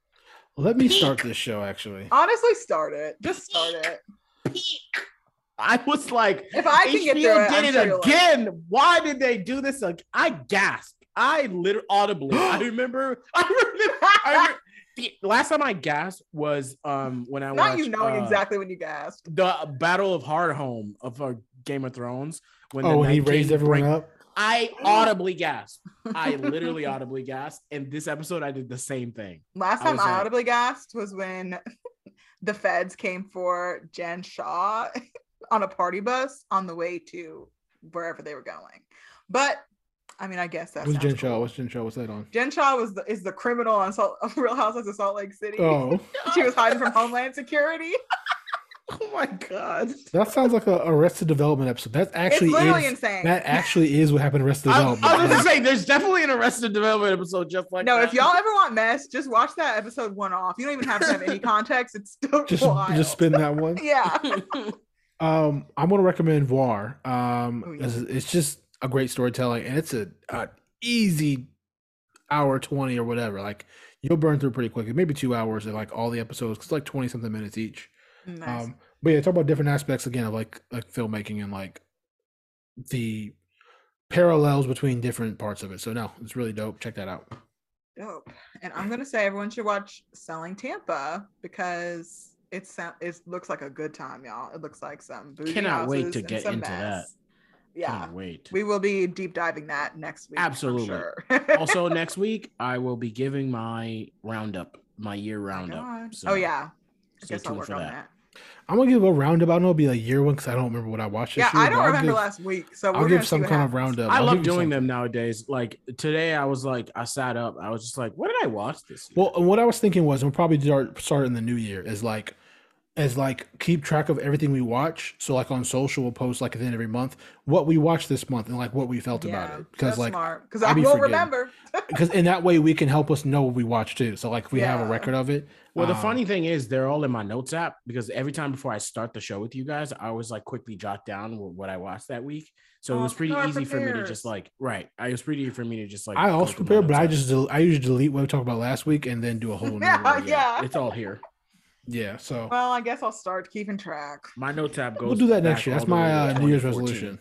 Speaker 3: Let me start this show. Actually,
Speaker 1: Honestly, start it. Just start it.
Speaker 2: peak. I was like,
Speaker 1: If I can get through it, I'm
Speaker 2: did
Speaker 1: sure
Speaker 2: it
Speaker 1: you'll like it.
Speaker 2: again. Why did they do this? Like, I gasped. I literally audibly. I remember. I remember. I re- the last time I gasped was um when I
Speaker 1: Not
Speaker 2: watched
Speaker 1: you knowing
Speaker 2: uh,
Speaker 1: exactly when you gasped.
Speaker 2: the Battle of Hardhome of uh, Game of Thrones when the
Speaker 3: oh, when he
Speaker 2: Night
Speaker 3: raised
Speaker 2: King
Speaker 3: everyone
Speaker 2: break-
Speaker 3: up.
Speaker 2: I audibly gasped. I literally audibly gasped. And this episode, I did the same thing.
Speaker 1: Last
Speaker 2: I
Speaker 1: time
Speaker 2: was
Speaker 1: I,
Speaker 2: like-
Speaker 1: audibly gasped was when the feds came for Jen Shaw on a party bus on the way to wherever they were going. But I mean, I guess that's
Speaker 3: What's Jen Shaw? What's Jen Shaw? What's that on?
Speaker 1: Jen Shaw was the, is the criminal on Salt, of Real Housewives of Salt Lake City.
Speaker 3: Oh,
Speaker 1: she was hiding from Homeland Security.
Speaker 2: Oh my god.
Speaker 3: that sounds like a Arrested Development episode. That actually
Speaker 1: it's literally
Speaker 3: is.
Speaker 1: insane.
Speaker 3: That actually is what happened to Arrested
Speaker 2: I,
Speaker 3: Development.
Speaker 2: I was gonna say there's definitely an Arrested Development episode just like
Speaker 1: no,
Speaker 2: that.
Speaker 1: if y'all ever want mess, just watch that episode one off. You don't even have to have any context. It's still
Speaker 3: just
Speaker 1: wild.
Speaker 3: just spin that one.
Speaker 1: yeah.
Speaker 3: Um, I'm gonna recommend Voir. Um,
Speaker 1: Oh, yeah.
Speaker 3: it's, it's just a great storytelling, and it's a, a easy hour twenty or whatever. Like you'll burn through pretty quick. It may be two hours of like all the episodes. 'cause It's like twenty something minutes each.
Speaker 1: Nice.
Speaker 3: Um, but yeah, talk about different aspects again of like like filmmaking and like the parallels between different parts of it. So no, it's really dope. Check that out.
Speaker 1: Dope. And I'm gonna say everyone should watch Selling Tampa because it sound it looks like a good time, y'all. It looks like some booty
Speaker 2: Cannot wait
Speaker 1: houses
Speaker 2: to
Speaker 1: and
Speaker 2: get
Speaker 1: some
Speaker 2: into that.
Speaker 1: mess. Yeah,
Speaker 2: Can't wait.
Speaker 1: we will be deep diving that next week. I'm
Speaker 2: Absolutely.
Speaker 1: sure. Oh
Speaker 2: also next week I will be giving my roundup, my year roundup.
Speaker 1: God.
Speaker 2: So
Speaker 1: oh yeah. I
Speaker 2: stay
Speaker 1: guess I'll
Speaker 2: tuned
Speaker 1: work
Speaker 2: for
Speaker 1: on
Speaker 2: that.
Speaker 1: that.
Speaker 3: I'm gonna give a roundabout. and It'll be a year one because I don't remember what I watched. This
Speaker 1: Yeah,
Speaker 3: year,
Speaker 1: I
Speaker 3: but
Speaker 1: don't
Speaker 3: I'll
Speaker 1: remember
Speaker 3: give-
Speaker 1: last week, so we're
Speaker 3: I'll
Speaker 1: gonna
Speaker 3: give
Speaker 1: see
Speaker 3: some
Speaker 1: what
Speaker 3: kind of
Speaker 1: happens.
Speaker 3: roundup.
Speaker 2: I
Speaker 3: I'll
Speaker 2: love
Speaker 3: give you
Speaker 2: doing
Speaker 3: something.
Speaker 2: them nowadays. Like today, I was like, I sat up. I was just like, what did I watch this? year?
Speaker 3: Well, what I was thinking was we'll probably start start in the new year is like is like keep track of everything we watch. So like on social, we'll post like at the end of every month what we watched this month and like what we felt
Speaker 1: Yeah,
Speaker 3: about it because
Speaker 1: that's
Speaker 3: like
Speaker 1: smart. because
Speaker 3: I'll
Speaker 1: I
Speaker 3: be
Speaker 1: will
Speaker 3: forgetting.
Speaker 1: remember.
Speaker 3: because in that way we can help us know what we watch too. So like if we have a
Speaker 1: Yeah.
Speaker 3: record of it.
Speaker 2: Well, the
Speaker 3: um,
Speaker 2: funny thing is, they're all in my notes app because every time before I start the show with you guys, I always like quickly jot down wh- what I watched that week. So
Speaker 1: Oh,
Speaker 2: it was pretty
Speaker 1: God,
Speaker 2: easy for me to
Speaker 1: prepares.
Speaker 2: just like, right? I it was pretty easy for me to just like.
Speaker 3: I
Speaker 2: go
Speaker 3: also
Speaker 2: through my
Speaker 3: prepare, but
Speaker 2: notes
Speaker 3: I
Speaker 2: app.
Speaker 3: just del- I usually delete what we talked about last week and then do a whole new
Speaker 1: Yeah,
Speaker 3: one.
Speaker 1: yeah.
Speaker 2: it's all here.
Speaker 3: yeah. So
Speaker 1: Well, I guess I'll start keeping track.
Speaker 2: My notes app goes.
Speaker 3: we'll do that next
Speaker 2: back
Speaker 3: year.
Speaker 2: all
Speaker 3: That's
Speaker 2: the way
Speaker 3: my
Speaker 2: to
Speaker 3: uh, New
Speaker 2: 2014.
Speaker 3: Year's resolution.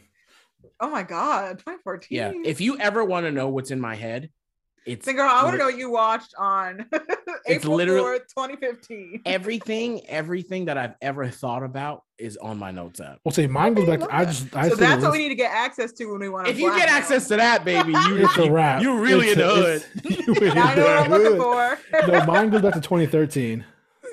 Speaker 1: Oh my god, 2014.
Speaker 2: Yeah, if you ever want to know what's in my head, it's
Speaker 1: Singer, I want to
Speaker 2: lit-
Speaker 1: know what you watched on
Speaker 2: It's
Speaker 1: April
Speaker 2: literally-
Speaker 1: 4th, 2015.
Speaker 2: everything. Everything that I've ever thought about is on my notes app.
Speaker 3: We'll say mine goes
Speaker 1: Okay,
Speaker 3: back.
Speaker 1: love
Speaker 3: I
Speaker 1: that.
Speaker 3: just I
Speaker 1: so
Speaker 3: say the
Speaker 1: that's what
Speaker 3: list-
Speaker 1: we need to get access to when we want to.
Speaker 2: If you get access to that, baby, you
Speaker 3: Oh, It's a wrap.
Speaker 2: You really
Speaker 3: It's
Speaker 2: in the
Speaker 3: a-
Speaker 2: hood.
Speaker 3: it's- you really
Speaker 1: I know what I'm
Speaker 3: in the
Speaker 1: looking
Speaker 3: hood.
Speaker 1: for.
Speaker 3: No, mine goes back to 2013.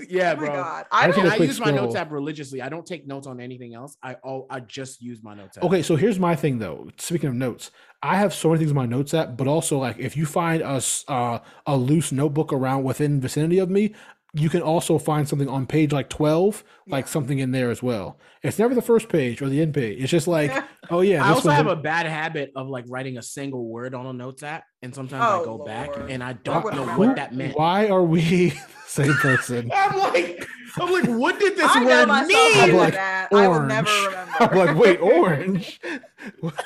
Speaker 2: Yeah,
Speaker 1: oh my
Speaker 2: bro.
Speaker 1: god,
Speaker 3: I
Speaker 1: I
Speaker 3: think
Speaker 1: don't.
Speaker 2: And
Speaker 3: a
Speaker 2: I
Speaker 3: quick
Speaker 2: use my notes
Speaker 3: scroll.
Speaker 2: app religiously. I don't take notes on anything else. I all I just use my notes app.
Speaker 3: Okay, so here's my thing though. Speaking of notes, I have so many things in my notes app, but also like if you find a s- uh, a loose notebook around within vicinity of me, you can also find something on page like 12, like something in there as well. It's never the first page or the end page. It's just like, oh yeah,
Speaker 2: I
Speaker 3: this
Speaker 2: also
Speaker 3: one's
Speaker 2: have
Speaker 3: in-
Speaker 2: a bad habit of like writing a single word on a notes app, and sometimes I
Speaker 1: Oh,
Speaker 2: go back
Speaker 1: Lord.
Speaker 2: and I don't
Speaker 1: wouldn't
Speaker 2: know
Speaker 1: remember.
Speaker 2: what that meant.
Speaker 3: Why are we the same person?
Speaker 2: I'm like, I'm like, what did this
Speaker 1: I know
Speaker 2: word
Speaker 1: myself
Speaker 2: mean?
Speaker 3: I'm
Speaker 1: doing
Speaker 3: like,
Speaker 1: that. I will
Speaker 3: orange.
Speaker 1: never remember.
Speaker 3: I'm like, wait, orange.
Speaker 2: what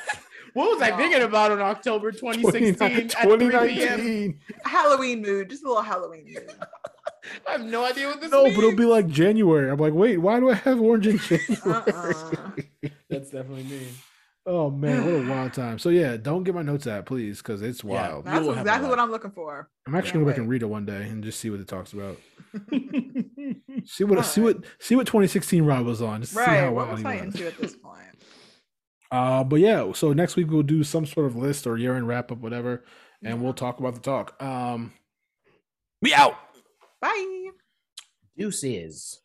Speaker 2: was I
Speaker 1: No.
Speaker 2: thinking about on October 2016 at 3 p.m.?
Speaker 3: 2019.
Speaker 1: Halloween mood, just a little Halloween mood.
Speaker 2: I have no idea what this
Speaker 3: No,
Speaker 2: means.
Speaker 3: but it'll be like January. I'm like, wait, why do I have orange in January?
Speaker 1: Uh-uh.
Speaker 2: That's definitely me.
Speaker 3: Oh man, what a wild time. So yeah, don't get my notes out, please, because it's wild.
Speaker 2: You
Speaker 1: That's
Speaker 2: will have
Speaker 1: exactly
Speaker 2: a
Speaker 1: what
Speaker 2: lot.
Speaker 1: I'm looking for.
Speaker 3: I'm actually
Speaker 1: Can't
Speaker 3: gonna go back and
Speaker 1: wait.
Speaker 3: read it one day and just see what it talks about. see what see
Speaker 1: Alright.
Speaker 3: what see what 2016 Rob was on. Just to see
Speaker 1: Right.
Speaker 3: how
Speaker 1: What
Speaker 3: wild
Speaker 1: was
Speaker 3: he
Speaker 1: I
Speaker 3: was.
Speaker 1: into at this point?
Speaker 3: Uh, but yeah, so next week we'll do some sort of list or year end wrap up, whatever, and we'll talk about the talk. Um, we out.
Speaker 1: Bye.
Speaker 2: Deuces.